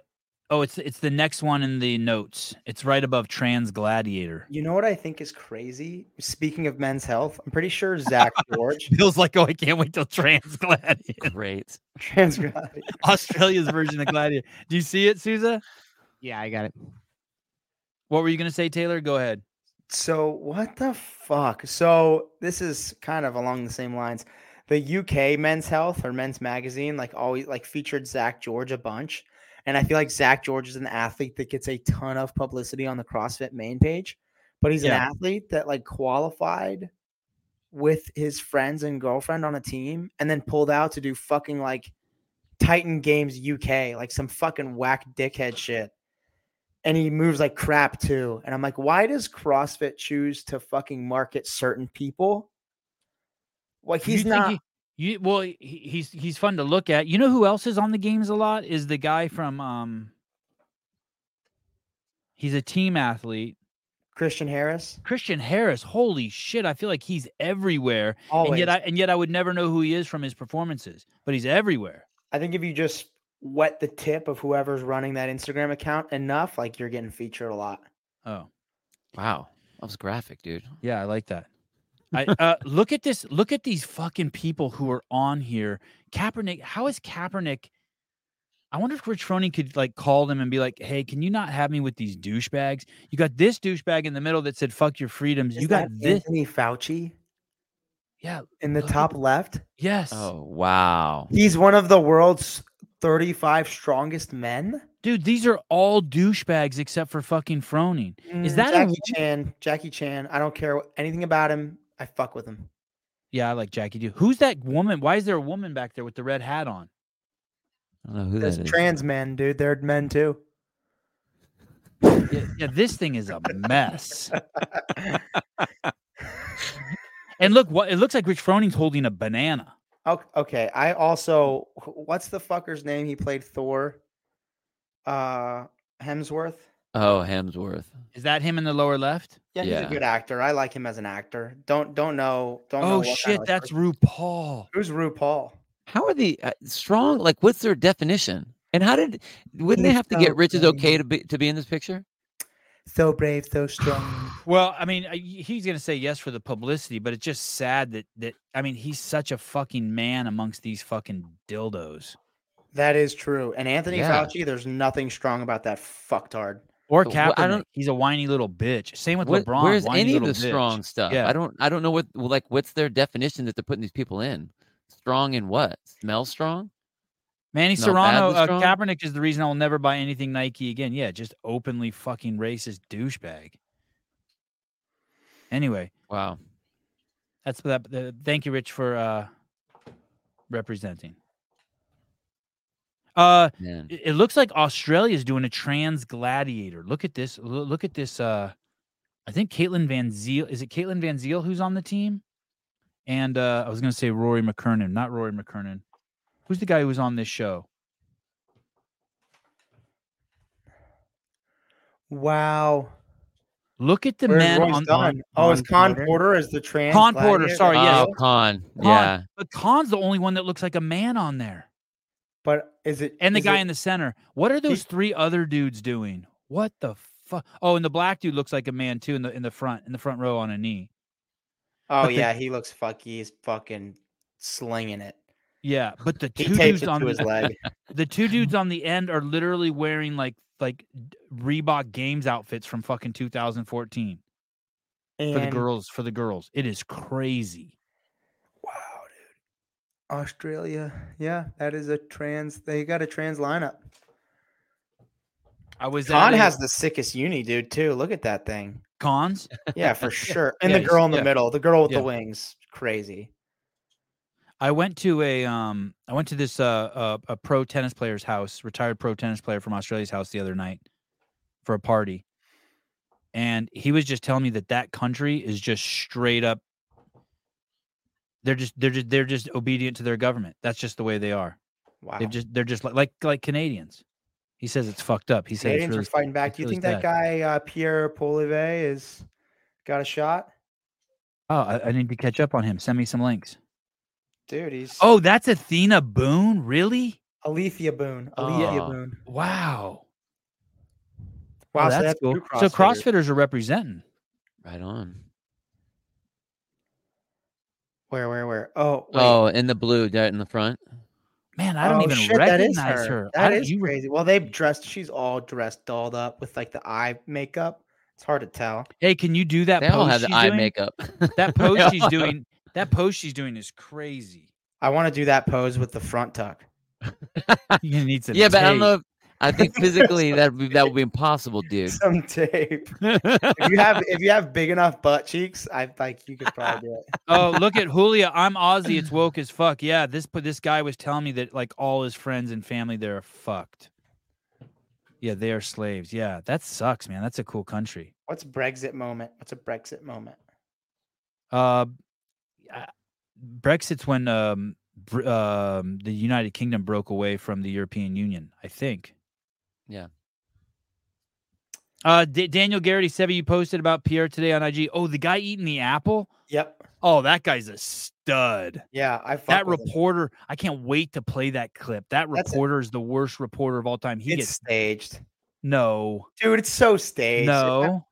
A: oh, it's it's the next one in the notes. It's right above trans gladiator.
D: You know what I think is crazy? Speaking of men's health, I'm pretty sure Zach George,
A: Bill's like, oh, I can't wait till trans gladiator.
B: Great.
D: trans guy-
A: Australia's version of gladiator. Do you see it, Souza?
C: Yeah, I got it.
A: What were you gonna say, Taylor? Go ahead.
D: So what the fuck? So this is kind of along the same lines. The UK Men's Health or Men's Magazine like always like featured Zach George a bunch, and I feel like Zach George is an athlete that gets a ton of publicity on the CrossFit main page, but he's
A: Yeah.
D: an athlete that like qualified with his friends and girlfriend on a team and then pulled out to do fucking like Titan Games UK, like some fucking whack dickhead shit and he moves like crap too. And I'm like, why does CrossFit choose to fucking market certain people? Like
A: You
D: he's
A: think
D: not.
A: he- you well, he, he's he's fun to look at. You know who else is on the games a lot is the guy from um. He's a team athlete,
D: Christian Harris
A: Christian Harris. Holy shit! I feel like he's everywhere,
D: always.
A: and yet
D: I,
A: I and yet I would never know who he is from his performances, but he's everywhere.
D: think if you just wet the tip of whoever's running that Instagram account enough, like you're getting featured a lot.
A: Oh
B: Wow. That was graphic, dude.
A: yeah, I like that. I uh, look at this. Look at these fucking people who are on here. Kaepernick. How is Kaepernick? I wonder if Rich Froning could like call them and be like, "Hey, can you not have me with these douchebags? You got this douchebag in the middle that said fuck your freedoms. you
D: Is
A: got
D: that
A: this.
D: Anthony Fauci
A: Yeah.
D: in the
A: Look at
D: top left.
A: Yes.
B: Oh wow.
D: He's one of the world's 35 strongest men.
A: Dude, these are all douchebags except for fucking Froning. Is
D: Mm,
A: that a
D: Jackie
A: woman?
D: Chan? Jackie Chan. I don't care anything about him. I fuck with him.
A: Yeah, I like Jackie too. Who's that woman? Why is there a woman back there with the red hat on?
B: I don't know who
D: There's
B: that is.
D: trans men, dude. They're men too.
A: Yeah, yeah, this thing is a mess. and look, what it looks like Rich Froning's holding a banana.
D: Ok- Okay. I also wh- what's the fucker's name? He played Thor. Uh Hemsworth.
B: oh, Hemsworth.
A: Is that him in the lower left?
D: Yeah, he's
B: Yeah.
D: a good actor. I like him as an actor. Don't don't know. Don't know.
A: Oh
D: what kind of,
A: shit,
D: like,
A: that's
D: person-
A: RuPaul.
D: who's RuPaul.
B: How are the uh, strong? Like, what's their definition? And how did? Wouldn't they
D: He's
B: have to
D: so
B: get rich is
D: brave.
B: okay to be to be in this picture?
D: So brave, so strong.
A: Well, I mean, I- he's gonna say yes for the publicity, but it's just sad that that I mean, he's such a fucking man amongst these fucking dildos.
D: that is true. And Anthony
B: Yeah.
D: Fauci, there's nothing strong about that fucktard.
A: Or
B: Wh-
A: Kaepernick,
B: I don't-
A: he's a whiny little bitch. Same with
B: What-
A: LeBron.
B: where's
A: whiny
B: any of
A: little
B: the
A: bitch.
B: strong stuff?
A: Yeah.
B: I don't. I don't know what. well, Like, what's their definition that they're putting these people in? Strong in what? Smell strong?
A: Manny
B: Not
A: Serrano,
B: badly
A: uh,
B: strong.
A: Kaepernick is the reason I'll never buy anything Nike again. Yeah, just openly fucking racist douchebag. Anyway,
B: Wow.
A: that's that. Uh, thank you, Rich, for uh, representing. Uh,
B: Man.
A: it, it looks like Australia is doing a trans gladiator. Look at this. lo- Look at this. Uh, I think Caitlin Van Ziel. Is it Caitlin Van Ziel who's on the team? And uh, I was going to say Rory McKernan, not Rory McKernan. Who's the guy who was on this show?
D: Wow.
A: Look at the
D: Where's
A: men
D: Royce
A: on,
D: Dunn?
A: on
D: oh, is
C: Con
D: Con
C: Porter?
D: Porter is the trans Oh,
A: Con Porter,
D: gladiator?
A: sorry, yes.
B: Oh, con.
A: Con.
B: Yeah.
A: but Khan's the only one that looks like a man on there.
D: But is it
A: And the
D: is
A: guy
D: it-
A: in the center. What are those three other dudes doing? What the fuck? Oh, and the black dude looks like a man too in the in the front in the front row on a knee.
D: Oh
A: the-
D: yeah, he looks fuck. He's fucking slinging it.
A: Yeah, but the
D: He
A: two
D: tapes
A: dudes
D: it
A: on
D: to his
A: the,
D: leg.
A: the two dudes on the end are literally wearing like like d- Reebok games outfits from fucking 2014
D: And,
A: for the girls for the girls. It is crazy.
D: Wow, dude. Australia. Yeah, that is a trans. They got a trans lineup.
A: I was
D: Khan
A: at a-
D: has the sickest uni, dude. Too. Look at that thing.
A: cons.
D: Yeah, for sure. And
B: Yeah,
D: the
B: he's-
D: girl in the
B: yeah.
D: middle, the girl with
A: Yeah.
D: the wings, crazy.
A: I went to a um I went to this uh, uh a pro tennis player's house, retired pro tennis player from Australia's house the other night for a party. And he was just telling me that that country is just straight up they're just they're just they're just obedient to their government. That's just the way they are.
D: Wow.
A: They've just they're just like like, like Canadians. He says it's fucked up. He says
D: Canadians
A: it's really
D: are fighting back.
A: it's
D: Do you
A: really sad.
D: think that guy uh, Pierre Polivet is got a shot,
A: Oh, I, I need to catch up on him. Send me some links.
D: dude? He's
A: Oh, that's Athena Boone, really?
D: Alethea Boone. Alethea
B: Oh.
D: Boone.
A: Wow.
D: Wow,
A: Oh,
D: so
A: that's
D: that's
A: cool.
D: two
A: So
D: CrossFitters.
A: CrossFitters are representing.
B: Right on.
D: Where, where, where? Oh, wait.
B: Oh, in the blue, that in the front.
A: Man, I don't
D: Oh,
A: even
D: shit, that is
A: recognize her. I
D: That
A: don't-
D: is
A: you were-
D: crazy. Well, they dressed. She's all dressed, dolled up with like the eye makeup. It's hard to tell.
A: Hey, can you do that?
B: They all
A: pose
B: have the
A: she's
B: eye
A: doing?
B: makeup.
A: That pose she's doing. That pose she's doing is crazy.
D: I want to do that pose with the front tuck.
A: You're gonna need some.
B: yeah, but I don't know.
A: tape.
B: If, I think physically that would be, that would be impossible, dude.
D: Some tape. if you have if you have big enough butt cheeks, I like you could probably do it.
A: oh, look at Julia. I'm Aussie. It's woke as fuck. Yeah, this but this guy was telling me that like all his friends and family there are fucked. Yeah, they are slaves. Yeah, that sucks, man. That's a cool country.
D: What's Brexit moment? What's a Brexit moment?
A: Uh, I- Brexit's when um, Br- um the United Kingdom broke away from the European Union, I think.
B: Yeah.
A: Uh, D- Daniel Garrity, Sevi, you posted about Pierre today on IG. Oh, the guy eating the apple.
D: Yep.
A: Oh, that guy's a stud.
D: Yeah, I fuck
A: that
D: with him.
A: reporter, I can't wait to play that clip. That
D: That's it.
A: reporter is the worst reporter of all time. He
D: It's
A: gets
D: staged,
A: no,
D: dude. It's so staged.
A: no.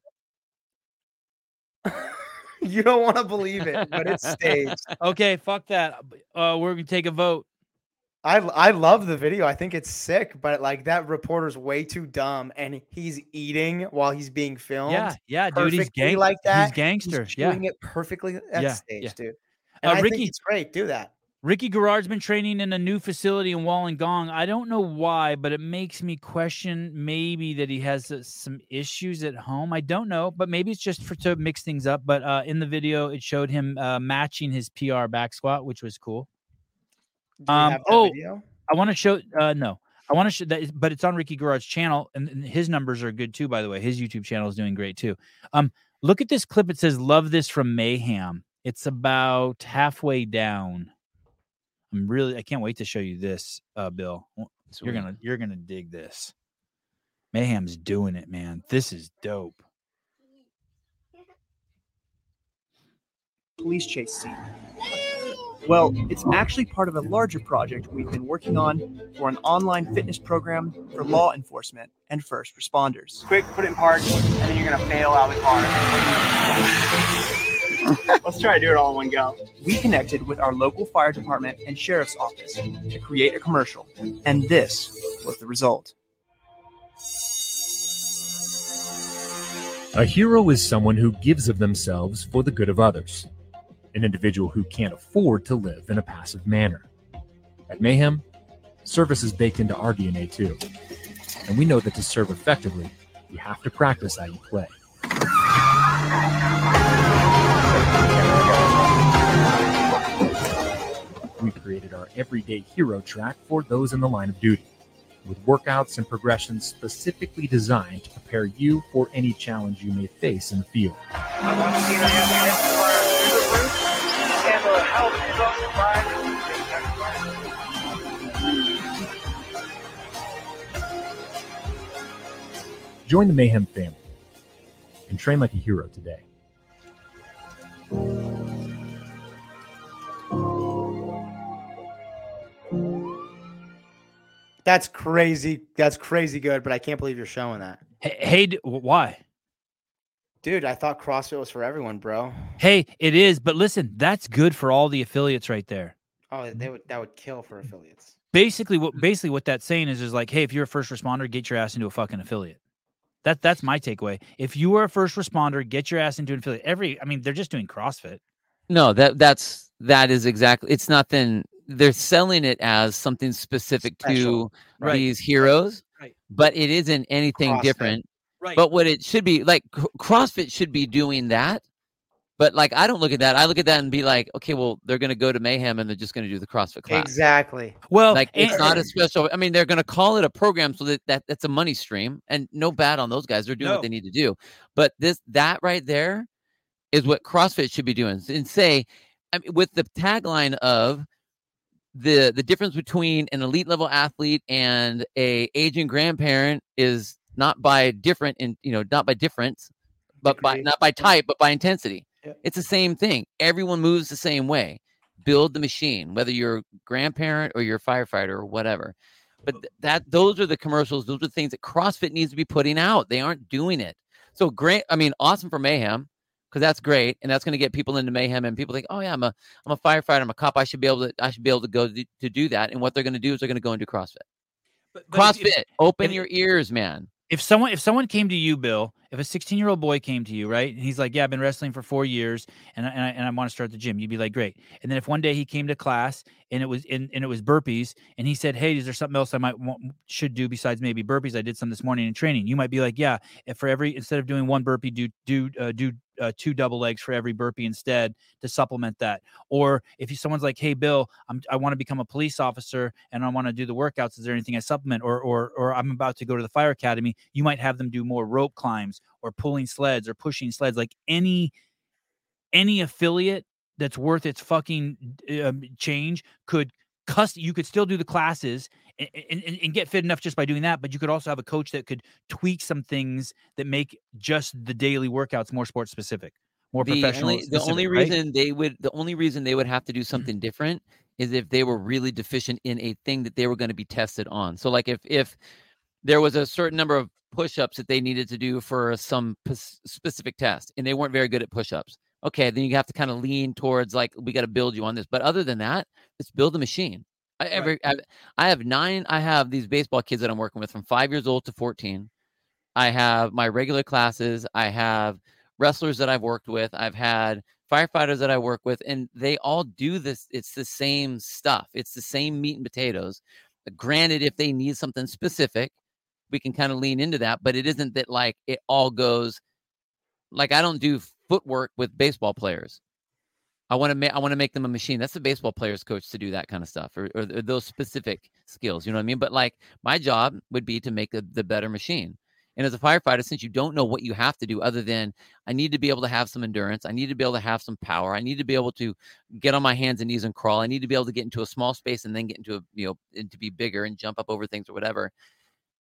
D: you don't want to believe it, but it's staged.
A: Okay, fuck that. Uh, we're gonna take a vote.
D: I l- I love the video. I think it's sick, but like that reporter's way too dumb, and he's eating while he's being filmed.
A: Yeah, yeah, dude. He's
D: perfectly
A: gang
D: like
A: He's
D: that. he's
A: gangster. yeah,
D: doing it perfectly at
A: Yeah,
D: stage,
A: yeah.
D: dude.
A: Uh,
D: And I
A: Ricky-
D: think it's great. Do that.
A: Ricky Garard's been training in a new facility in Wollongong. I don't know why, but it makes me question maybe that he has uh, some issues at home. I don't know, but maybe it's just for to mix things up. But uh, in the video, it showed him uh, matching his PR back squat, which was cool.
D: Do we
A: Um,
D: have that
A: oh,
D: video?
A: I want to show. Uh, no, I want to show that, is- but it's on Ricky Garard's channel, and, and his numbers are good too. By the way, his YouTube channel is doing great too. Um, look at this clip. It says "Love this from Mayhem." It's about halfway down. I'm really. I can't wait to show you this, uh, Bill. W- You're
B: Sweet.
A: gonna. You're gonna dig this. Mayhem's doing it, man. This is dope.
H: police chase scene? Well, it's actually part of a larger project we've been working on for an online fitness program for law enforcement and first responders. Quick, put it in park, and then you're gonna bail out of the car. Let's try to do it all in one go. We connected with our local fire department and sheriff's office to create a commercial, and this was the result.
I: A hero is someone who gives of themselves for the good of others, an individual who can't afford to live in a passive manner. At Mayhem, service is baked into our DNA too. And we know that to serve effectively, you have to practice how you play. We created our Everyday Hero track for those in the line of duty with workouts and progressions specifically designed to prepare you for any challenge you may face in the field. Join the Mayhem family and train like a hero today.
D: That's crazy. That's crazy good, but I can't believe you're showing that.
A: Hey, hey d- why?
D: Dude, I thought CrossFit was for everyone, bro.
A: Hey, it is, but listen, that's good for all the affiliates right there.
D: Oh, they would that would kill for affiliates.
A: Basically, what basically what that's saying is is like, hey, if you're a first responder, get your ass into a fucking affiliate. That that's my takeaway. If you are a first responder, get your ass into an affiliate. Every I mean, they're just doing CrossFit.
B: No, that that's that is exactly. It's not then they're selling it as something specific
D: Special.
B: to
A: Right.
B: these heroes,
A: Right.
B: but it isn't anything
D: CrossFit.
B: different.
A: Right.
B: But what it should be like, C- CrossFit should be doing that. But like, I don't look at that. I look at that and be like, okay, well, they're going to go to Mayhem and they're just going to do the CrossFit class.
D: Exactly.
A: well,
B: Like
A: oh, and-
B: it's not a special. I mean, they're going to call it a program so that, that that's a money stream, and no bad on those guys. They're doing
A: No.
B: what they need to do. But this that right there is what CrossFit should be doing. And say, I mean, with the tagline of the the difference between an elite level athlete and a aging grandparent is not by different in you know not by difference, but by
D: Degree.
B: not by type, but by intensity.
D: Yep.
B: It's the same thing. Everyone moves the same way build the machine, whether you're a grandparent or you're a firefighter or whatever. But th- that those are the commercials, those are the things that CrossFit needs to be putting out. They aren't doing it. So great, I mean, awesome for mayhem, because that's great. And that's gonna get people into mayhem and people think, oh yeah, I'm a I'm a firefighter, I'm a cop. I should be able to I should be able to go to, to do that. And what they're gonna do is they're gonna go into CrossFit.
A: but- but if-
B: CrossFit, open
A: if-
B: your ears, man.
A: if someone if someone came to you, Bill, if a 16 year old boy came to you, right, and he's like, "Yeah, I've been wrestling for four years, and I, and I, and I want to start the gym," you'd be like, "Great." And then if one day he came to class and it was and, and it was burpees, and he said, "Hey, is there something else I might want, should do besides maybe burpees? I did some this morning in training." You might be like, "Yeah, if for every instead of doing one burpee, do do uh, do." Uh, two double legs for every burpee instead to supplement that. Or if you, someone's like, "Hey, Bill, I'm, I want to become a police officer and I want to do the workouts. Is there anything I supplement? Or, or, or I'm about to go to the fire academy. You might have them do more rope climbs or pulling sleds or pushing sleds. Like any, any affiliate that's worth its fucking um, change could cust. You could still do the classes and, and, and- and get fit enough just by doing that. But you could also have a coach that could tweak some things that make just the daily workouts more sports specific, more professional.
B: Only, the only
A: specific, right? Mm-hmm.
B: reason they would the only reason they would have to do something different is if they were really deficient in a thing that they were going to be tested on. So like if if there was a certain number of push-ups that they needed to do for some p- specific test and they weren't very good at push-ups. Okay, then you have to kind of lean towards like we got to build you on this. But other than that, let's build the machine. I, every I, I have nine. I have these baseball kids that I'm working with from five years old to 14. I have my regular classes. I have wrestlers that I've worked with. I've had firefighters that I work with, and they all do this. It's the same stuff. It's the same meat and potatoes. uh, Granted, if they need something specific, we can kind of lean into that. But it isn't that like it all goes. Like I don't do footwork with baseball players. I want to make I want to make them a machine. That's the baseball players coach to do that kind of stuff or, or, or those specific skills. You know what I mean? But like my job would be to make the, the better machine. And as a firefighter, since you don't know what you have to do other than I need to be able to have some endurance, I need to be able to have some power, I need to be able to get on my hands and knees and crawl, I need to be able to get into a small space and then get into a you know and to be bigger and jump up over things or whatever.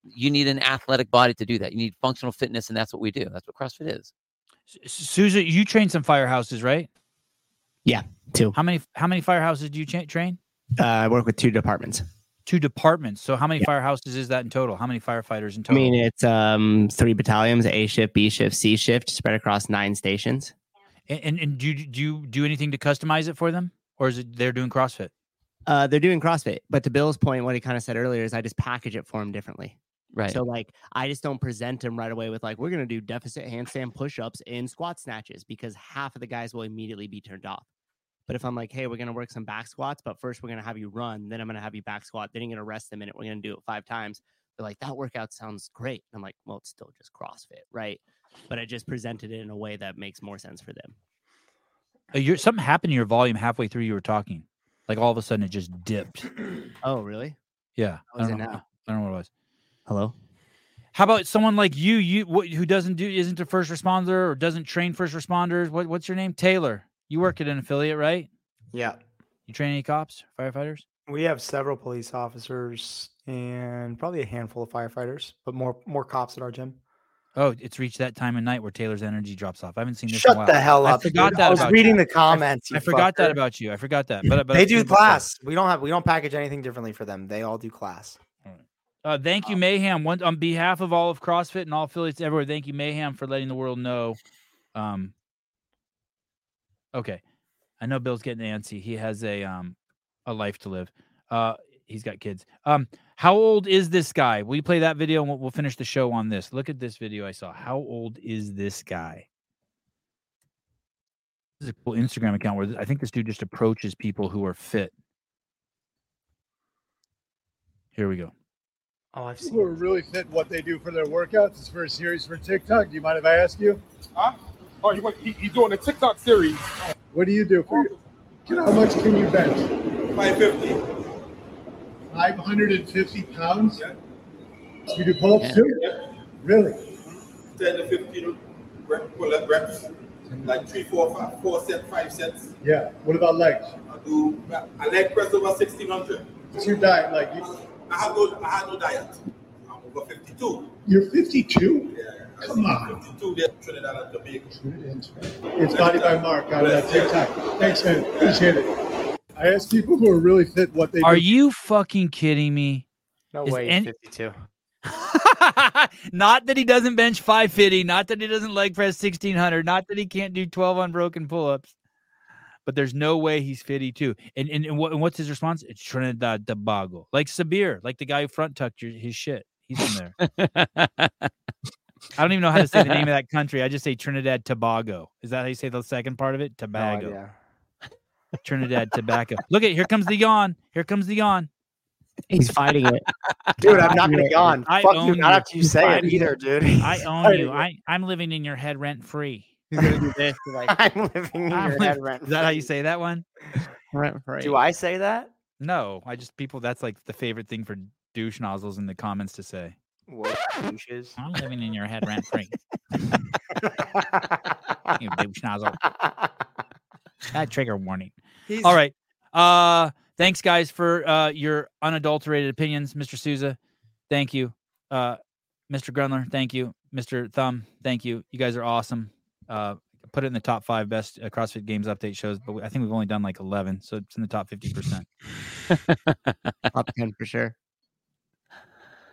B: You need an athletic body to do that. You need functional fitness, and that's what we do. That's what CrossFit is.
A: S- Susan, you train some firehouses, right?
C: Yeah, two.
A: How many how many firehouses do you cha- train?
C: Uh, I work with two departments.
A: Two departments. So how many
C: Yeah.
A: firehouses is that in total? How many firefighters in
C: I
A: total?
C: mean, it's um three battalions: A shift, B shift, C shift, spread across nine stations.
A: and, and and do you do you do anything to customize it for them, or is it they're doing CrossFit?
C: Uh, they're doing CrossFit, but to Bill's point, what he kind of said earlier is I just package it for him differently.
B: Right.
C: So like, I just don't present him right away with like we're gonna do deficit handstand push-ups and squat snatches because half of the guys will immediately be turned off. But if I'm like, hey, we're gonna work some back squats, but first we're gonna have you run, then I'm gonna have you back squat, then you're gonna rest a minute, we're gonna do it five times. They're like, that workout sounds great. I'm like, well, it's still just CrossFit, right? But I just presented it in a way that makes more sense for them.
A: Uh, your- something happened to your volume halfway through you were talking, like all of a sudden it just dipped.
C: Oh, really?
A: Yeah, I
C: How is
A: don't,
C: it
A: know,
C: now?
A: I don't know what it was.
C: Hello?
A: How about someone like you, you what, who doesn't do isn't a first responder or doesn't train first responders? What what's your name? Taylor. You work at an affiliate, right?
D: Yeah.
A: You train any cops, firefighters?
D: We have several police officers and probably a handful of firefighters, but more more cops at our gym.
A: Oh, it's reached that time of night where Taylor's energy drops off. I haven't seen this. in a
D: Shut
A: while.
D: the hell
A: I
D: up.
A: forgot
D: dude.
A: that
D: I was
A: about
D: reading
A: you.
D: the comments.
A: I
D: you
A: forgot
D: fucker.
A: that about you. I forgot that. But, but
D: they
A: I've seen
D: do
A: before.
D: class. We don't have we don't package anything differently for them. They all do class.
A: Uh, thank you, Mayhem. One, on behalf of all of CrossFit and all affiliates everywhere, thank you, Mayhem, for letting the world know. Um, okay, I know Bill's getting antsy. He has a um, a life to live. Uh, he's got kids. Um, how old is this guy? We play that video and we'll, we'll finish the show on this. Look at this video I saw. How old is this guy? This is a cool Instagram account where th- I think this dude just approaches people who are fit. Here we go.
D: Oh, I've
J: People who are really fit, what they do for their workouts is for a series for TikTok. Do you mind if I ask you? Huh? Oh, you want, he's doing a TikTok series. What do you do for your, you know, how much can you bench? 550. 550 pounds? You do pull-ups too? Really?
K: 10 to 15 rep, pull up reps, like three, four, five, four sets, five sets.
J: Yeah. What about legs?
K: I do I leg press over 1600.
J: What's your diet like? You,
K: I have no, I have no diet. I'm over 52.
J: you're 52?
K: Yeah, I
J: Come
K: see
J: on.
K: 52 there, Trinidad and Tobago.
J: It's Body by Mark on uh, TikTok. Thanks, man. Appreciate it. I ask people who are really fit what they
A: Are
J: do.
A: you fucking kidding me?
D: No
A: Is
D: way.
A: any-
D: 52.
A: not that he doesn't bench 550, not that he doesn't leg press 1600, not that he can't do 12 unbroken pull ups, but there's no way he's 52. And and, and, what, and what's his response? It's Trinidad Tobago, like Sabir, like the guy who front tucked your, his shit. He's in there. I don't even know how to say the name of that country. I just say Trinidad Tobago. Is that how you say the second part of it? Tobago.
D: idea.
A: Trinidad Tobacco. Look at here comes the yawn. Here comes the yawn.
C: He's fighting it.
D: Dude, I'm not gonna yawn.
A: I
D: Fuck
A: own
D: you, not
A: you.
D: after you say it
A: I-
D: either, dude.
A: I own you. I, I'm living in your head rent free.
C: He's gonna do this. he's Like,
D: I'm living in your head rent.
A: Is that how you say that one?
C: right, right.
D: Do I say that?
A: No, I just people. That's like the favorite thing for douche nozzles in the comments to say.
D: Woke douches.
A: I'm living in your head rent free. you douche nozzle. That trigger warning.
D: He's-
A: All right. Uh, thanks guys for uh your unadulterated opinions, Mr. Souza. Thank you. Uh, Mr. Grunler, thank you. Mr. Thumb, thank you. You guys are awesome. Uh, put it in the top five best uh, CrossFit Games update shows, but we, I think we've only done like eleven, so it's in the top fifty percent.
C: Top ten for sure.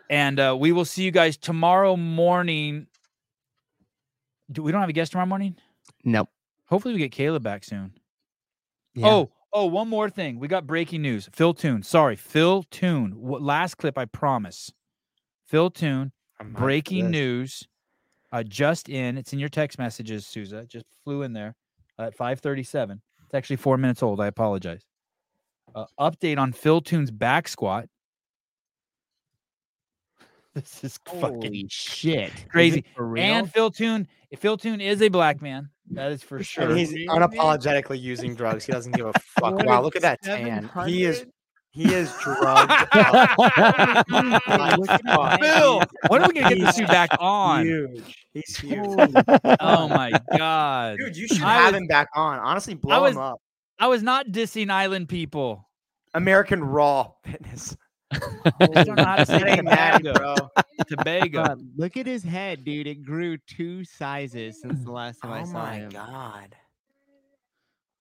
A: And uh, we will see you guys tomorrow morning. Do, we don't have a guest tomorrow morning.
C: Nope.
A: Hopefully, we get Caleb back soon.
C: Yeah.
A: Oh, oh, one more thing. We got breaking news. Phil Toon. Sorry, Phil Toon. What last clip? I promise. Phil Toon.
D: I'm not for
A: Breaking
D: this.
A: news. Uh, just in. It's in your text messages, Souza. It Just flew in there at 5:37. It's actually four minutes old. I apologize. Uh, update on Phil Toon's back squat. This is fucking
C: Holy shit! Is it
A: crazy.
C: for real?
A: And Phil Toon, Phil Toon is a black man. That is for sure.
D: And he's unapologetically using drugs. He doesn't give a fuck. wow, look at that tan. He is he is drugged. out.
C: Like, look at that.
A: Phil, when are we gonna get this dude back on?
D: huge. He's huge.
A: Oh my god!
D: Dude, you should
A: I
D: have
A: was-
D: him back on. Honestly, blow
A: was-
D: him up.
A: I was not dissing island people.
D: American Raw Fitness.
A: I don't know how to say
D: It ain't natty,
A: Tobago.
D: bro.
A: Tobago.
C: God, look at his head, dude. It grew two sizes since the last time I
D: Oh
C: saw
D: my
C: him.
D: god.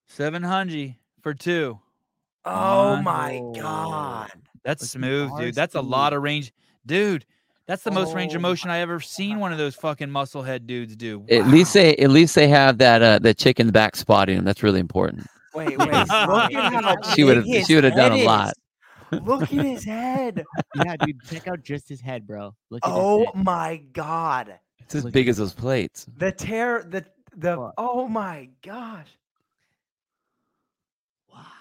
A: Seven hundred for two.
D: Oh my
C: Oh.
D: god.
A: That's
C: Let's see,
A: smooth, dude. That's a lot of range, dude. That's the most range
D: Oh
A: of motion I ever seen one of those fucking muscle head dudes do.
B: At least they at least they have that uh that chick in the back spotting him. That's really important.
D: Wait, wait. Look at how
B: She would have
D: big his
B: she would have done
D: head
B: a
D: is.
B: lot.
D: Look at his head.
C: Yeah, dude, check out just his head, bro. Look at his
D: Oh
C: head.
D: my god.
B: It's as
C: Look
B: big
C: at
B: as those plates.
D: The terror the the
C: Fuck.
D: oh my gosh.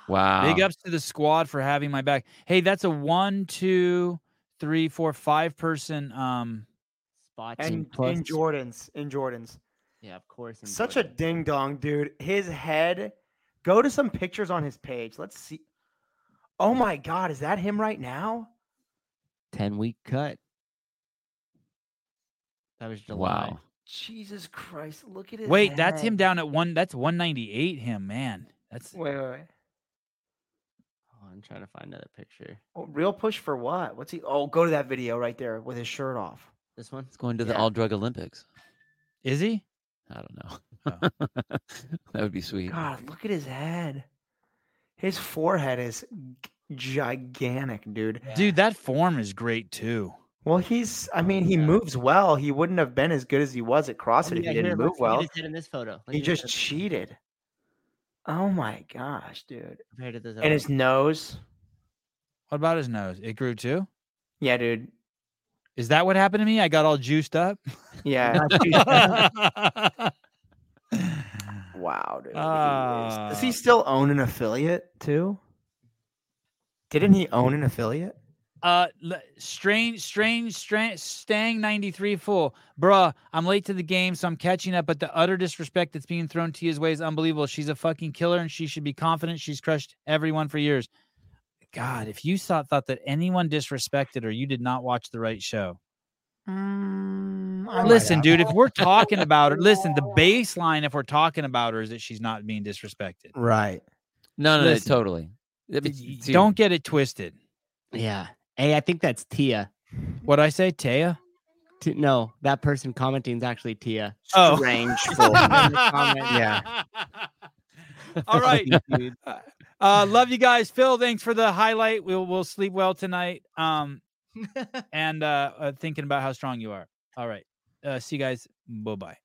B: Wow.
C: um
A: Big ups to the squad for having my back. Hey, that's a one, two, three, four, five person. Um,
C: spots
D: And
C: plus-
D: in Jordan's in Jordan's.
C: Yeah, of course. in
D: Such a
C: Jordan.
D: ding dong, dude. His head. Go to some pictures on his page. Let's see. Oh my god, is that him right now?
C: ten week cut. That was July.
B: Wow.
D: Jesus Christ, look at his
A: wait, that's him
D: head.
A: down at one. That's one ninety eight. Him, man. That's
D: Wait, wait, wait.
C: Oh, I'm trying to find another picture.
D: Oh, real push for what? What's he? Oh, go to that video right there with his shirt off.
C: This one.
B: It's going to the
D: Yeah.
B: all drug Olympics.
A: is he?
B: I don't know. that would be sweet.
D: God, look at his head. His forehead is g- gigantic, dude.
A: Dude, that form is great too.
D: Well, he's. I mean, he moves well. He wouldn't have been as good as he was at CrossFit if
C: Oh, yeah,
D: he
C: here, look,
D: didn't move
C: look at
D: well.
C: his head in this photo. Look
D: He
C: at his
D: just
C: head
D: cheated. Oh my gosh, dude!
C: compared to this
D: And his nose.
A: What about his nose? It grew too.
D: Yeah, dude.
A: Is that what happened to me? I got all juiced up.
D: Yeah. wow, dude. Does he
A: Ah.
D: still own an affiliate too? Didn't he
A: Mm.
D: own an affiliate?
A: Uh, l- strange, strange, strange. Stang ninety three full, bruh. I'm late to the game, so I'm catching up. But the utter disrespect that's being thrown Tia's way is unbelievable. She's a fucking killer, and she should be confident. She's crushed everyone for years. God, if you thought thought that anyone disrespected her, you did not watch the right show. Mm,
D: Oh
A: Listen, dude, if we're talking about her, listen, the baseline, if we're talking about her, is that she's not being disrespected.
D: Right.
B: No, no, no,
A: Listen,
B: totally. I mean,
A: d-
B: see,
A: Don't get it twisted.
C: Yeah. Hey, I think that's Tia.
A: What I say, Tia?
C: T- no, that person commenting is actually Tia.
A: Oh.
D: Strangeful.
C: Yeah.
A: All right.
C: Dude.
A: Uh, love you guys. Phil, thanks for the highlight. We'll we'll sleep well tonight. Um, and uh, uh thinking about how strong you are. All right. Uh, see you guys. Bye bye.